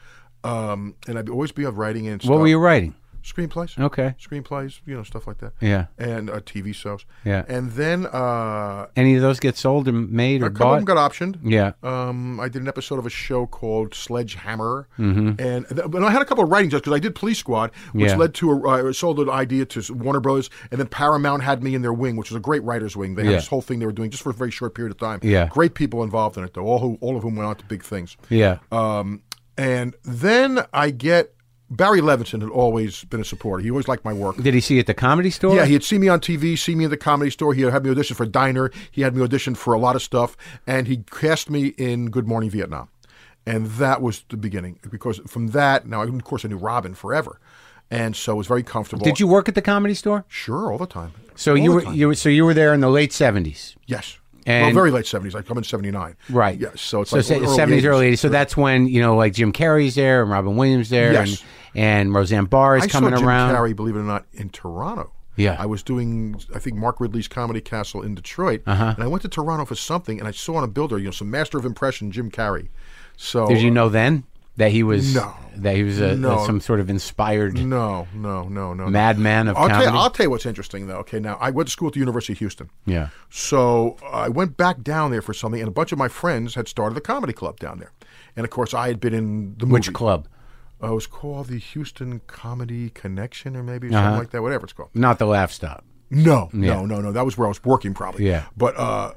Speaker 3: Um, and I'd always be writing and stuff.
Speaker 2: what were you writing?
Speaker 3: screenplays?
Speaker 2: Okay.
Speaker 3: screenplays, you know, stuff like that.
Speaker 2: Yeah.
Speaker 3: and uh, TV shows.
Speaker 2: Yeah.
Speaker 3: and then uh,
Speaker 2: Any of those get sold or made or
Speaker 3: a couple of
Speaker 2: bought?
Speaker 3: them got optioned.
Speaker 2: yeah.
Speaker 3: Um, I did an episode of a show called Sledgehammer, and, th- and I had a couple of writing jobs because I did Police Squad, which
Speaker 2: Mm-hmm. Yeah.
Speaker 3: led to a uh, sold an idea to Warner Brothers, and then Paramount had me in their wing, which was a great writers' wing. They had
Speaker 2: Yeah.
Speaker 3: this whole thing they were doing just for a very short period of time.
Speaker 2: Yeah.
Speaker 3: great people involved in it though, all who all of whom went on to big things.
Speaker 2: yeah.
Speaker 3: Um, and then I get Barry Levinson had always been a supporter. He always liked my work.
Speaker 2: Did he see you at the comedy store?
Speaker 3: Yeah, he had seen me on TV, seen me in the comedy store. He had me audition for Diner. He had me audition for a lot of stuff, and he cast me in Good Morning Vietnam, and that was the beginning. Because from that, now of course I knew Robin forever, and so it was very comfortable.
Speaker 2: Did you work at the comedy store?
Speaker 3: Sure, all the time.
Speaker 2: So
Speaker 3: All
Speaker 2: you
Speaker 3: the
Speaker 2: were
Speaker 3: time.
Speaker 2: you were- so you were there in the late seventies,
Speaker 3: yes.
Speaker 2: And-
Speaker 3: well, very late seventies. I come in seventy nine.
Speaker 2: right?
Speaker 3: Yes. So it's
Speaker 2: so
Speaker 3: like
Speaker 2: se-
Speaker 3: early
Speaker 2: 70s,
Speaker 3: 80s.
Speaker 2: early 80s. So that's when you know, like Jim Carrey's there and Robin Williams there,
Speaker 3: Yes.
Speaker 2: and, and Roseanne Barr is
Speaker 3: I
Speaker 2: coming
Speaker 3: saw Jim
Speaker 2: around.
Speaker 3: Carrey, believe it or not, in Toronto.
Speaker 2: Yeah.
Speaker 3: I was doing, I think, Mark Ridley's Comedy Castle in Detroit,
Speaker 2: Uh-huh.
Speaker 3: and I went to Toronto for something, and I saw on a builder, you know, some master of impression, Jim Carrey. So
Speaker 2: Did you know then that he was
Speaker 3: No.
Speaker 2: that he was a,
Speaker 3: No.
Speaker 2: some sort of inspired
Speaker 3: No, no, no, no. no.
Speaker 2: madman of
Speaker 3: I'll tell,
Speaker 2: comedy?
Speaker 3: you, I'll tell you what's interesting though. Okay, now I went to school at the University of Houston.
Speaker 2: yeah,
Speaker 3: So I went back down there for something, and a bunch of my friends had started a comedy club down there, and of course I had been in the
Speaker 2: which
Speaker 3: movie.
Speaker 2: club?
Speaker 3: Uh, it was called the Houston Comedy Connection, or
Speaker 2: Uh-huh.
Speaker 3: maybe something like that. Whatever it's called.
Speaker 2: Not the Laugh Stop.
Speaker 3: No, no, no, no. That was where I was working, probably.
Speaker 2: Yeah.
Speaker 3: But uh,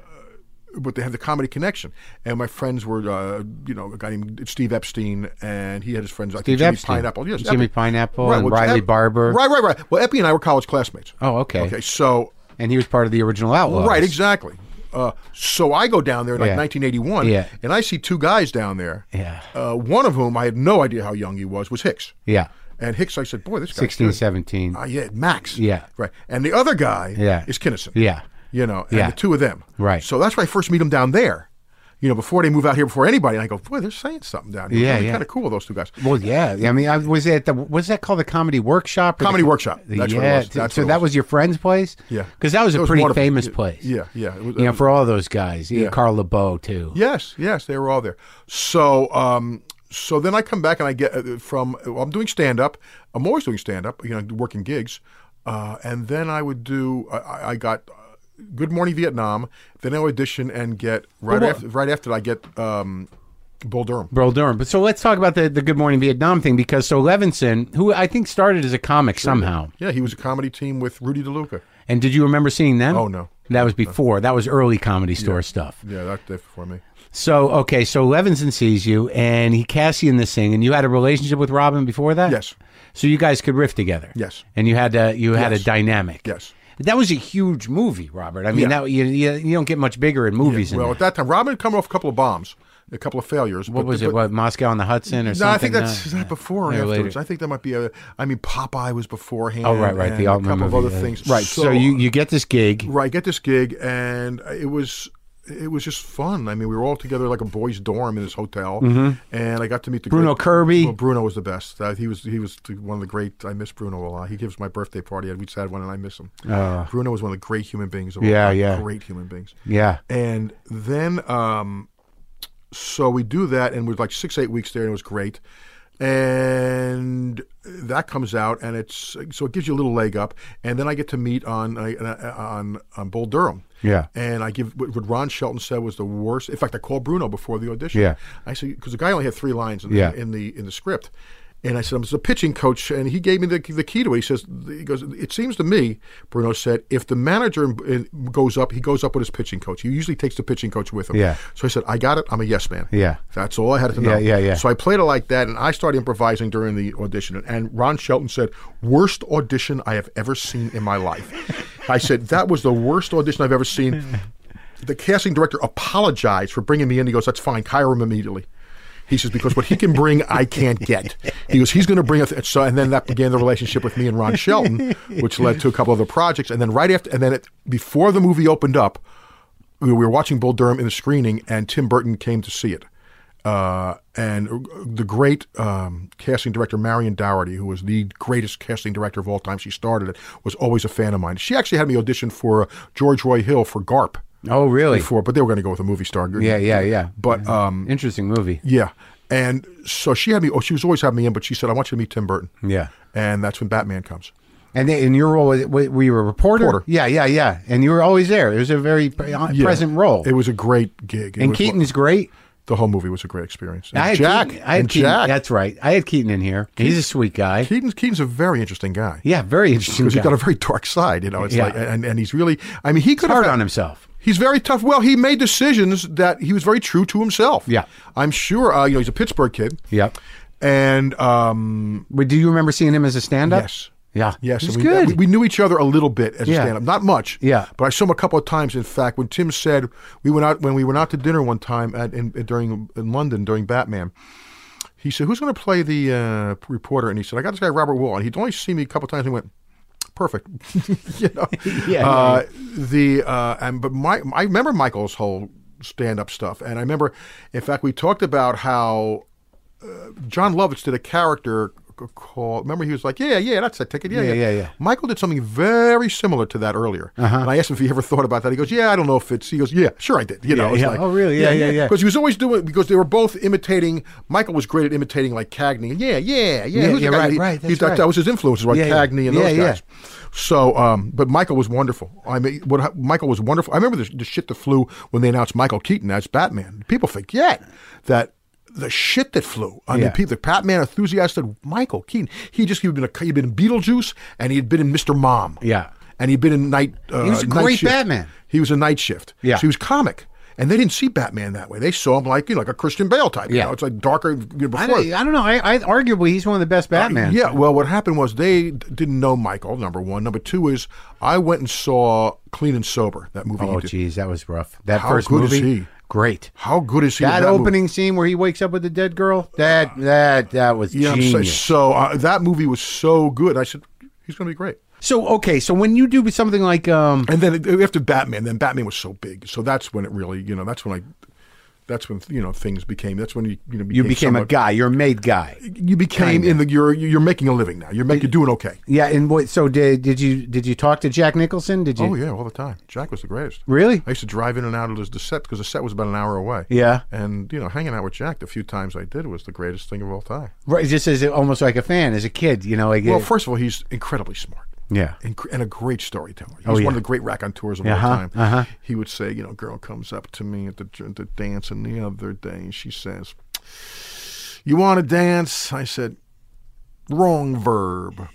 Speaker 3: but they had the comedy connection, and my friends were, uh, you know, a guy named Steve Epstein, and he had his friends. I think
Speaker 2: Steve
Speaker 3: Jimmy
Speaker 2: Epstein.
Speaker 3: Pineapple, yes,
Speaker 2: Jimmy
Speaker 3: Epi.
Speaker 2: Pineapple and
Speaker 3: well,
Speaker 2: Riley Barber.
Speaker 3: Right, right, right. Well, Epi and I were college classmates.
Speaker 2: Oh, okay.
Speaker 3: Okay, so
Speaker 2: And he was part of the original Outlaws.
Speaker 3: right, exactly. Uh, so I go down there in
Speaker 2: Yeah.
Speaker 3: like 1981,
Speaker 2: Yeah.
Speaker 3: and I see two guys down there.
Speaker 2: Yeah.
Speaker 3: Uh, one of whom I had no idea how young he was was Hicks,
Speaker 2: Yeah,
Speaker 3: and Hicks, I said, "Boy, this guy's
Speaker 2: 16,
Speaker 3: good."
Speaker 2: 17.
Speaker 3: Ah, yeah, Max.
Speaker 2: Yeah.
Speaker 3: Right. And the other guy
Speaker 2: Yeah.
Speaker 3: is Kinnison.
Speaker 2: Yeah.
Speaker 3: You know, and
Speaker 2: Yeah.
Speaker 3: the two of them.
Speaker 2: Right.
Speaker 3: So that's why I first meet them down there. You know, before they move out here, before anybody, and I go, boy, they're saying something down here.
Speaker 2: Yeah, yeah.
Speaker 3: Kind of cool, those two guys.
Speaker 2: Well, yeah. I mean, I was at the was that called the comedy workshop? or
Speaker 3: Comedy
Speaker 2: the-
Speaker 3: Workshop. That's
Speaker 2: yeah.
Speaker 3: what it was. That's
Speaker 2: so
Speaker 3: what it
Speaker 2: that
Speaker 3: was.
Speaker 2: was your friend's place.
Speaker 3: Yeah.
Speaker 2: Because that was a
Speaker 3: It was
Speaker 2: pretty
Speaker 3: one of-
Speaker 2: famous
Speaker 3: yeah,
Speaker 2: place.
Speaker 3: yeah, yeah. It was-
Speaker 2: You know, for all those guys. Yeah.
Speaker 3: Yeah.
Speaker 2: Carl LeBeau too.
Speaker 3: Yes, yes, they were all there. So, um, so then I come back and I get uh, from well, I'm doing stand up. I'm always doing stand up. You know, working gigs, uh, and then I would do. I- I, I got uh, Good Morning Vietnam. Then I audition and get right after. Right after I get um, Bull Durham.
Speaker 2: Burl Durham. But so let's talk about the, the Good Morning Vietnam thing because so Levinson, who I think started as a comic somehow,
Speaker 3: Yeah, he was a comedy team with Rudy DeLuca.
Speaker 2: and did you remember seeing them?
Speaker 3: Oh, no.
Speaker 2: That was before. That was early comedy store stuff.
Speaker 3: Yeah, that, that's for me.
Speaker 2: So okay, so Levinson sees you and he casts you in this thing, and you had a relationship with Robin before that.
Speaker 3: Yes.
Speaker 2: So you guys could riff together.
Speaker 3: Yes.
Speaker 2: And you had a, you had a dynamic.
Speaker 3: Yes.
Speaker 2: That was a huge movie, Robert. I mean,
Speaker 3: Yeah.
Speaker 2: that you, you you don't get much bigger in movies. than
Speaker 3: Well,
Speaker 2: that.
Speaker 3: at that time, Robin had come off a couple of bombs, a couple of failures.
Speaker 2: What was it? What Moscow on the Hudson or
Speaker 3: No,
Speaker 2: something?
Speaker 3: I think that's is
Speaker 2: No.
Speaker 3: that before or
Speaker 2: Yeah,
Speaker 3: afterwards.
Speaker 2: later.
Speaker 3: I think that might be a. I mean, Popeye was beforehand.
Speaker 2: Oh right, right.
Speaker 3: and
Speaker 2: The
Speaker 3: a
Speaker 2: Altman
Speaker 3: couple of
Speaker 2: movie,
Speaker 3: other
Speaker 2: uh,
Speaker 3: things.
Speaker 2: Right. So, you you get this gig.
Speaker 3: right get this gig, and it was it was just fun. I mean, we were all together like a boys' dorm in this hotel, and I got to meet the
Speaker 2: Mm-hmm. Bruno
Speaker 3: great-
Speaker 2: Kirby.
Speaker 3: Well, Bruno was the best. Uh, he was he was the- one of the great. I miss Bruno a lot. He gives my birthday party, and we just had one, and I miss him. Bruno was one of the great human beings. Of all
Speaker 2: Uh. Yeah,
Speaker 3: time.
Speaker 2: yeah.
Speaker 3: Great human beings.
Speaker 2: Yeah.
Speaker 3: And then, um, so we do that, and we're like six, eight weeks there, and it was great. And that comes out, and it's so it gives you a little leg up. And then I get to meet on I- uh, on on Bull Durham.
Speaker 2: Yeah.
Speaker 3: And I give what what Ron Shelton said was the worst. In fact, I called Bruno before the audition.
Speaker 2: Yeah.
Speaker 3: I said because the guy only had three lines in,
Speaker 2: Yeah.
Speaker 3: in the in the script. And I said, I'm a pitching coach, and he gave me the, the key to it. He says, he goes, it seems to me, Bruno said, if the manager in- in- goes up, he goes up with his pitching coach. He usually takes the pitching coach with him.
Speaker 2: Yeah.
Speaker 3: So I said, I got it. I'm a yes man.
Speaker 2: Yeah.
Speaker 3: That's all I had to know.
Speaker 2: Yeah, yeah, yeah.
Speaker 3: So I played it like that, and I started improvising during the audition. And Ron Shelton said, "Worst audition I have ever seen in my life." I said, "That was the worst audition I've ever seen." The casting director apologized for bringing me in. He goes, "That's fine. Hire him immediately." He says because what he can bring, I can't get. He goes, he's going to bring a th- so, and then that began the relationship with me and Ron Shelton, which led to a couple other projects. And then right after, and then it, before the movie opened up, we were watching Bull Durham in the screening, and Tim Burton came to see it. Uh, and the great um, casting director Marion Dougherty, who was the greatest casting director of all time, she started it, was always a fan of mine. She actually had me audition for George Roy Hill for Garp
Speaker 2: Oh really?
Speaker 3: before, but they were going to go with a movie star.
Speaker 2: Yeah, yeah, yeah.
Speaker 3: But um,
Speaker 2: Interesting movie.
Speaker 3: yeah. And so she had me, oh, she was always having me in, but she said, I want you to meet Tim Burton.
Speaker 2: Yeah.
Speaker 3: And that's when Batman comes.
Speaker 2: And they, in your role, was- were were you a reporter?
Speaker 3: Reporter.
Speaker 2: Yeah, yeah, yeah. And you were always there. It was a very pre- on-
Speaker 3: Yeah.
Speaker 2: present role.
Speaker 3: It was a great gig. It
Speaker 2: and
Speaker 3: was-
Speaker 2: Keaton's great.
Speaker 3: The whole movie was a great experience. And
Speaker 2: I had
Speaker 3: Jack.
Speaker 2: Keaton, I had
Speaker 3: and
Speaker 2: Keaton,
Speaker 3: Jack.
Speaker 2: That's right. I had Keaton in here. He's a sweet guy.
Speaker 3: Keaton's, Keaton's a very interesting guy.
Speaker 2: yeah, very interesting.
Speaker 3: Because
Speaker 2: Guy.
Speaker 3: he's got a very dark side, you know. It's
Speaker 2: Yeah.
Speaker 3: like, and, and he's really, I mean, he could
Speaker 2: hard
Speaker 3: have,
Speaker 2: on himself.
Speaker 3: He's very tough. Well, he made decisions that he was very true to himself.
Speaker 2: Yeah.
Speaker 3: I'm sure, uh, you know, he's a Pittsburgh kid.
Speaker 2: Yep.
Speaker 3: And, um,
Speaker 2: But do you remember seeing him as a stand-up?
Speaker 3: yes.
Speaker 2: Yeah.
Speaker 3: Yes,
Speaker 2: He's
Speaker 3: and we,
Speaker 2: good.
Speaker 3: We, we knew each other a little bit as
Speaker 2: Yeah.
Speaker 3: a stand-up, not much.
Speaker 2: Yeah.
Speaker 3: but I saw him a couple of times. In fact, when Tim said we went out when we went out to dinner one time at, in, during in London during Batman, he said, "Who's going to play the uh, reporter?" And he said, "I got this guy Robert Wool," and he'd only seen me a couple of times. and He went. Perfect, you know.
Speaker 2: Yeah,
Speaker 3: Uh, the uh, and but my I remember Michael's whole stand-up stuff, and I remember, in fact, we talked about how John Lovitz did a character c- called. Remember, he was like, "Yeah, yeah, that's a ticket." Yeah,
Speaker 2: Yeah,
Speaker 3: yeah,
Speaker 2: yeah, yeah. Uh-huh.
Speaker 3: Michael did something very similar to that earlier, and I asked him if he ever thought about that. He goes, "Yeah, I don't know if it's." He goes, "Yeah, sure, I did." You know,
Speaker 2: Yeah,
Speaker 3: it's
Speaker 2: yeah.
Speaker 3: like,
Speaker 2: Oh, really? Yeah, yeah, yeah.
Speaker 3: Because he was always doing because they were both imitating. Michael was great at imitating like Cagney. Yeah, yeah, yeah.
Speaker 2: Yeah,
Speaker 3: who's the
Speaker 2: yeah,
Speaker 3: guy?
Speaker 2: right,
Speaker 3: He-
Speaker 2: right,
Speaker 3: he-
Speaker 2: that's
Speaker 3: that,
Speaker 2: right.
Speaker 3: that was his influences, right?
Speaker 2: Yeah, yeah.
Speaker 3: Cagney and
Speaker 2: Yeah,
Speaker 3: those
Speaker 2: yeah.
Speaker 3: guys. So, um, but Michael was wonderful. I mean, what Michael was wonderful. I remember the, the shit that flew when they announced Michael Keaton as Batman. People forget that the shit that flew. I
Speaker 2: Yeah.
Speaker 3: mean, people, the Batman enthusiast said Michael Keaton. He just he'd been a, he'd been in Beetlejuice and he had been in Mister Mom.
Speaker 2: Yeah.
Speaker 3: and he'd been in Night. Uh,
Speaker 2: He was a
Speaker 3: Night
Speaker 2: great
Speaker 3: Shift.
Speaker 2: Batman.
Speaker 3: He was a Night Shift.
Speaker 2: Yeah.
Speaker 3: so he was comic. And they didn't see Batman that way. They saw him like you know, like a Christian Bale type. you
Speaker 2: Yeah.
Speaker 3: know, it's like darker. you know,
Speaker 2: I
Speaker 3: before.
Speaker 2: don't, I don't know. I, I arguably he's one of the best Batman.
Speaker 3: Uh, Yeah, well, what happened was they d- didn't know Michael, number one. Number two is I went and saw Clean and Sober, that movie.
Speaker 2: Oh,
Speaker 3: he did.
Speaker 2: geez, that was rough. That
Speaker 3: How
Speaker 2: first
Speaker 3: good is
Speaker 2: movie,
Speaker 3: he?
Speaker 2: great.
Speaker 3: How good is he? in
Speaker 2: That,
Speaker 3: movie?
Speaker 2: opening scene where he wakes up with the dead girl. That that that was
Speaker 3: You know what I'm saying?
Speaker 2: genius.
Speaker 3: So uh, that movie was so good. I said, he's going to be great.
Speaker 2: So okay, so when you do something like um
Speaker 3: And then it- after Batman, then Batman was so big. So that's when it really, you know, that's when I. That's when you know things became. That's when you you know
Speaker 2: you became a
Speaker 3: somewhat-
Speaker 2: guy, you're a made guy.
Speaker 3: You became in the you're you're making a living now. You're making you're doing okay.
Speaker 2: Yeah, and what so did did you did you talk to Jack Nicholson? Did you
Speaker 3: Oh yeah, all the time. Jack was the greatest.
Speaker 2: Really?
Speaker 3: I used to drive in and out of his the set because the set was about an hour away.
Speaker 2: Yeah.
Speaker 3: And you know, hanging out with Jack the few times I did was the greatest thing of all time.
Speaker 2: Right, just as almost like a fan, as a kid, you know, like
Speaker 3: Well,
Speaker 2: uh,
Speaker 3: first of all, he's incredibly smart.
Speaker 2: Yeah.
Speaker 3: Inc- and a great storyteller. He
Speaker 2: Oh,
Speaker 3: was
Speaker 2: yeah.
Speaker 3: one of the great raconteurs of
Speaker 2: Uh-huh,
Speaker 3: all time.
Speaker 2: uh-huh.
Speaker 3: He would say, you know, a girl comes up to me at the, at the dance and the other day, and she says, You want to dance? I said, wrong verb.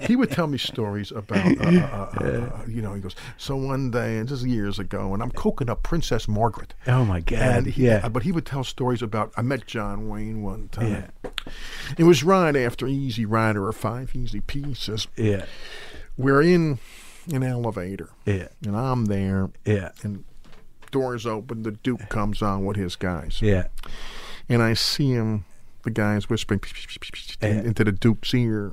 Speaker 3: he would tell me stories about, uh, uh, uh, uh, you know, he goes, so one day, and this is years ago, and I'm cooking up Princess Margaret.
Speaker 2: Oh, my God,
Speaker 3: And he- uh,
Speaker 2: yeah.
Speaker 3: But he would tell stories about, I met John Wayne one time. It was right after Easy Rider or Five Easy Pieces.
Speaker 2: Yeah.
Speaker 3: We're in an elevator,
Speaker 2: Yeah.
Speaker 3: and I'm there,
Speaker 2: Yeah.
Speaker 3: and doors open, the Duke comes on with his guys
Speaker 2: Yeah.
Speaker 3: and I see him, the guy's whispering "Psh, psh, psh, psh, psh," in- into the Duke's ear.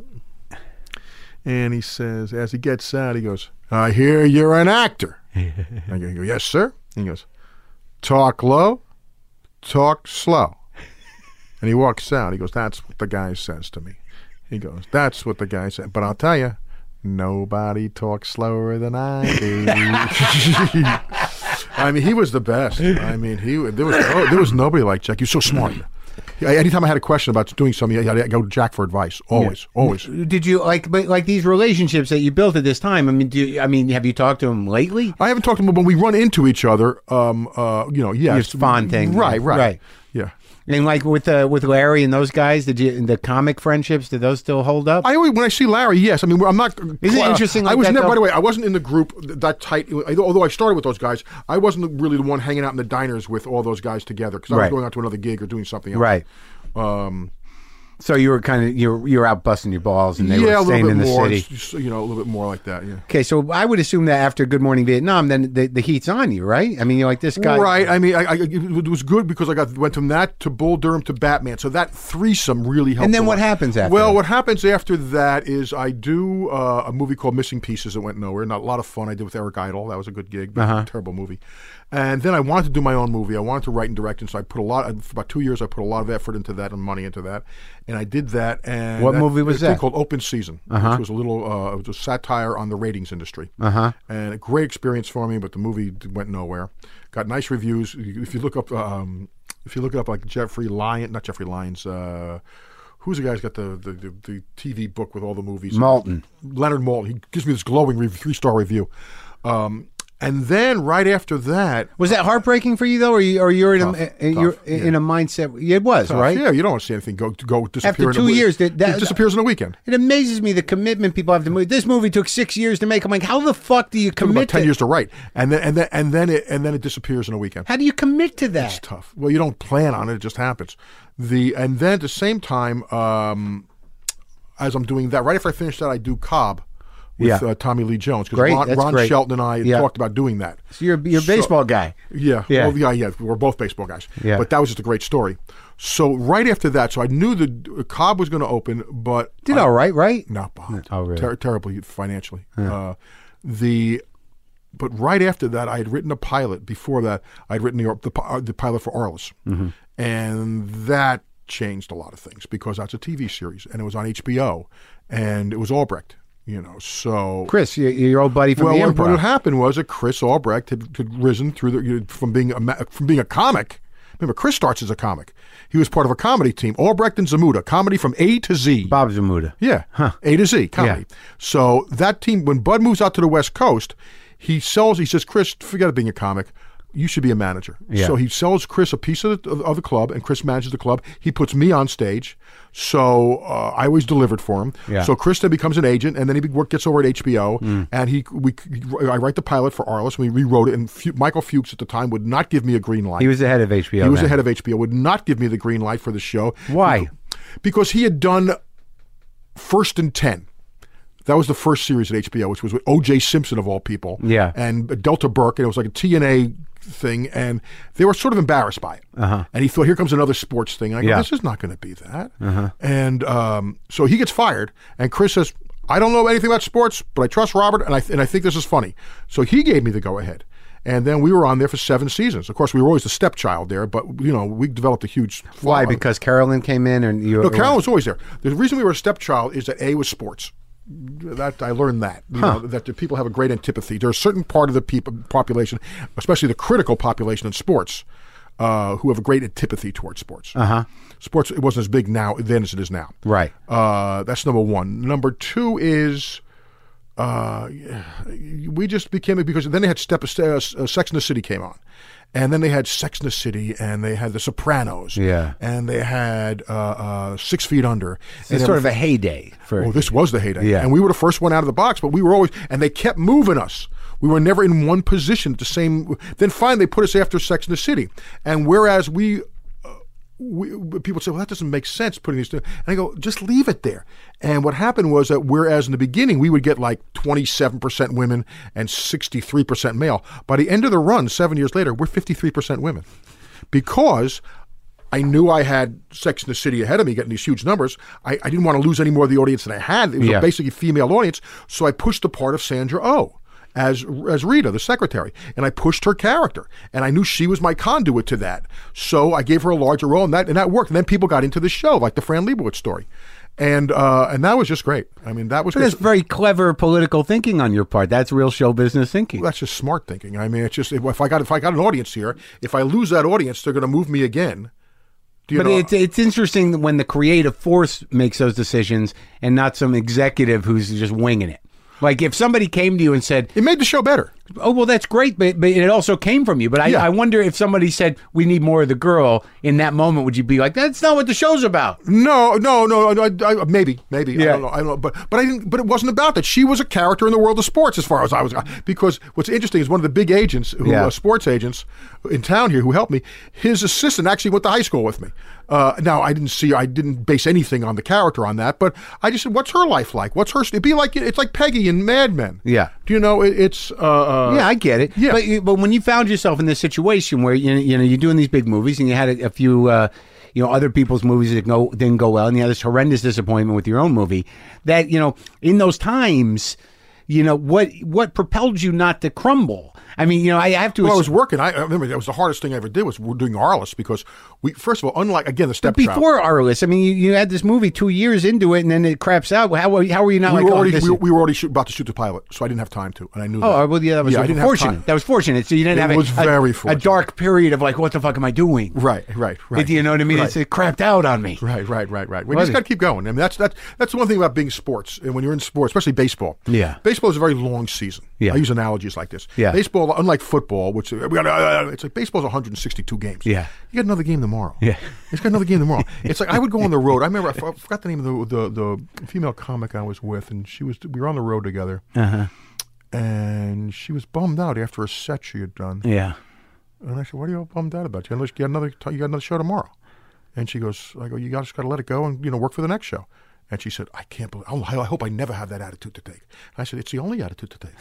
Speaker 3: And he says, as he gets out, he goes, I hear you're an actor. I go, Yes, sir. And he goes, Talk low, talk slow. And he walks out. He goes, That's what the guy says to me. He goes, That's what the guy said. But I'll tell you, nobody talks slower than I do. I mean, he was the best. I mean, he there was oh, there was nobody like Jack. He was so smart. Yeah, anytime I had a question about doing something, I I go to Jack for advice. Always, always.
Speaker 2: Did you like, but like these relationships that you built at this time? I mean, do you, I mean, have you talked to him lately?
Speaker 3: I haven't talked to him, but when we run into each other, um, uh, you know, yes,
Speaker 2: It's fond thing.
Speaker 3: right, right,
Speaker 2: Right.
Speaker 3: yeah.
Speaker 2: And like with uh, with Larry and those guys, did you the comic friendships? Did those still hold up?
Speaker 3: I always, when I see Larry, yes. I mean, I'm not.
Speaker 2: Isn't it interesting
Speaker 3: I
Speaker 2: like
Speaker 3: was
Speaker 2: that,
Speaker 3: never. By
Speaker 2: though?
Speaker 3: the way, I wasn't in the group th- that tight. Although I started with those guys, I wasn't really the one hanging out in the diners with all those guys together because I
Speaker 2: Right.
Speaker 3: was going out to another gig or doing something else.
Speaker 2: right.
Speaker 3: Um,
Speaker 2: So you were kind of you were, you were out busting your balls, and they
Speaker 3: yeah, a
Speaker 2: were
Speaker 3: little
Speaker 2: staying
Speaker 3: bit
Speaker 2: in the
Speaker 3: more.
Speaker 2: city.
Speaker 3: s- You know, a little bit more like that. Yeah.
Speaker 2: Okay, so I would assume that after Good Morning Vietnam, then the, the heat's on you, right? I mean, you're like this guy,
Speaker 3: Right. I mean, I, I, it was good because I got went from that to Bull Durham to Batman. So that threesome really helped.
Speaker 2: And then
Speaker 3: a
Speaker 2: what
Speaker 3: lot.
Speaker 2: happens after
Speaker 3: Well,
Speaker 2: that?
Speaker 3: what happens after that is I do uh, a movie called Missing Pieces that went nowhere. Not a lot of fun. I did with Eric Idle. That was a good gig, but
Speaker 2: Uh-huh.
Speaker 3: terrible movie. And then I wanted to do my own movie. I wanted to write and direct, and so I put a lot. uh, For about two years, I put a lot of effort into that and money into that, and I did that. And
Speaker 2: What
Speaker 3: that-
Speaker 2: movie was
Speaker 3: a thing
Speaker 2: that?
Speaker 3: Called Open Season,
Speaker 2: Uh-huh.
Speaker 3: which was a little uh, it was a satire on the ratings industry. And a great experience for me, but the movie d- went nowhere. Got nice reviews. If you look up, um, if you look it up like Jeffrey Lyon, not Jeffrey Lyons. Uh, Who's the guy who's got the, the, the, the TV book with all the movies?
Speaker 2: Malton.
Speaker 3: Leonard Malton. He gives me this glowing re- three star review. Um, and then right after that,
Speaker 2: Was that heartbreaking for you though, or you or you're in a you're in a mindset? It was right.
Speaker 3: Yeah, you don't want to see anything go go disappear in
Speaker 2: two
Speaker 3: a, wee-
Speaker 2: years, that- that-
Speaker 3: it disappears in a weekend.
Speaker 2: It amazes me the commitment people have to move. This movie took six years to make. I'm like, how the fuck do you
Speaker 3: took
Speaker 2: commit?
Speaker 3: about ten
Speaker 2: to,
Speaker 3: years to write, and then and then and then it and then it disappears in a weekend.
Speaker 2: How do you commit to
Speaker 3: It's
Speaker 2: that?
Speaker 3: tough. Well, you don't plan on it; it just happens. The and then at the same time, um, as I'm doing that, right after I finish that, I do Cobb with
Speaker 2: Yeah.
Speaker 3: uh, Tommy Lee Jones because
Speaker 2: Great,
Speaker 3: Ron,
Speaker 2: that's
Speaker 3: Ron
Speaker 2: great.
Speaker 3: Shelton and I had
Speaker 2: Yeah.
Speaker 3: talked about doing that.
Speaker 2: So you're you're a baseball guy.
Speaker 3: Yeah.
Speaker 2: Yeah.
Speaker 3: Well, yeah, yeah. We're both baseball guys.
Speaker 2: Yeah.
Speaker 3: But that was just a great story. So right after that, so I knew the uh, Cobb was going to open, but
Speaker 2: Did
Speaker 3: I-
Speaker 2: all right, right?
Speaker 3: not behind.
Speaker 2: Oh, really? Hmm.
Speaker 3: Ter- terribly financially. Uh, the but right after that, I had written a pilot. Before that, I'd written the the, pi- the pilot for Arliss,
Speaker 2: Mm-hmm.
Speaker 3: and that changed a lot of things because that's a TV series and it was on HBO, and it was Albrecht. You know, so
Speaker 2: Chris, your, your old buddy from
Speaker 3: well,
Speaker 2: the
Speaker 3: what, what had
Speaker 2: improv.
Speaker 3: happened was that Chris Albrecht had, had risen through the, you know, from being a ma- from being a comic. Remember, Chris starts as a comic. He was part of a comedy team, Albrecht and Zamuda, comedy from A to Z.
Speaker 2: Bob Zamuda.
Speaker 3: Yeah. A to Z comedy. So that team, when Bud moves out to the West Coast, he sells. He says, "Chris, forget being a comic. You should be a manager." So he sells Chris a piece of the, of the club, and Chris manages the club. He puts me on stage, so uh, I always delivered for him.
Speaker 2: Yeah.
Speaker 3: So Chris then becomes an agent, and then he be- work gets over at HBO, and he we I write the pilot for Arliss, and we rewrote it. And Fu- Michael Fuchs at the time would not give me a green light.
Speaker 2: He was the head of HBO.
Speaker 3: He was
Speaker 2: then.
Speaker 3: the head of HBO. Would not give me the green light for the show.
Speaker 2: Why?
Speaker 3: Because he had done First and Ten. That was the first series at HBO, which was with O.J. Simpson of all people.
Speaker 2: Yeah.
Speaker 3: And Delta Burke, and it was like a TNA thing, and they were sort of embarrassed by it. Uh-huh. And he thought, here comes another sports thing. And I go,
Speaker 2: Yeah.
Speaker 3: this is not going to be that. Uh-huh. And um, so he gets fired, and Chris says, I don't know anything about sports, but I trust Robert, and I, and I think this is funny. So he gave me the go ahead. And then we were on there for seven seasons. Of course, we were always the stepchild there, but you know we developed a huge
Speaker 2: Why?
Speaker 3: following.
Speaker 2: Because Carolyn came in, and you.
Speaker 3: No, Carolyn was always there. The reason we were a stepchild is that A was sports. That I learned that you know, that the people have a great antipathy. There's a certain part of the people population, especially the critical population in sports, uh, who have a great antipathy towards sports. Uh-huh. Sports it wasn't as big now then as it is now.
Speaker 2: Right.
Speaker 3: Uh, that's number one. Number two is uh, we just became because then they had Step, uh, Sex and the City came on, and then they had Sex and the City, and they had The Sopranos,
Speaker 2: Yeah.
Speaker 3: and they had uh, uh, Six Feet Under. and
Speaker 2: It's sort of a heyday for
Speaker 3: Well, this was the heyday.
Speaker 2: Yeah.
Speaker 3: And we were the first one out of the box, but we were always, and they kept moving us. We were never in one position at the same. Then finally, they put us after Sex and the City. And whereas we, uh, we people say, well, that doesn't make sense putting these two. And I go, just leave it there. And what happened was that whereas in the beginning, we would get like 27% women and 63% male, by the end of the run, seven years later, we're 53% women. Because I knew I had Sex in the City ahead of me getting these huge numbers. I, I didn't want to lose any more of the audience than I had. It was
Speaker 2: Yeah.
Speaker 3: a basically female audience, so I pushed the part of Sandra Oh as as Rita, the secretary, and I pushed her character, and I knew she was my conduit to that. So I gave her a larger role, and that and that worked. And then people got into the show, like the Fran Lebowitz story, and uh, and that was just great. I mean, that was
Speaker 2: But that's very clever political thinking on your part. That's real show business thinking.
Speaker 3: that's just smart thinking. I mean, it's just if, I got if I got an audience here, if I lose that audience, they're going to move me again. Do you
Speaker 2: But
Speaker 3: know?
Speaker 2: it's it's interesting that when the creative force makes those decisions and not some executive who's just winging it. Like if somebody came to you and said,
Speaker 3: it made the show better.
Speaker 2: "Oh well, that's great," but, but it also came from you. But I,
Speaker 3: Yeah.
Speaker 2: I wonder if somebody said, "We need more of the girl." In that moment, would you be like, "That's not what the show's about"?
Speaker 3: No, no, no. no, I, I, maybe, maybe. I
Speaker 2: Yeah.
Speaker 3: don't know. I don't know. But but I didn't. But it wasn't about that. She was a character in the world of sports, as far as I was. Because what's interesting is one of the big agents, who
Speaker 2: Yeah.
Speaker 3: uh, sports agents in town here, who helped me. His assistant actually went to high school with me. Uh, now I didn't see. I didn't base anything on the character on that. But I just said, what's her life like? What's her? It'd be like it's like Peggy in Mad Men.
Speaker 2: Yeah.
Speaker 3: Do you know? It, it's. Uh, uh,
Speaker 2: yeah, I get it.
Speaker 3: yeah.
Speaker 2: But, you- but when you found yourself in this situation where you, you know you're doing these big movies and you had a, a few uh, you know other people's movies that go didn't go well, and you had this horrendous disappointment with your own movie, that you know in those times, you know what what propelled you not to crumble? I mean, you know, I have to.
Speaker 3: Well, I
Speaker 2: assume-
Speaker 3: was working. I, I remember that was the hardest thing I ever did was we're doing Arliss because we first of all, unlike again the step
Speaker 2: before Arliss, I mean, you, you had this movie two years into it, and then it craps out. How, were- how were you not
Speaker 3: we
Speaker 2: like?
Speaker 3: were
Speaker 2: oh,
Speaker 3: already
Speaker 2: this
Speaker 3: we,
Speaker 2: is-
Speaker 3: we were already shoot, about to shoot the pilot, so I didn't have time to, and I knew.
Speaker 2: Oh,
Speaker 3: that.
Speaker 2: well, yeah, that was
Speaker 3: I didn't have
Speaker 2: fortunate.
Speaker 3: time.
Speaker 2: That was fortunate. So you didn't
Speaker 3: It
Speaker 2: have a-
Speaker 3: was
Speaker 2: a,
Speaker 3: very
Speaker 2: a
Speaker 3: fortunate.
Speaker 2: dark period of like, what the fuck am I doing?
Speaker 3: Right, right, right.
Speaker 2: Do you know what I mean?
Speaker 3: Right.
Speaker 2: It's, it crapped out on me.
Speaker 3: Right, right, right, right. We
Speaker 2: Was
Speaker 3: just
Speaker 2: it?
Speaker 3: got to keep going. I mean, that's that's that's the one thing about being sports, and when you're in sports, especially baseball.
Speaker 2: Yeah.
Speaker 3: baseball is a very long season.
Speaker 2: Yeah.
Speaker 3: I use analogies like this.
Speaker 2: Yeah.
Speaker 3: baseball, unlike football, which uh, we got, uh, it's like baseball's 162 games.
Speaker 2: Yeah.
Speaker 3: you got another game tomorrow.
Speaker 2: Yeah.
Speaker 3: it's got another game tomorrow. it's like I would go on the road. I remember I for- I forgot the name of the, the the female comic I was with, and she was we were on the road together,
Speaker 2: Uh-huh.
Speaker 3: and she was bummed out after a set she had done.
Speaker 2: Yeah.
Speaker 3: And I said, "What are you all bummed out about? You got another- you got another you got another show tomorrow." And she goes, "I go, you guys got to let it go and you know work for the next show." And she said, "I can't believe. oh, I hope I never have that attitude to take." I said, "It's the only attitude to take."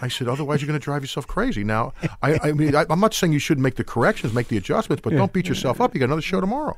Speaker 3: I said, "Otherwise, you're going to drive yourself crazy." Now, I, I mean, I, I'm not saying you shouldn't make the corrections, make the adjustments, but don't beat yourself up. You got another show tomorrow.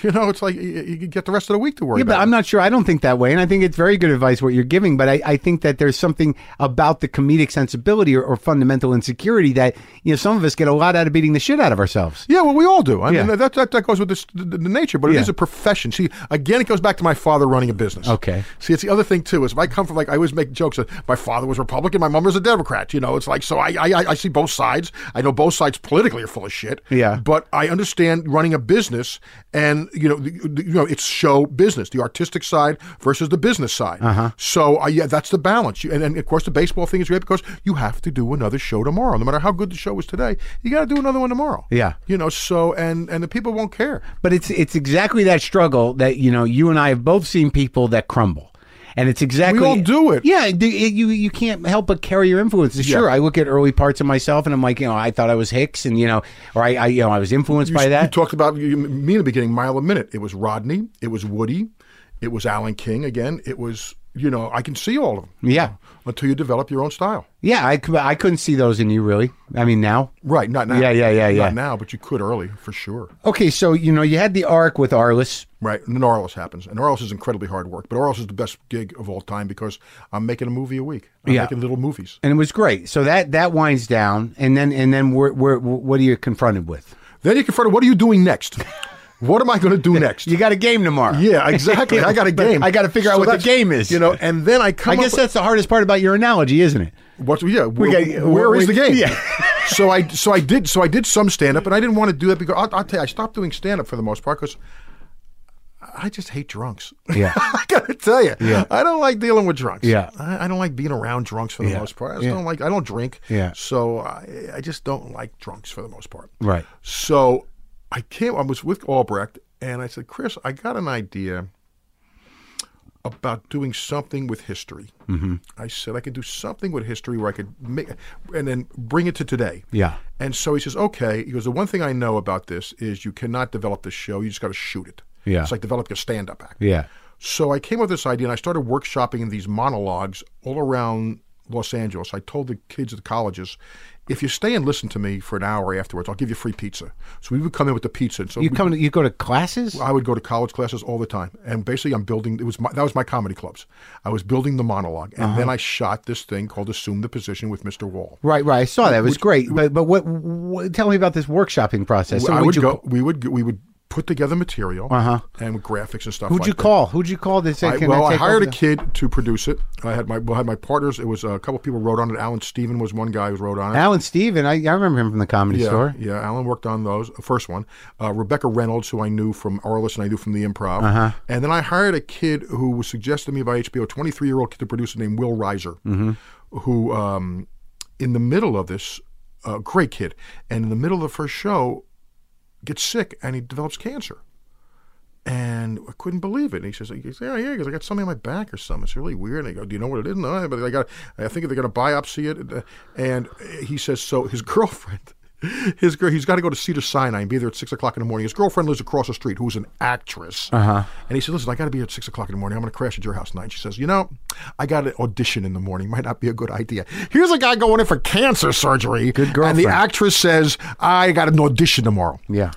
Speaker 3: You know, it's like you, you get the rest of the week to worry
Speaker 2: Yeah, but
Speaker 3: about.
Speaker 2: I'm
Speaker 3: it.
Speaker 2: not sure. I don't think that way. And I think it's very good advice what you're giving. But I, I think that there's something about the comedic sensibility or, or fundamental insecurity that, you know, some of us get a lot out of beating the shit out of ourselves.
Speaker 3: Yeah, well, we all do. I
Speaker 2: Yeah.
Speaker 3: mean, that, that that goes with this, the, the nature, but it
Speaker 2: Yeah.
Speaker 3: is a profession. See, again, it goes back to my father running a business.
Speaker 2: Okay.
Speaker 3: See, it's the other thing too. Is if I come from like I always make jokes that my father was Republican, my mom was a Democrat. You know, it's like so I I, I- I see both sides. I know both sides politically are full of shit.
Speaker 2: Yeah.
Speaker 3: But I understand running a business, and you know, the, the- you know, it's show business, the artistic side versus the business side. Uh-huh. So I, yeah, that's the balance. You- And, and of course, the baseball thing is great because you have to do another show tomorrow. No matter how good the show was today, you got to do another one tomorrow.
Speaker 2: Yeah.
Speaker 3: You know, so and and the people won't care.
Speaker 2: But it's it's exactly that struggle that, you know, you and I have both seen people that crumble. And it's exactly
Speaker 3: We all do it.
Speaker 2: Yeah, d- it- you you can't help but carry your influences. Sure, I look at early parts of myself and I'm like, you know, I thought I was Hicks, and you know, or I, I you know I was influenced by
Speaker 3: you,
Speaker 2: that.
Speaker 3: You talked about you, me in the beginning, mile a minute. It was Rodney. It was Woody. It was Alan King again. It was you know I can see all of them.
Speaker 2: Yeah.
Speaker 3: Until you develop your own style.
Speaker 2: yeah, I, c- I couldn't see those in you really. I mean, now
Speaker 3: Right. Not now.
Speaker 2: Yeah, yeah, yeah,
Speaker 3: Not
Speaker 2: yeah.
Speaker 3: now, but you could early for sure.
Speaker 2: Okay, so you know you had the arc with Arliss.
Speaker 3: Right. And Orlis happens, and Orlis is incredibly hard work, but Orlis is the best gig of all time because I'm making a movie a week. I'm
Speaker 2: Yeah.
Speaker 3: making little movies.
Speaker 2: and it was great. So that that winds down, and then and then we're, we're, what are you confronted with?
Speaker 3: Then you confront. What are you doing next? what am I going to do next?
Speaker 2: You got a game tomorrow.
Speaker 3: yeah, exactly. I got a
Speaker 2: But
Speaker 3: game.
Speaker 2: I gotta figure out what the
Speaker 3: that's-
Speaker 2: game is.
Speaker 3: You know, and then I come.
Speaker 2: I
Speaker 3: up
Speaker 2: guess that's the hardest part about your analogy, isn't it?
Speaker 3: What's yeah? where-
Speaker 2: got-
Speaker 3: where
Speaker 2: we-
Speaker 3: is the game?
Speaker 2: yeah.
Speaker 3: so I so I did so I did some stand up, and I didn't want to do that because I'll, I'll tell you, I stopped doing stand up for the most part because I just hate drunks.
Speaker 4: Yeah.
Speaker 3: I gotta tell you, I don't like dealing with drunks.
Speaker 4: Yeah.
Speaker 3: I, I don't like being around drunks for the most part. I just don't like. I don't drink.
Speaker 4: Yeah.
Speaker 3: so I, I just don't like drunks for the most part.
Speaker 4: Right.
Speaker 3: So I came. I was with Albrecht, and I said, Chris, I got an idea about doing something with history. Mm-hmm. I said I could do something with history where I could make and then bring it to today.
Speaker 2: Yeah.
Speaker 3: And so he says, okay. He goes, the one thing I know about this is you cannot develop the show. You just got to shoot it.
Speaker 2: Yeah.
Speaker 3: It's like develop your stand up act.
Speaker 2: Yeah.
Speaker 3: So I came up with this idea and I started workshopping these monologues all around Los Angeles. I told the kids at the colleges, if you stay and listen to me for an hour afterwards, I'll give you free pizza. So we would come in with the pizza. And so
Speaker 2: You
Speaker 3: we-
Speaker 2: come. To, you go to classes.
Speaker 3: I would go to college classes all the time, and basically, I'm building. It was my, that was my comedy clubs. I was building the monologue, and
Speaker 2: Uh-huh.
Speaker 3: then I shot this thing called "Assume the Position" with Mr. Wall.
Speaker 2: Right, right. I saw that. It was great. But but what, what? Tell me about this workshopping process. So
Speaker 3: I
Speaker 2: would
Speaker 3: would
Speaker 2: you, Uh-huh.
Speaker 3: go. We would go- we would put together material and with graphics and stuff.
Speaker 2: Who'd
Speaker 3: like
Speaker 2: you
Speaker 3: that.
Speaker 2: call? Who'd you call? That said,
Speaker 3: I,
Speaker 2: "Can
Speaker 3: well, I
Speaker 2: take
Speaker 3: hired
Speaker 2: over
Speaker 3: a kid to produce it. I had my well, I had my partners. It was a couple people wrote on it. Alan Steven was one guy who wrote on
Speaker 2: the-"
Speaker 3: it.
Speaker 2: Alan Steven. I, I remember him from the comedy
Speaker 3: yeah,
Speaker 2: store.
Speaker 3: yeah. Alan worked on those the first one. Uh, Rebecca Reynolds, who I knew from Arliss and I knew from the Improv,
Speaker 2: Uh-huh.
Speaker 3: and then I hired a kid who was suggested to me by HBO, twenty three year old kid to produce named Will Reiser,
Speaker 2: Mm-hmm.
Speaker 3: who um, in the middle of this, uh, great kid, and in the middle of the first show, gets sick and he develops cancer. And I couldn't believe it. And he says, he goes, yeah, yeah, because I got something on my back or something. It's really weird. And I go, do you know what it is? No, but I got, I think they're going to biopsy it. And he says, so his girlfriend, his girl, he's got to go to Cedar Sinai and be there at six o'clock in the morning. His girlfriend lives across the street, who's an actress. Uh-huh. And he said, listen, I got to be here at six o'clock in the morning. I'm going to crash at your house tonight. And she says, you know, I got an audition in the morning. Might not be a good idea. Here's a guy going in for cancer surgery. Good And the
Speaker 2: girlfriend.
Speaker 3: actress says, I got an audition tomorrow
Speaker 2: Yeah.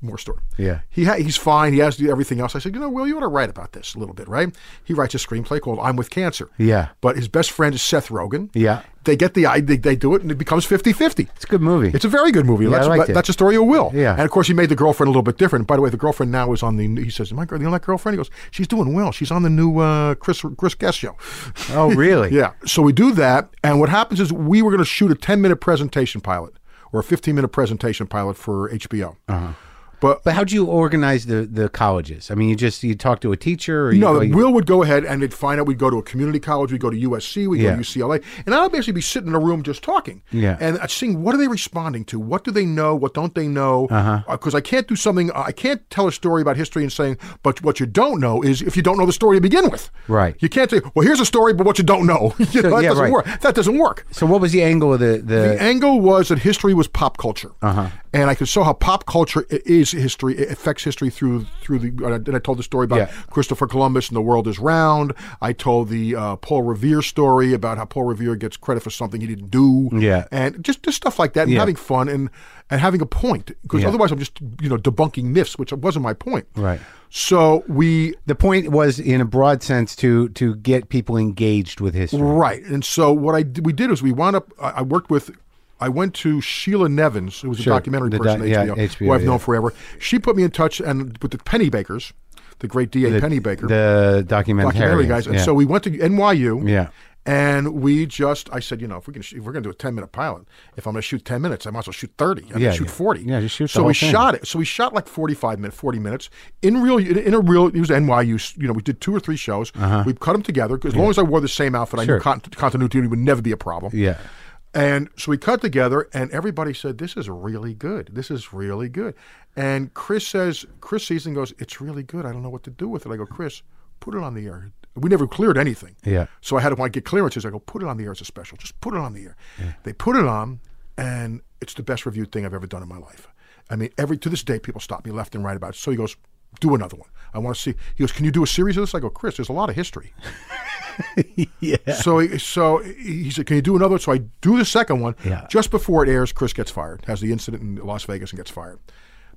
Speaker 3: more story.
Speaker 2: Yeah.
Speaker 3: He ha- he's fine. He has to do everything else. I said, you know, Will, you ought to write about this a little bit, right? He writes a screenplay called I'm with Cancer.
Speaker 2: Yeah.
Speaker 3: But his best friend is Seth Rogen.
Speaker 2: Yeah.
Speaker 3: They get the idea, they, they do it, and it becomes 50 50.
Speaker 2: It's a good movie.
Speaker 3: It's a very good movie. that's,
Speaker 2: I liked
Speaker 3: that-
Speaker 2: it.
Speaker 3: that's a story of Will.
Speaker 2: Yeah.
Speaker 3: And of course, he made the girlfriend a little bit different. By the way, the girlfriend now is on the. He says, "My girl, you know that girlfriend?" He goes, "She's doing well. She's on the new uh, Chris Chris Guest show."
Speaker 2: oh, really?
Speaker 3: Yeah. So we do that, and what happens is we were going to shoot a 10 minute presentation pilot or a 15 minute presentation pilot for HBO. Uh-huh. But
Speaker 2: But how'd you organize the the colleges? I mean, you just you talk to a teacher, or you
Speaker 3: No,
Speaker 2: go- you-
Speaker 3: Will would go ahead and they'd find out we'd go to a community college, we'd go to USC, we'd
Speaker 2: Yeah.
Speaker 3: go to UCLA, and I'd basically be sitting in a room just talking.
Speaker 2: Yeah.
Speaker 3: And I'd seeing what are they responding to? What do they know? What don't they know?
Speaker 2: Uh-huh.
Speaker 3: Because I can't do something, I can't tell a story about history and saying, but what you don't know is if you don't know the story to begin with.
Speaker 2: Right.
Speaker 3: You can't say, well, here's a story, but what you don't know. You know, that
Speaker 2: yeah,
Speaker 3: doesn't
Speaker 2: right.
Speaker 3: work. That doesn't work.
Speaker 2: so what was the angle of the
Speaker 3: The
Speaker 2: the?
Speaker 3: angle was that history was pop culture,
Speaker 2: Uh-huh.
Speaker 3: and I could show how pop culture i- is history. It affects history through through the. And I, and I told the story about
Speaker 2: Yeah.
Speaker 3: Christopher Columbus and the world is round. I told the uh, Paul Revere story about how Paul Revere gets credit for something he didn't do.
Speaker 2: Yeah.
Speaker 3: and just just stuff like that, and
Speaker 2: Yeah.
Speaker 3: having fun and and having a point because otherwise I'm just you know debunking myths, which wasn't my point.
Speaker 2: Right.
Speaker 3: So we
Speaker 2: The point was, in a broad sense, to to get people engaged with history.
Speaker 3: Right. And so what I d- we did is we wound up. I, I worked with. I went to Sheila Nevins, who was
Speaker 2: Sure.
Speaker 3: a documentary
Speaker 2: The
Speaker 3: person
Speaker 2: doc-
Speaker 3: at
Speaker 2: yeah,
Speaker 3: HBO,
Speaker 2: HBO,
Speaker 3: who I've
Speaker 2: yeah.
Speaker 3: known forever. She put me in touch and with the Penny Bakers, the great D.A. Penny Baker
Speaker 2: The documentary,
Speaker 3: documentary guys. And
Speaker 2: yeah.
Speaker 3: so we went to NYU.
Speaker 2: Yeah.
Speaker 3: And we just, I said, you know, if we can, sh- if we're going to do a ten minute pilot, if I'm going to shoot ten minutes, I might as well shoot thirty. I
Speaker 2: Yeah,
Speaker 3: yeah, shoot
Speaker 2: yeah.
Speaker 3: forty.
Speaker 2: Yeah, just shoot the
Speaker 3: So
Speaker 2: whole
Speaker 3: we
Speaker 2: thing.
Speaker 3: shot it. So we shot like forty five minutes, forty minutes in real, in, in a real. It was NYU. s- You know, we did two or three shows. We cut them together 'cause as long as I wore the same outfit, I
Speaker 2: Uh-huh. Sure.
Speaker 3: knew con- continuity would never be a problem.
Speaker 2: yeah.
Speaker 3: And so we cut together, and everybody said, "This is really good. This is really good." And Chris says, Chris sees and goes, "It's really good. I don't know what to do with it." I go, "Chris, put it on the air." We never cleared anything.
Speaker 2: Yeah.
Speaker 3: So I had to when I get clearances. I go, "Put it on the air as a special. Just put it on the air." They put it on, and it's the best reviewed thing I've ever done in my life. I mean, every to this day, people stop me left and right about it. So he goes, "Do another one. I want to see." He goes, "Can you do a series of this?" I go, "Chris, there's a lot of history." So, he- so he he said, "Can you do another?" So I do the second one.
Speaker 2: Yeah.
Speaker 3: Just before it airs, Chris gets fired. Has the incident in Las Vegas and gets fired.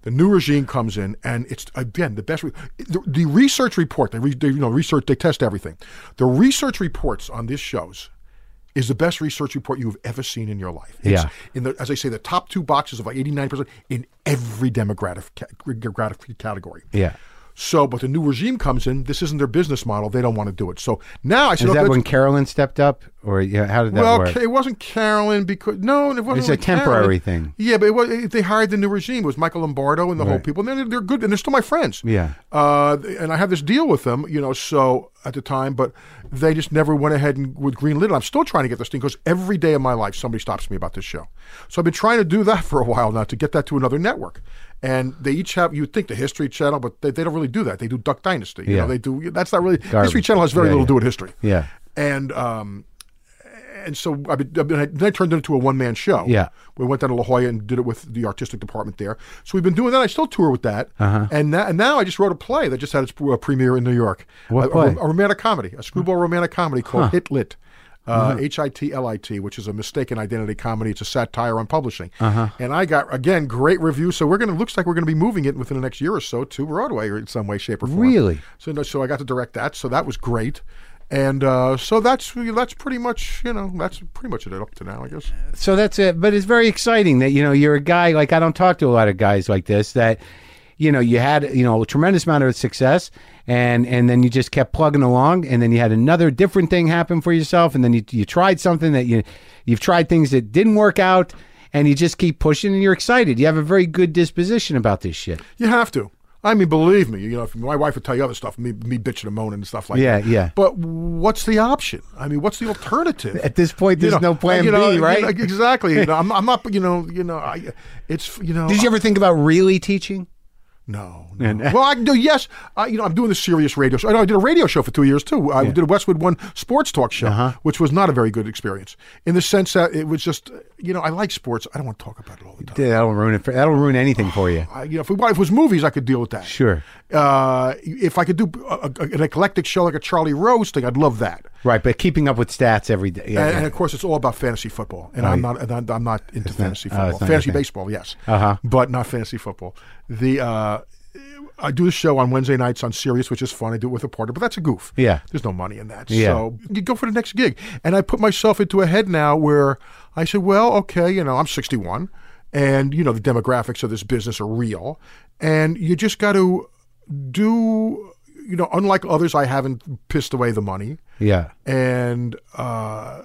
Speaker 3: The new regime comes in, and it's again the best. Re- the, the research report. They, re, they you know research. They test everything. The research reports on these shows is the best research report you've ever seen in your life. It's
Speaker 2: Yeah.
Speaker 3: In the as I say, the top two boxes of like eighty nine percent in every demographic ca- demographic category.
Speaker 2: Yeah.
Speaker 3: So, but the new regime comes in. This isn't their business model. They don't want to do it. So now I said,
Speaker 2: Is
Speaker 3: okay,
Speaker 2: that
Speaker 3: let's-
Speaker 2: when Carolyn stepped up, or yeah, how did that
Speaker 3: well,
Speaker 2: work?
Speaker 3: Ca- it wasn't Carolyn because no, it wasn't.
Speaker 2: It's a
Speaker 3: really Carolyn.
Speaker 2: temporary thing.
Speaker 3: Yeah, but it was, it- they hired the new regime. It was Michael Lombardo and the whole people. And they're, they're good, and they're still my friends.
Speaker 2: Yeah.
Speaker 3: Uh, and I have this deal with them, you know. So at the time, but they just never went ahead and with greenlit. it. I'm still trying to get this thing because every day of my life somebody stops me about this show. So I've been trying to do that for a while now to get that to another network. And they each have you would think the History Channel, but they, they don't really do that. They do Duck Dynasty. You
Speaker 2: Yeah.
Speaker 3: know, they do that's not really History
Speaker 2: Garbage.
Speaker 3: Channel has
Speaker 2: Yeah,
Speaker 3: very little
Speaker 2: yeah.
Speaker 3: to do with history.
Speaker 2: Yeah.
Speaker 3: And um, and so I, be- I, be- then I turned it into a one man show.
Speaker 2: Yeah.
Speaker 3: we went down to La Jolla and did it with the artistic department there. So we've been doing that. I still tour with that. Uh-huh. And, now, and now I just wrote a play that just had its uh, premiere in New York.
Speaker 2: What
Speaker 3: a, a-
Speaker 2: play?
Speaker 3: A, romantic comedy, a screwball romantic comedy called Hit Lit. Uh, H-I-T-L-I-T, which is a mistaken identity comedy. It's a satire on publishing, uh-huh. and I got again great reviews. So we're gonna looks like we're gonna be moving it within the next year or so to Broadway or in some way, shape, or form.
Speaker 2: Really?
Speaker 3: So no, so I got to direct that. So that was great, and uh, so that's that's pretty much you know that's pretty much it up to now, I guess.
Speaker 2: so that's it. But it's very exciting that you know you're a guy like I don't talk to a lot of guys like this that you know you had you know a tremendous amount of success and and then you just kept plugging along and then you had another different thing happen for yourself and then you you tried something that you you've tried things that didn't work out and you just keep pushing and you're excited. You have a very good disposition about this shit.
Speaker 3: You have to. I mean, believe me. You know, if my wife would tell you other stuff, me me bitching and moaning and stuff like
Speaker 2: Yeah,
Speaker 3: that.
Speaker 2: yeah.
Speaker 3: But what's the option? I mean, what's the alternative?
Speaker 2: At this point,
Speaker 3: You
Speaker 2: there's
Speaker 3: know,
Speaker 2: no plan
Speaker 3: you know,
Speaker 2: B,
Speaker 3: you
Speaker 2: right?
Speaker 3: know, exactly. You know, I'm, I'm not. You know. You know. I, it's. You know.
Speaker 2: Did you ever think about really teaching?
Speaker 3: No. no. well, I can do yes. I, you know, I'm doing the serious radio show. I, know, I did a radio show for two years too. I did a Westwood One sports talk show, which was not a very good experience in the sense that it was just, you know, I like sports. I don't want to talk about it all the time.
Speaker 2: That'll ruin it. For, that'll ruin anything for you.
Speaker 3: I, you know, if, we, if it was movies, I could deal with that.
Speaker 2: Sure.
Speaker 3: Uh, if I could do a, a- an eclectic show like a Charlie Rose thing, I'd love that.
Speaker 2: Right, but keeping up with stats every day. Yeah,
Speaker 3: And,
Speaker 2: yeah.
Speaker 3: and of course, it's all about fantasy football, and I'm not, and I'm- I'm not into fantasy
Speaker 2: oh, it's
Speaker 3: football.
Speaker 2: not your
Speaker 3: fantasy
Speaker 2: thing.
Speaker 3: baseball, yes,
Speaker 2: Uh-huh.
Speaker 3: but not fantasy football. The uh, I do the show on Wednesday nights on Sirius, which is fun. I do it with a partner, but that's a goof.
Speaker 2: Yeah.
Speaker 3: there's no money in that.
Speaker 2: Yeah.
Speaker 3: So you go for the next gig, and I put myself into a head now where I said, well, okay, you know, I'm 61, and you know the demographics of this business are real, and you just got to do. You know, unlike others, I haven't pissed away the money
Speaker 2: yeah.
Speaker 3: and uh,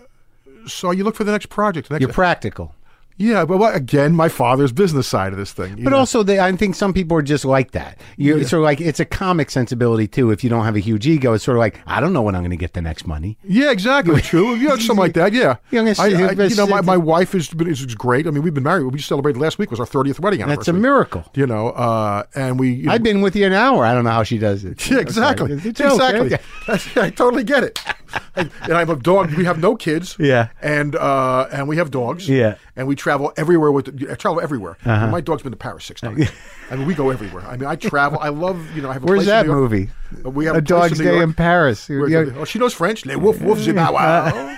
Speaker 3: so you look for the next project. The
Speaker 2: You're
Speaker 3: next,
Speaker 2: practical.
Speaker 3: yeah, but well, again, my father's business side of this thing. you
Speaker 2: But
Speaker 3: know.
Speaker 2: also, they, I think some people are just like that. You sort of like it's a comic sensibility too. If you don't have a huge ego, it's sort of like I don't know when I'm going to get the next money.
Speaker 3: yeah, exactly, true. You know, something like that. Yeah,
Speaker 2: You know, it's-
Speaker 3: I- I-
Speaker 2: it's-
Speaker 3: you know, my,
Speaker 2: it's-
Speaker 3: my wife is is great. I mean, we've been married. We celebrated last week was our thirtieth wedding anniversary.
Speaker 2: That's a miracle.
Speaker 3: You know, uh, and we you know,
Speaker 2: I've been with you an hour. I don't know how she does it.
Speaker 3: Yeah, exactly.
Speaker 2: It's a joke.
Speaker 3: Exactly. That's- I totally get it. And, and I'm a dog. We have no kids.
Speaker 2: Yeah.
Speaker 3: And uh, and we have dogs.
Speaker 2: Yeah. Uh-huh.
Speaker 3: And we travel everywhere with. I travel everywhere. My dog's been to Paris six times. I mean, we go everywhere. I mean, I travel. I love. You know, I have. A
Speaker 2: Where's
Speaker 3: place
Speaker 2: that
Speaker 3: in New York.
Speaker 2: movie?
Speaker 3: Uh, We have
Speaker 2: a
Speaker 3: a place
Speaker 2: Dog's
Speaker 3: in New
Speaker 2: Day
Speaker 3: York.
Speaker 2: in Uh-huh. Paris. You're-
Speaker 3: Where's
Speaker 2: you're-
Speaker 3: the- oh, she knows French. Le woof woof zibba wow.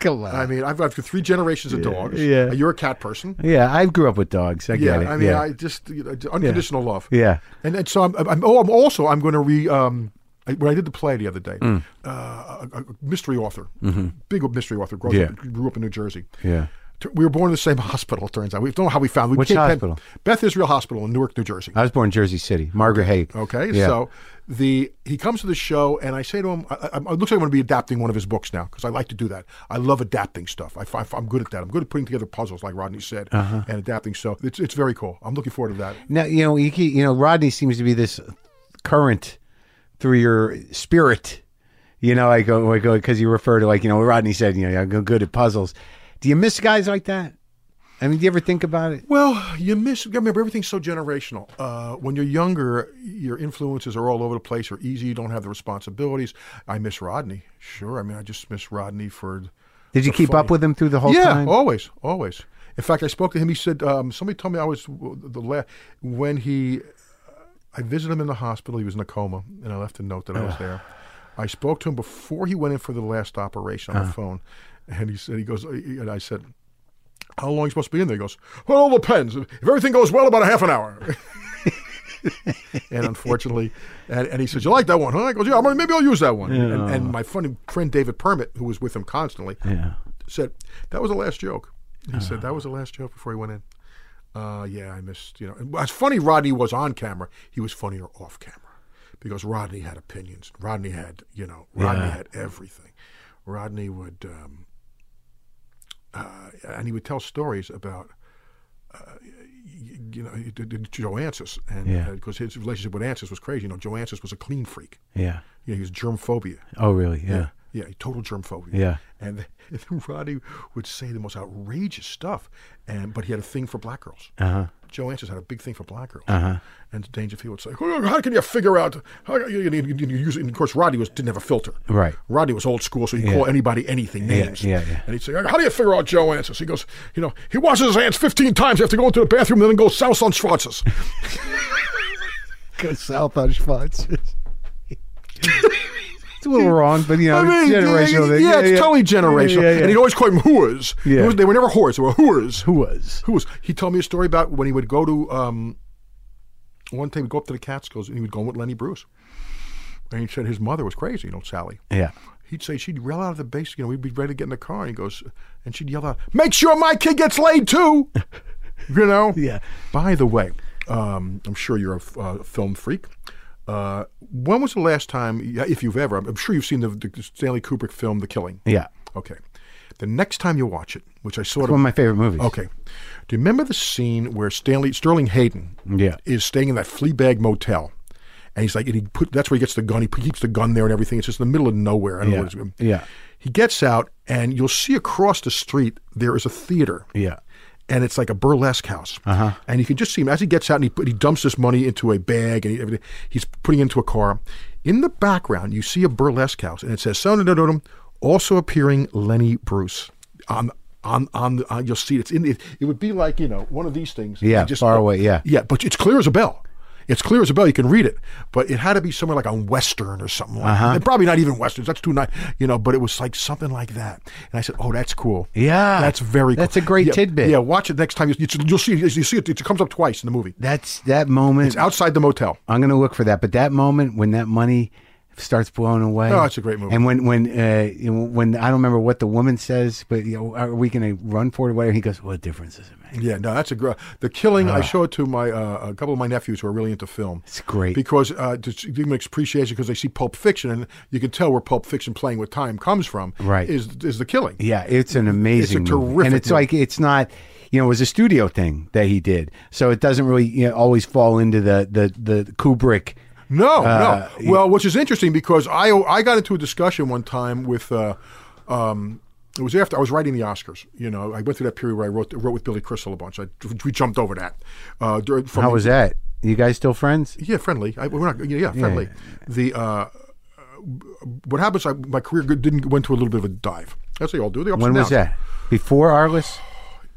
Speaker 2: come on.
Speaker 3: I mean, I've got three generations of dogs.
Speaker 2: yeah.
Speaker 3: Uh, You're a cat person.
Speaker 2: yeah, I grew up with dogs. I
Speaker 3: Yeah,
Speaker 2: get it.
Speaker 3: I mean,
Speaker 2: yeah.
Speaker 3: I just you know, unconditional love.
Speaker 2: Yeah.
Speaker 3: and, and so I'm, I'm. Oh, I'm also I'm going to re. Um, I, when I did the play the other day,
Speaker 2: Mm.
Speaker 3: uh, a, a mystery author, big mystery author, grew up,
Speaker 2: Mm-hmm. Yeah.
Speaker 3: grew up in New Jersey.
Speaker 2: Yeah.
Speaker 3: T- we were born in the same hospital. It turns out we don't know how we found. We
Speaker 2: Which
Speaker 3: can't-
Speaker 2: hospital?
Speaker 3: Beth Israel Hospital in Newark, New Jersey.
Speaker 2: I was born in Jersey City. Margaret Haig.
Speaker 3: Okay,
Speaker 2: Yeah.
Speaker 3: so the he comes to the show, and I say to him, I, I, "It looks like I'm going to be adapting one of his books now because I like to do that. I love adapting stuff. I, am good at that. I'm good at putting together puzzles, like Rodney said,
Speaker 2: Uh-huh.
Speaker 3: and adapting. So it's it's very cool. I'm looking forward to that.
Speaker 2: Now you know you, keep, you know Rodney seems to be this current through your spirit. You know, like uh, like because you refer to like you know Rodney said you know I'm good at puzzles. Do you miss guys like that? I mean, do you ever think about it?
Speaker 3: Well, you miss. Remember, everything's so generational. Uh, when you're younger, your influences are all over the place. Are easy. You don't have the responsibilities. I miss Rodney. Sure. I mean, I just miss Rodney for.
Speaker 2: Did you
Speaker 3: the
Speaker 2: keep
Speaker 3: funny-
Speaker 2: up with him through the whole
Speaker 3: yeah, oh.
Speaker 2: time?
Speaker 3: always, always. In fact, I spoke to him. He said um, somebody told me I was the last when he. I visited him in the hospital. He was in a coma, and I left a note that I was there. I spoke to him before he went in for the last operation
Speaker 2: Uh-huh.
Speaker 3: on the phone, and he said he goes and I said. How long are you supposed to be in there? He goes, Well, it all depends. If everything goes well, about a half an hour. and unfortunately, and, and he says, "You like that one, huh?" I goes, "Yeah, I'm gonna- maybe I'll use that one." And, and my funny friend David Permit, who was with him constantly, said that was the last joke. He said that was the last joke before he went in. Uh, yeah, I missed. You know, and as funny Rodney was on camera, he was funnier off camera. because Rodney had opinions. Rodney had, you know, Rodney had everything. Rodney would, um, uh, and he would tell stories about, uh, y- you know, he- did- did Joe Ansis, and
Speaker 2: Yeah.
Speaker 3: because his relationship with Ansis was crazy. You know, Joe Ansis was a clean freak.
Speaker 2: Yeah.
Speaker 3: You know, he was germ phobia.
Speaker 2: Oh, really? Yeah.
Speaker 3: Yeah, total germ phobia.
Speaker 2: Yeah.
Speaker 3: And, and Rodney would say the most outrageous stuff, and but he had a thing for black girls.
Speaker 2: Uh huh.
Speaker 3: Joe Ansys had a big thing for black girls.
Speaker 2: Uh-huh.
Speaker 3: And Dangerfield would say, "Oh, How can you figure out? How, you, you, you, you use, and of course, Rodney was, didn't have a filter.
Speaker 2: Right.
Speaker 3: Rodney was old school, so he'd call anybody anything names.
Speaker 2: yeah, yeah.
Speaker 3: And he'd say, How do you figure out Joe Ansys? He goes, You know, he washes his hands 15 times after going to the bathroom and then goes south on Schwarz's.
Speaker 2: Go south on Schwartz. it's a little wrong, but you know, it's generational
Speaker 3: yeah,
Speaker 2: thing.
Speaker 3: it's totally generational.
Speaker 2: Yeah, yeah,
Speaker 3: And he'd always call them hooers.
Speaker 2: Yeah.
Speaker 3: Hooers- They were never whores, they were hooers.
Speaker 2: Who was?
Speaker 3: Who was? He told me a story about when he would go to um, one time, he'd go up to the Catskills and he would go with Lenny Bruce. And he said his mother was crazy, you know, Sally.
Speaker 2: Yeah.
Speaker 3: He'd say she'd yell out of the base, you know, we'd be ready to get in the car, and he goes, and she'd yell out, "Make sure my kid gets laid too," you know.
Speaker 2: Yeah.
Speaker 3: By the way, um, I'm sure you're a f- uh, film freak. Uh, when was the last time, yeah, if you've ever, I'm I'm sure you've seen the, the Stanley Kubrick film, The Killing.
Speaker 2: Yeah.
Speaker 3: Okay. The next time you watch it, which I
Speaker 2: One
Speaker 3: sort of
Speaker 2: of my favorite movies.
Speaker 3: Okay. Do you remember the scene where Stanley Sterling Hayden
Speaker 2: Yeah.
Speaker 3: is staying in that Fleabag motel? And he's like, and he put that's where he gets the gun. He keeps the gun there and everything. It's just in the middle of nowhere. I don't know
Speaker 2: Yeah.
Speaker 3: what it's,
Speaker 2: Yeah.
Speaker 3: He gets out, and you'll see across the street there is a theater.
Speaker 2: Yeah.
Speaker 3: And it's like a burlesque house. Uh-huh. And you can just see him as he gets out and he, put, he dumps this money into a bag and he, everything- he's putting it into a car. In the background, you see a burlesque house and it says, "Sonadododum," also appearing Lenny Bruce. On, on, on, the- on you'll see it. It's in, it, it would be like, you know, one of these things.
Speaker 2: Yeah,
Speaker 3: You just-
Speaker 2: far away, yeah.
Speaker 3: Yeah, but it's clear as a bell. It's clear as a bell. You can read it, but it had to be somewhere like on Western or something like
Speaker 2: Uh-huh.
Speaker 3: that. And Probably not even Westerns. That's too nice, you know. But it was like something like that. And I said, "Oh, that's cool.
Speaker 2: Yeah.
Speaker 3: that's very. cool.
Speaker 2: That's a great
Speaker 3: Yeah,
Speaker 2: tidbit.
Speaker 3: Yeah, watch it next time. You, you, will see. You see it. It comes up twice in the movie.
Speaker 2: That's that moment.
Speaker 3: It's outside the motel.
Speaker 2: I'm going to look for that. But that moment when that money starts blowing away.
Speaker 3: Oh, it's a great movie.
Speaker 2: And when when uh, you know, when I don't remember what the woman says, but you know, are we going to run for it? or Whatever. He goes, what difference does it make?
Speaker 3: Yeah, no, that's a great. The Killing. I show it to my uh, a couple of my nephews who are really into film.
Speaker 2: Ah. It's great.
Speaker 3: because uh, to s- give them appreciation because they see Pulp Fiction and you can tell where Pulp Fiction playing with time comes from.
Speaker 2: Right.
Speaker 3: is is the Killing.
Speaker 2: Yeah, it's an amazing, movie.
Speaker 3: terrific
Speaker 2: and it's
Speaker 3: movie.
Speaker 2: like it's not, you know, it was a studio thing that he did, so it doesn't really you know, always fall into the the the Kubrick.
Speaker 3: No,
Speaker 2: Uh,
Speaker 3: no. Well, which is interesting because I I got into a discussion one time with. Uh, um, it was after I was writing the Oscars. You know, I went through that period where I wrote wrote with Billy Crystal a bunch. I, we jumped over that. Uh, during, from
Speaker 2: How was that? You guys still friends?
Speaker 3: yeah, friendly. I, we're not. Yeah, yeah, friendly. The uh, uh, what happens? I, my career good- didn't went to a little bit of a dive. That's what you all do. The ups
Speaker 2: When
Speaker 3: and
Speaker 2: was
Speaker 3: downs.
Speaker 2: that? Before Arliss?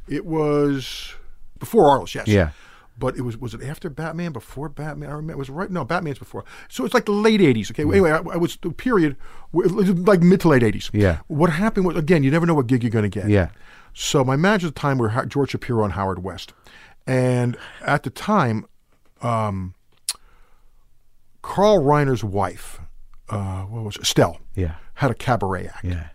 Speaker 3: It was before Arliss, yes.
Speaker 2: Yeah.
Speaker 3: But it was was it after Batman? Before Batman? I remember it was right. No, Batman's before. So it's like the late '80s. Okay. Anyway, I, I was the period where it was like mid to late '80s.
Speaker 2: Yeah.
Speaker 3: What happened was again, you never know what gig you're going to get.
Speaker 2: Yeah.
Speaker 3: So my manager at the time were Ho- George Shapiro and Howard West, and at the time, um, Carl Reiner's wife, uh, what was it? Estelle,
Speaker 2: Yeah.
Speaker 3: had a cabaret act
Speaker 2: Yeah.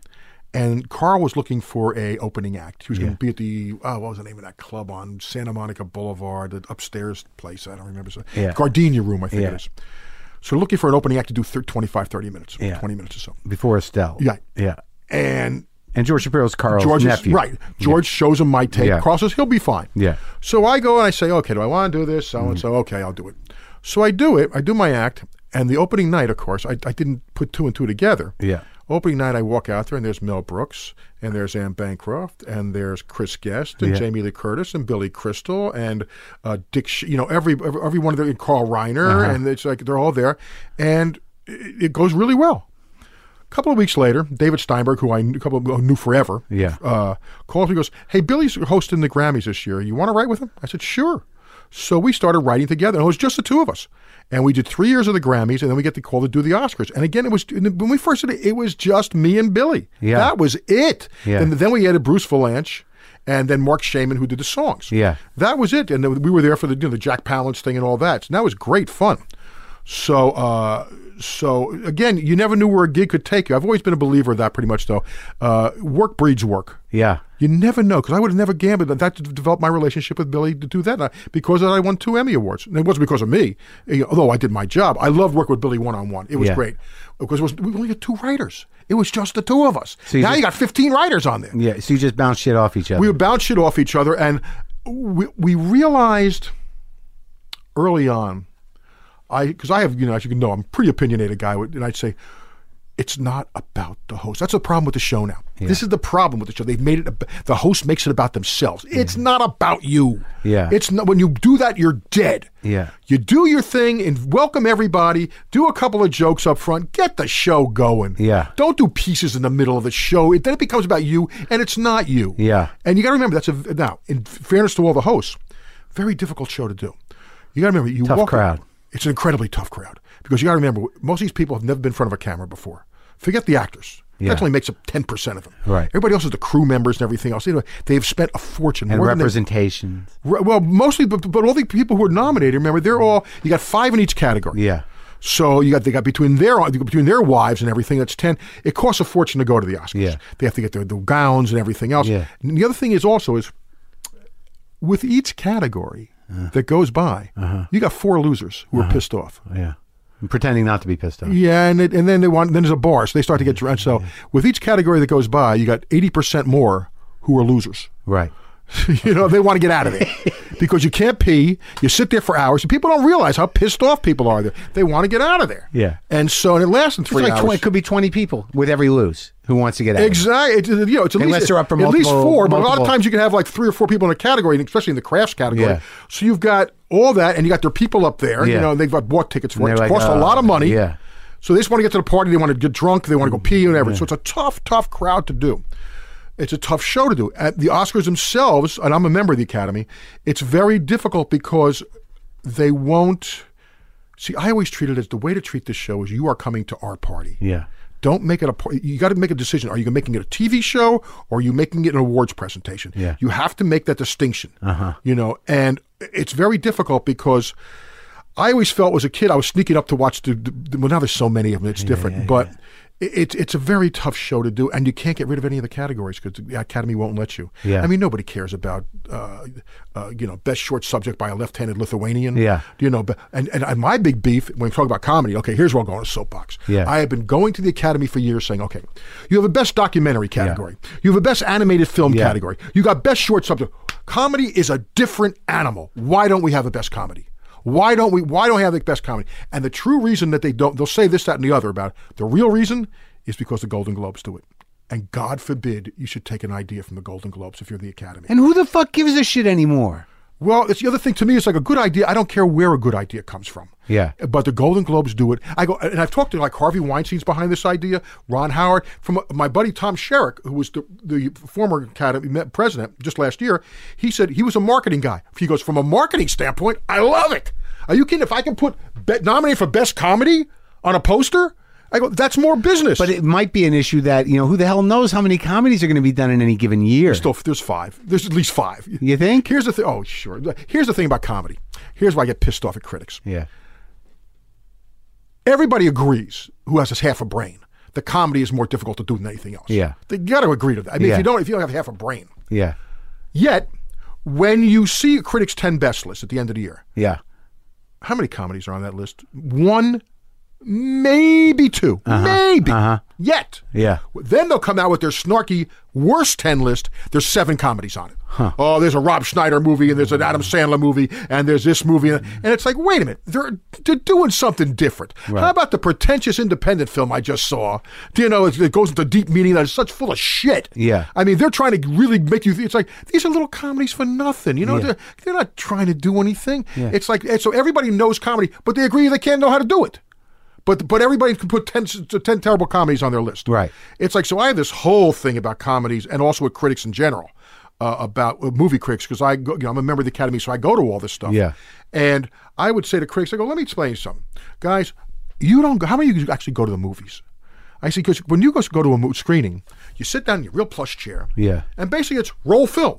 Speaker 3: and Carl was looking for a opening act. He was going to be at the oh, what was the name of that club on Santa Monica Boulevard, the upstairs place. I don't remember. So,
Speaker 2: Yeah.
Speaker 3: Gardenia Room, I think
Speaker 2: Yeah.
Speaker 3: it is. So looking for an opening act to do thir 25, 30 minutes,
Speaker 2: Yeah.
Speaker 3: 20 minutes or so.
Speaker 2: Before Estelle?
Speaker 3: Yeah.
Speaker 2: yeah.
Speaker 3: And
Speaker 2: And George Shapiro's Carl's
Speaker 3: George's
Speaker 2: nephew,
Speaker 3: right. George shows him my tape.
Speaker 2: Yeah.
Speaker 3: Carl says he'll be fine.
Speaker 2: Yeah. Mm-hmm.
Speaker 3: So I go and I say, okay, do I want to do this? So and so, okay, I'll do it. So I do it. I do my act, and the opening night, of course, I, I didn't put two and two together.
Speaker 2: Yeah.
Speaker 3: Opening night, I walk out there, and there's Mel Brooks, and there's Anne Bancroft, and there's Chris Guest, and
Speaker 2: Yeah.
Speaker 3: Jamie Lee Curtis, and Billy Crystal, and uh, Dick. Sh- you know, every every every one of them, and Carl Reiner,
Speaker 2: Uh-huh.
Speaker 3: and it's like they're all there, and it, it goes really well. A couple of weeks later, David Steinberg, who I knew, couple of, knew forever,
Speaker 2: Yeah.
Speaker 3: uh, calls me and goes, Hey, Billy's hosting the Grammys this year. You want to write with him? I said, Sure. So we started writing together. And it was just the two of us. And we did three years of the Grammys, and then we get the call to do the Oscars. And again, it was when we first did it, it was just me and Billy.
Speaker 2: Yeah.
Speaker 3: That was it.
Speaker 2: Yeah.
Speaker 3: And then we added Bruce Valanche and then Mark Shaman, who did the songs.
Speaker 2: Yeah.
Speaker 3: That was it. And then we were there for the, you know, the Jack Palance thing and all that. And that was great fun. So, uh, so again, you never knew where a gig could take you. I've always been a believer of that, pretty much. Though, uh, work breeds work.
Speaker 4: Yeah.
Speaker 3: You never know, because I would have never gambled. That, that developed my relationship with Billy to do that. And I- because of that, I won two Emmy Awards. And it wasn't because of me, eh, although I did my job. I loved working with Billy one on one. It was
Speaker 4: Yeah.
Speaker 3: great. Because it was, we only had two writers. It was just the two of us.
Speaker 2: you
Speaker 3: now
Speaker 2: just-
Speaker 3: you got 15 writers on there.
Speaker 2: Yeah, so you just bounce shit off each other.
Speaker 3: We would bounce shit off each other. And we, we realized early on, I because I have, you know, as you can know, I'm a pretty opinionated guy, with- and I'd say, it's not about the host. That's the problem with the show now. This is the problem with the show. They've made it, ab- the host makes it about themselves. It's not about you.
Speaker 2: Yeah.
Speaker 3: It's not, when you do that, you're dead.
Speaker 2: Yeah.
Speaker 3: You do your thing and welcome everybody, do a couple of jokes up front, get the show going.
Speaker 2: Yeah.
Speaker 3: Don't do pieces in the middle of the show. It, then it becomes about you, and it's not you.
Speaker 2: Yeah.
Speaker 3: And you got to remember that's a now in fairness to all the hosts, very difficult show to do. You got to remember you
Speaker 2: Tough
Speaker 3: walk
Speaker 2: crowd.
Speaker 3: It's an incredibly tough crowd because you got to remember most of these people have never been in front of a camera before. Forget the actors.
Speaker 2: Yeah.
Speaker 3: That only makes up ten percent of them.
Speaker 2: Right.
Speaker 3: Everybody else is the crew members and everything else. Anyway, they've spent a fortune.
Speaker 2: and
Speaker 3: more than they-
Speaker 2: representations.
Speaker 3: Re- well, mostly, but, but all the people who are nominated, remember, they're all you got five in each category.
Speaker 2: Yeah.
Speaker 3: So you got they got between their between their wives and everything. That's ten. It costs a fortune to go to the Oscars.
Speaker 2: Yeah.
Speaker 3: They have to get their, their gowns and everything else.
Speaker 2: Yeah.
Speaker 3: And the other thing is also is with each category
Speaker 2: Uh-huh.
Speaker 3: that goes by, you got four losers who are pissed off.
Speaker 2: Yeah. And pretending not to be pissed off.
Speaker 3: Yeah, and it, and then they want then there's a bar, so they start to get drunk. So with each category that goes by, you got eighty percent more who are losers.
Speaker 2: Right.
Speaker 3: you know, they want to get out of it because you can't pee. You sit there for hours, and people don't realize how pissed off people are. There, they want to get out of there.
Speaker 2: Yeah.
Speaker 3: and so and it lasts in
Speaker 2: It's
Speaker 3: three
Speaker 2: like
Speaker 3: hours.
Speaker 2: 20, it could be 20 people with every lose who wants to get out. of it.
Speaker 3: Exactly. It's, you know, it's at
Speaker 2: Unless
Speaker 3: least,
Speaker 2: they're up for
Speaker 3: at least
Speaker 2: multiple-
Speaker 3: four, but a lot
Speaker 2: multiple-
Speaker 3: of times you can have like three or four people in a category, and especially in the crafts category.
Speaker 2: Yeah.
Speaker 3: So you've got all that, and you got their people up there.
Speaker 2: Yeah.
Speaker 3: You know, and they've got bought tickets for
Speaker 2: And
Speaker 3: it. It's
Speaker 2: they're like,
Speaker 3: cost
Speaker 2: uh,
Speaker 3: a lot of money.
Speaker 2: yeah.
Speaker 3: So they just want to get to the party. They want to get drunk. They want to go pee and everything. So it's a tough, tough crowd to do. It's a tough show to do. At the Oscars themselves, and I'm a member of the Academy, it's very difficult because they won't. See, I always treat it as the way to treat this show is you are coming to our party.
Speaker 2: Yeah.
Speaker 3: Don't make it a. par- You got to make a decision. Are you making it a TV show or are you making it an awards presentation?
Speaker 2: Yeah.
Speaker 3: You have to make that distinction. Uh-huh. You know, and it's very difficult because I always felt as a kid I was sneaking up to watch the. the well, now there's so many of them. It's different, but. it- It's it's a very tough show to do, and you can't get rid of any of the categories because the Academy won't let you.
Speaker 2: Yeah.
Speaker 3: I mean, nobody cares about uh, uh, you know best short subject by a left-handed Lithuanian.
Speaker 2: Yeah.
Speaker 3: you know, but and, and and my big beef when we talk about comedy. Okay, here's where I'm going on a soapbox.
Speaker 2: Yeah.
Speaker 3: I have been going to the Academy for years saying, okay, you have a best documentary category. You have a best animated film
Speaker 2: Yeah.
Speaker 3: category. You got best short subject. Comedy is a different animal. Why don't we have a best comedy? Why don't we why don't we have the best comedy? And the true reason that they don't they'll say this, that, and the other about it. The real reason is because the Golden Globes do it. And God forbid you should take an idea from the Golden Globes if you're the Academy.
Speaker 2: And who the fuck gives a shit anymore?
Speaker 3: Well, it's the other thing to me. It's like a good idea. I don't care where a good idea comes from.
Speaker 2: Yeah.
Speaker 3: But the Golden Globes do it. I go, and I've talked to like Harvey Weinstein's behind this idea, Ron Howard, from my buddy Tom Sherrick, who was the, the former Academy me- president just last year. He said he was a marketing guy. He goes, from a marketing standpoint, I love it. Are you kidding? If I can put be- nominate for best comedy on a poster, I go, that's more business.
Speaker 2: But it might be an issue that, you know, who the hell knows how many comedies are going to be done in any given year.
Speaker 3: Still, there's five. There's at least five.
Speaker 2: you think?
Speaker 3: Here's the thing. Oh, sure. Here's the thing about comedy. Here's why I get pissed off at critics.
Speaker 2: Yeah.
Speaker 3: everybody agrees who has this half a brain the comedy is more difficult to do than anything else
Speaker 2: Yeah.
Speaker 3: they got to agree to that i mean
Speaker 2: Yeah.
Speaker 3: if you don't if you don't have half a brain
Speaker 2: Yeah.
Speaker 3: yet when you see a critics 10 best list at the end of the year
Speaker 2: Yeah.
Speaker 3: how many comedies are on that list one maybe 2 maybe yet
Speaker 2: Yeah.
Speaker 3: then they'll come out with their snarky worst 10 list. There's seven comedies on it. Oh, there's a Rob Schneider movie, and there's an Adam Sandler movie, and there's this movie. And and it's like, wait a minute, they're, they're doing something different. How about the pretentious independent film I just saw? Do you know, it, it goes into deep meaning that is such full of shit.
Speaker 2: Yeah.
Speaker 3: I mean, they're trying to really make you, th- it's like, these are little comedies for nothing. You know, they're, they're not trying to do anything. It's like, and so everybody knows comedy, but they agree they can't know how to do it. But, but everybody can put 10, 10 terrible comedies on their list.
Speaker 2: Right.
Speaker 3: It's like so. I have this whole thing about comedies and also with critics in general, uh, about uh, movie critics because I go, you know, I'm a member of the Academy, so I go to all this stuff.
Speaker 2: Yeah.
Speaker 3: And I would say to critics, I go, let me explain you something, guys. You don't. Go, how many of you actually go to the movies? I see because when you go go to a mo- screening, you sit down in your real plush chair.
Speaker 2: Yeah.
Speaker 3: And basically, it's roll film.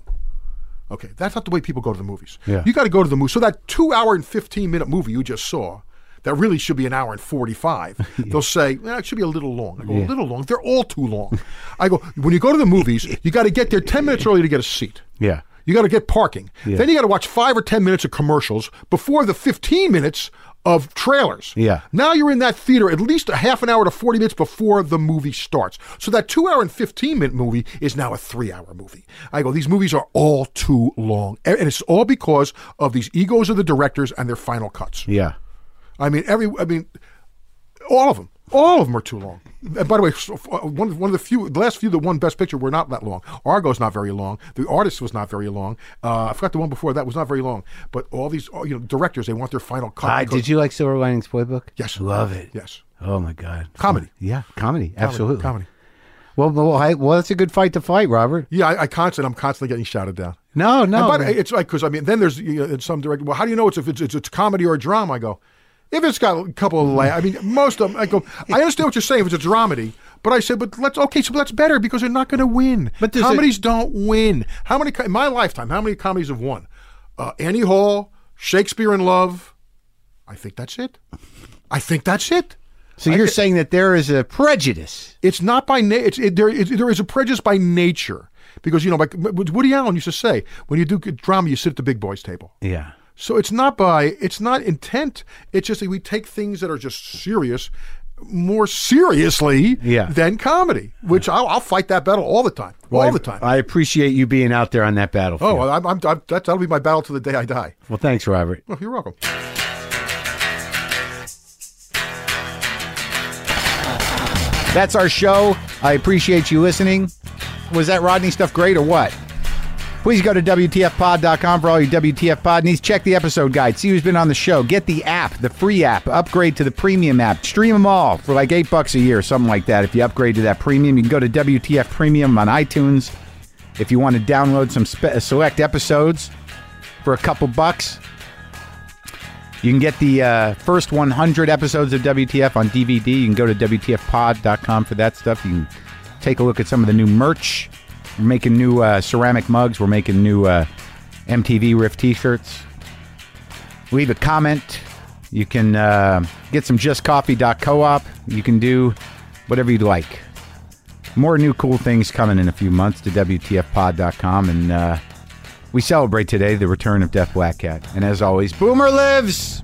Speaker 3: Okay, that's not the way people go to the movies.
Speaker 2: Yeah.
Speaker 3: You got to go to the movie. So that two hour and fifteen minute movie you just saw, that really should be an hour and 45, they'll say, well, it should be a little long. I go, a little long? They're all too long. I go, when you go to the movies, you got to get there 10 minutes early to get a seat.
Speaker 2: Yeah.
Speaker 3: You got to get parking. Then you got to watch five or 10 minutes of commercials before the 15 minutes of trailers.
Speaker 2: Yeah.
Speaker 3: Now you're in that theater at least a half an hour to 40 minutes before the movie starts. So that two hour and 15 minute movie is now a three hour movie. I go, these movies are all too long. And and it's all because of these egos of the directors and their final cuts.
Speaker 2: Yeah.
Speaker 3: I mean, every, I mean, all of them, all of them are too long. And by the way, so- uh, one of, one of the few, the last few that won Best Picture were not that long. Argo's not very long. The Artist was not very long. Uh, I forgot the one before that was not very long. But all these, all, you know, directors they want their final cut.
Speaker 2: Uh,
Speaker 3: because-
Speaker 2: did you like Silver Linings Playbook?
Speaker 3: Yes.
Speaker 2: Love it.
Speaker 3: Yes.
Speaker 2: Oh my God.
Speaker 3: Comedy.
Speaker 2: Yeah, comedy. Absolutely.
Speaker 3: Comedy.
Speaker 2: Well, well, I, well, that's a good fight to fight, Robert.
Speaker 3: Yeah, I, I constant. I'm constantly getting shouted down.
Speaker 2: No, no.
Speaker 3: but it's like because I mean, then there's you know, some director. Well, how do you know it's if it's, it's it's comedy or a drama? I go, if it's got a couple of laughs. I mean, most of them. I go, I understand what you're saying. If it's a dramedy, but I said, but let's okay, so that's better because they're not going to win.
Speaker 2: But there's a-
Speaker 3: comedies don't win. How many co- in my lifetime? How many comedies have won? Uh, Annie Hall, Shakespeare in Love. I think that's it. I think that's it.
Speaker 2: so you're saying that there is a prejudice.
Speaker 3: It's not by na- it's, it, there. It, there is a prejudice by nature because you know, like Woody Allen used to say, when you do good drama, you sit at the big boys' table.
Speaker 2: Yeah.
Speaker 3: So it's not by it's not intent. It's just that we take things that are just serious more seriously
Speaker 2: Yeah.
Speaker 3: than comedy, which I'll, I'll fight that battle all the time, all the time.
Speaker 2: I appreciate you being out there on that battlefield.
Speaker 3: oh, I'm, I'm, I'm, that's, that'll be my battle to the day I die.
Speaker 2: well, thanks, Robert.
Speaker 3: Well, you're welcome.
Speaker 2: That's our show. I appreciate you listening. Was that Rodney stuff great or what? Please go to WTFpod.com for all your WTF pod needs. Check the episode guide. See who's been on the show. Get the app, the free app. Upgrade to the premium app. Stream them all for like eight bucks a year, something like that. If you upgrade to that premium, you can go to WTF Premium on iTunes. If you want to download some spe- select episodes for a couple bucks, you can get the uh, first 100 episodes of WTF on DVD. You can go to WTFpod.com for that stuff. You can take a look at some of the new merch. We're making new uh, ceramic mugs. We're making new uh, MTV Riff t shirts. Leave a comment. You can uh, get some justcoffee.coop. You can do whatever you'd like. More new cool things coming in a few months to WTFpod.com. And uh, we celebrate today the return of Death Black Cat. And as always, Boomer lives!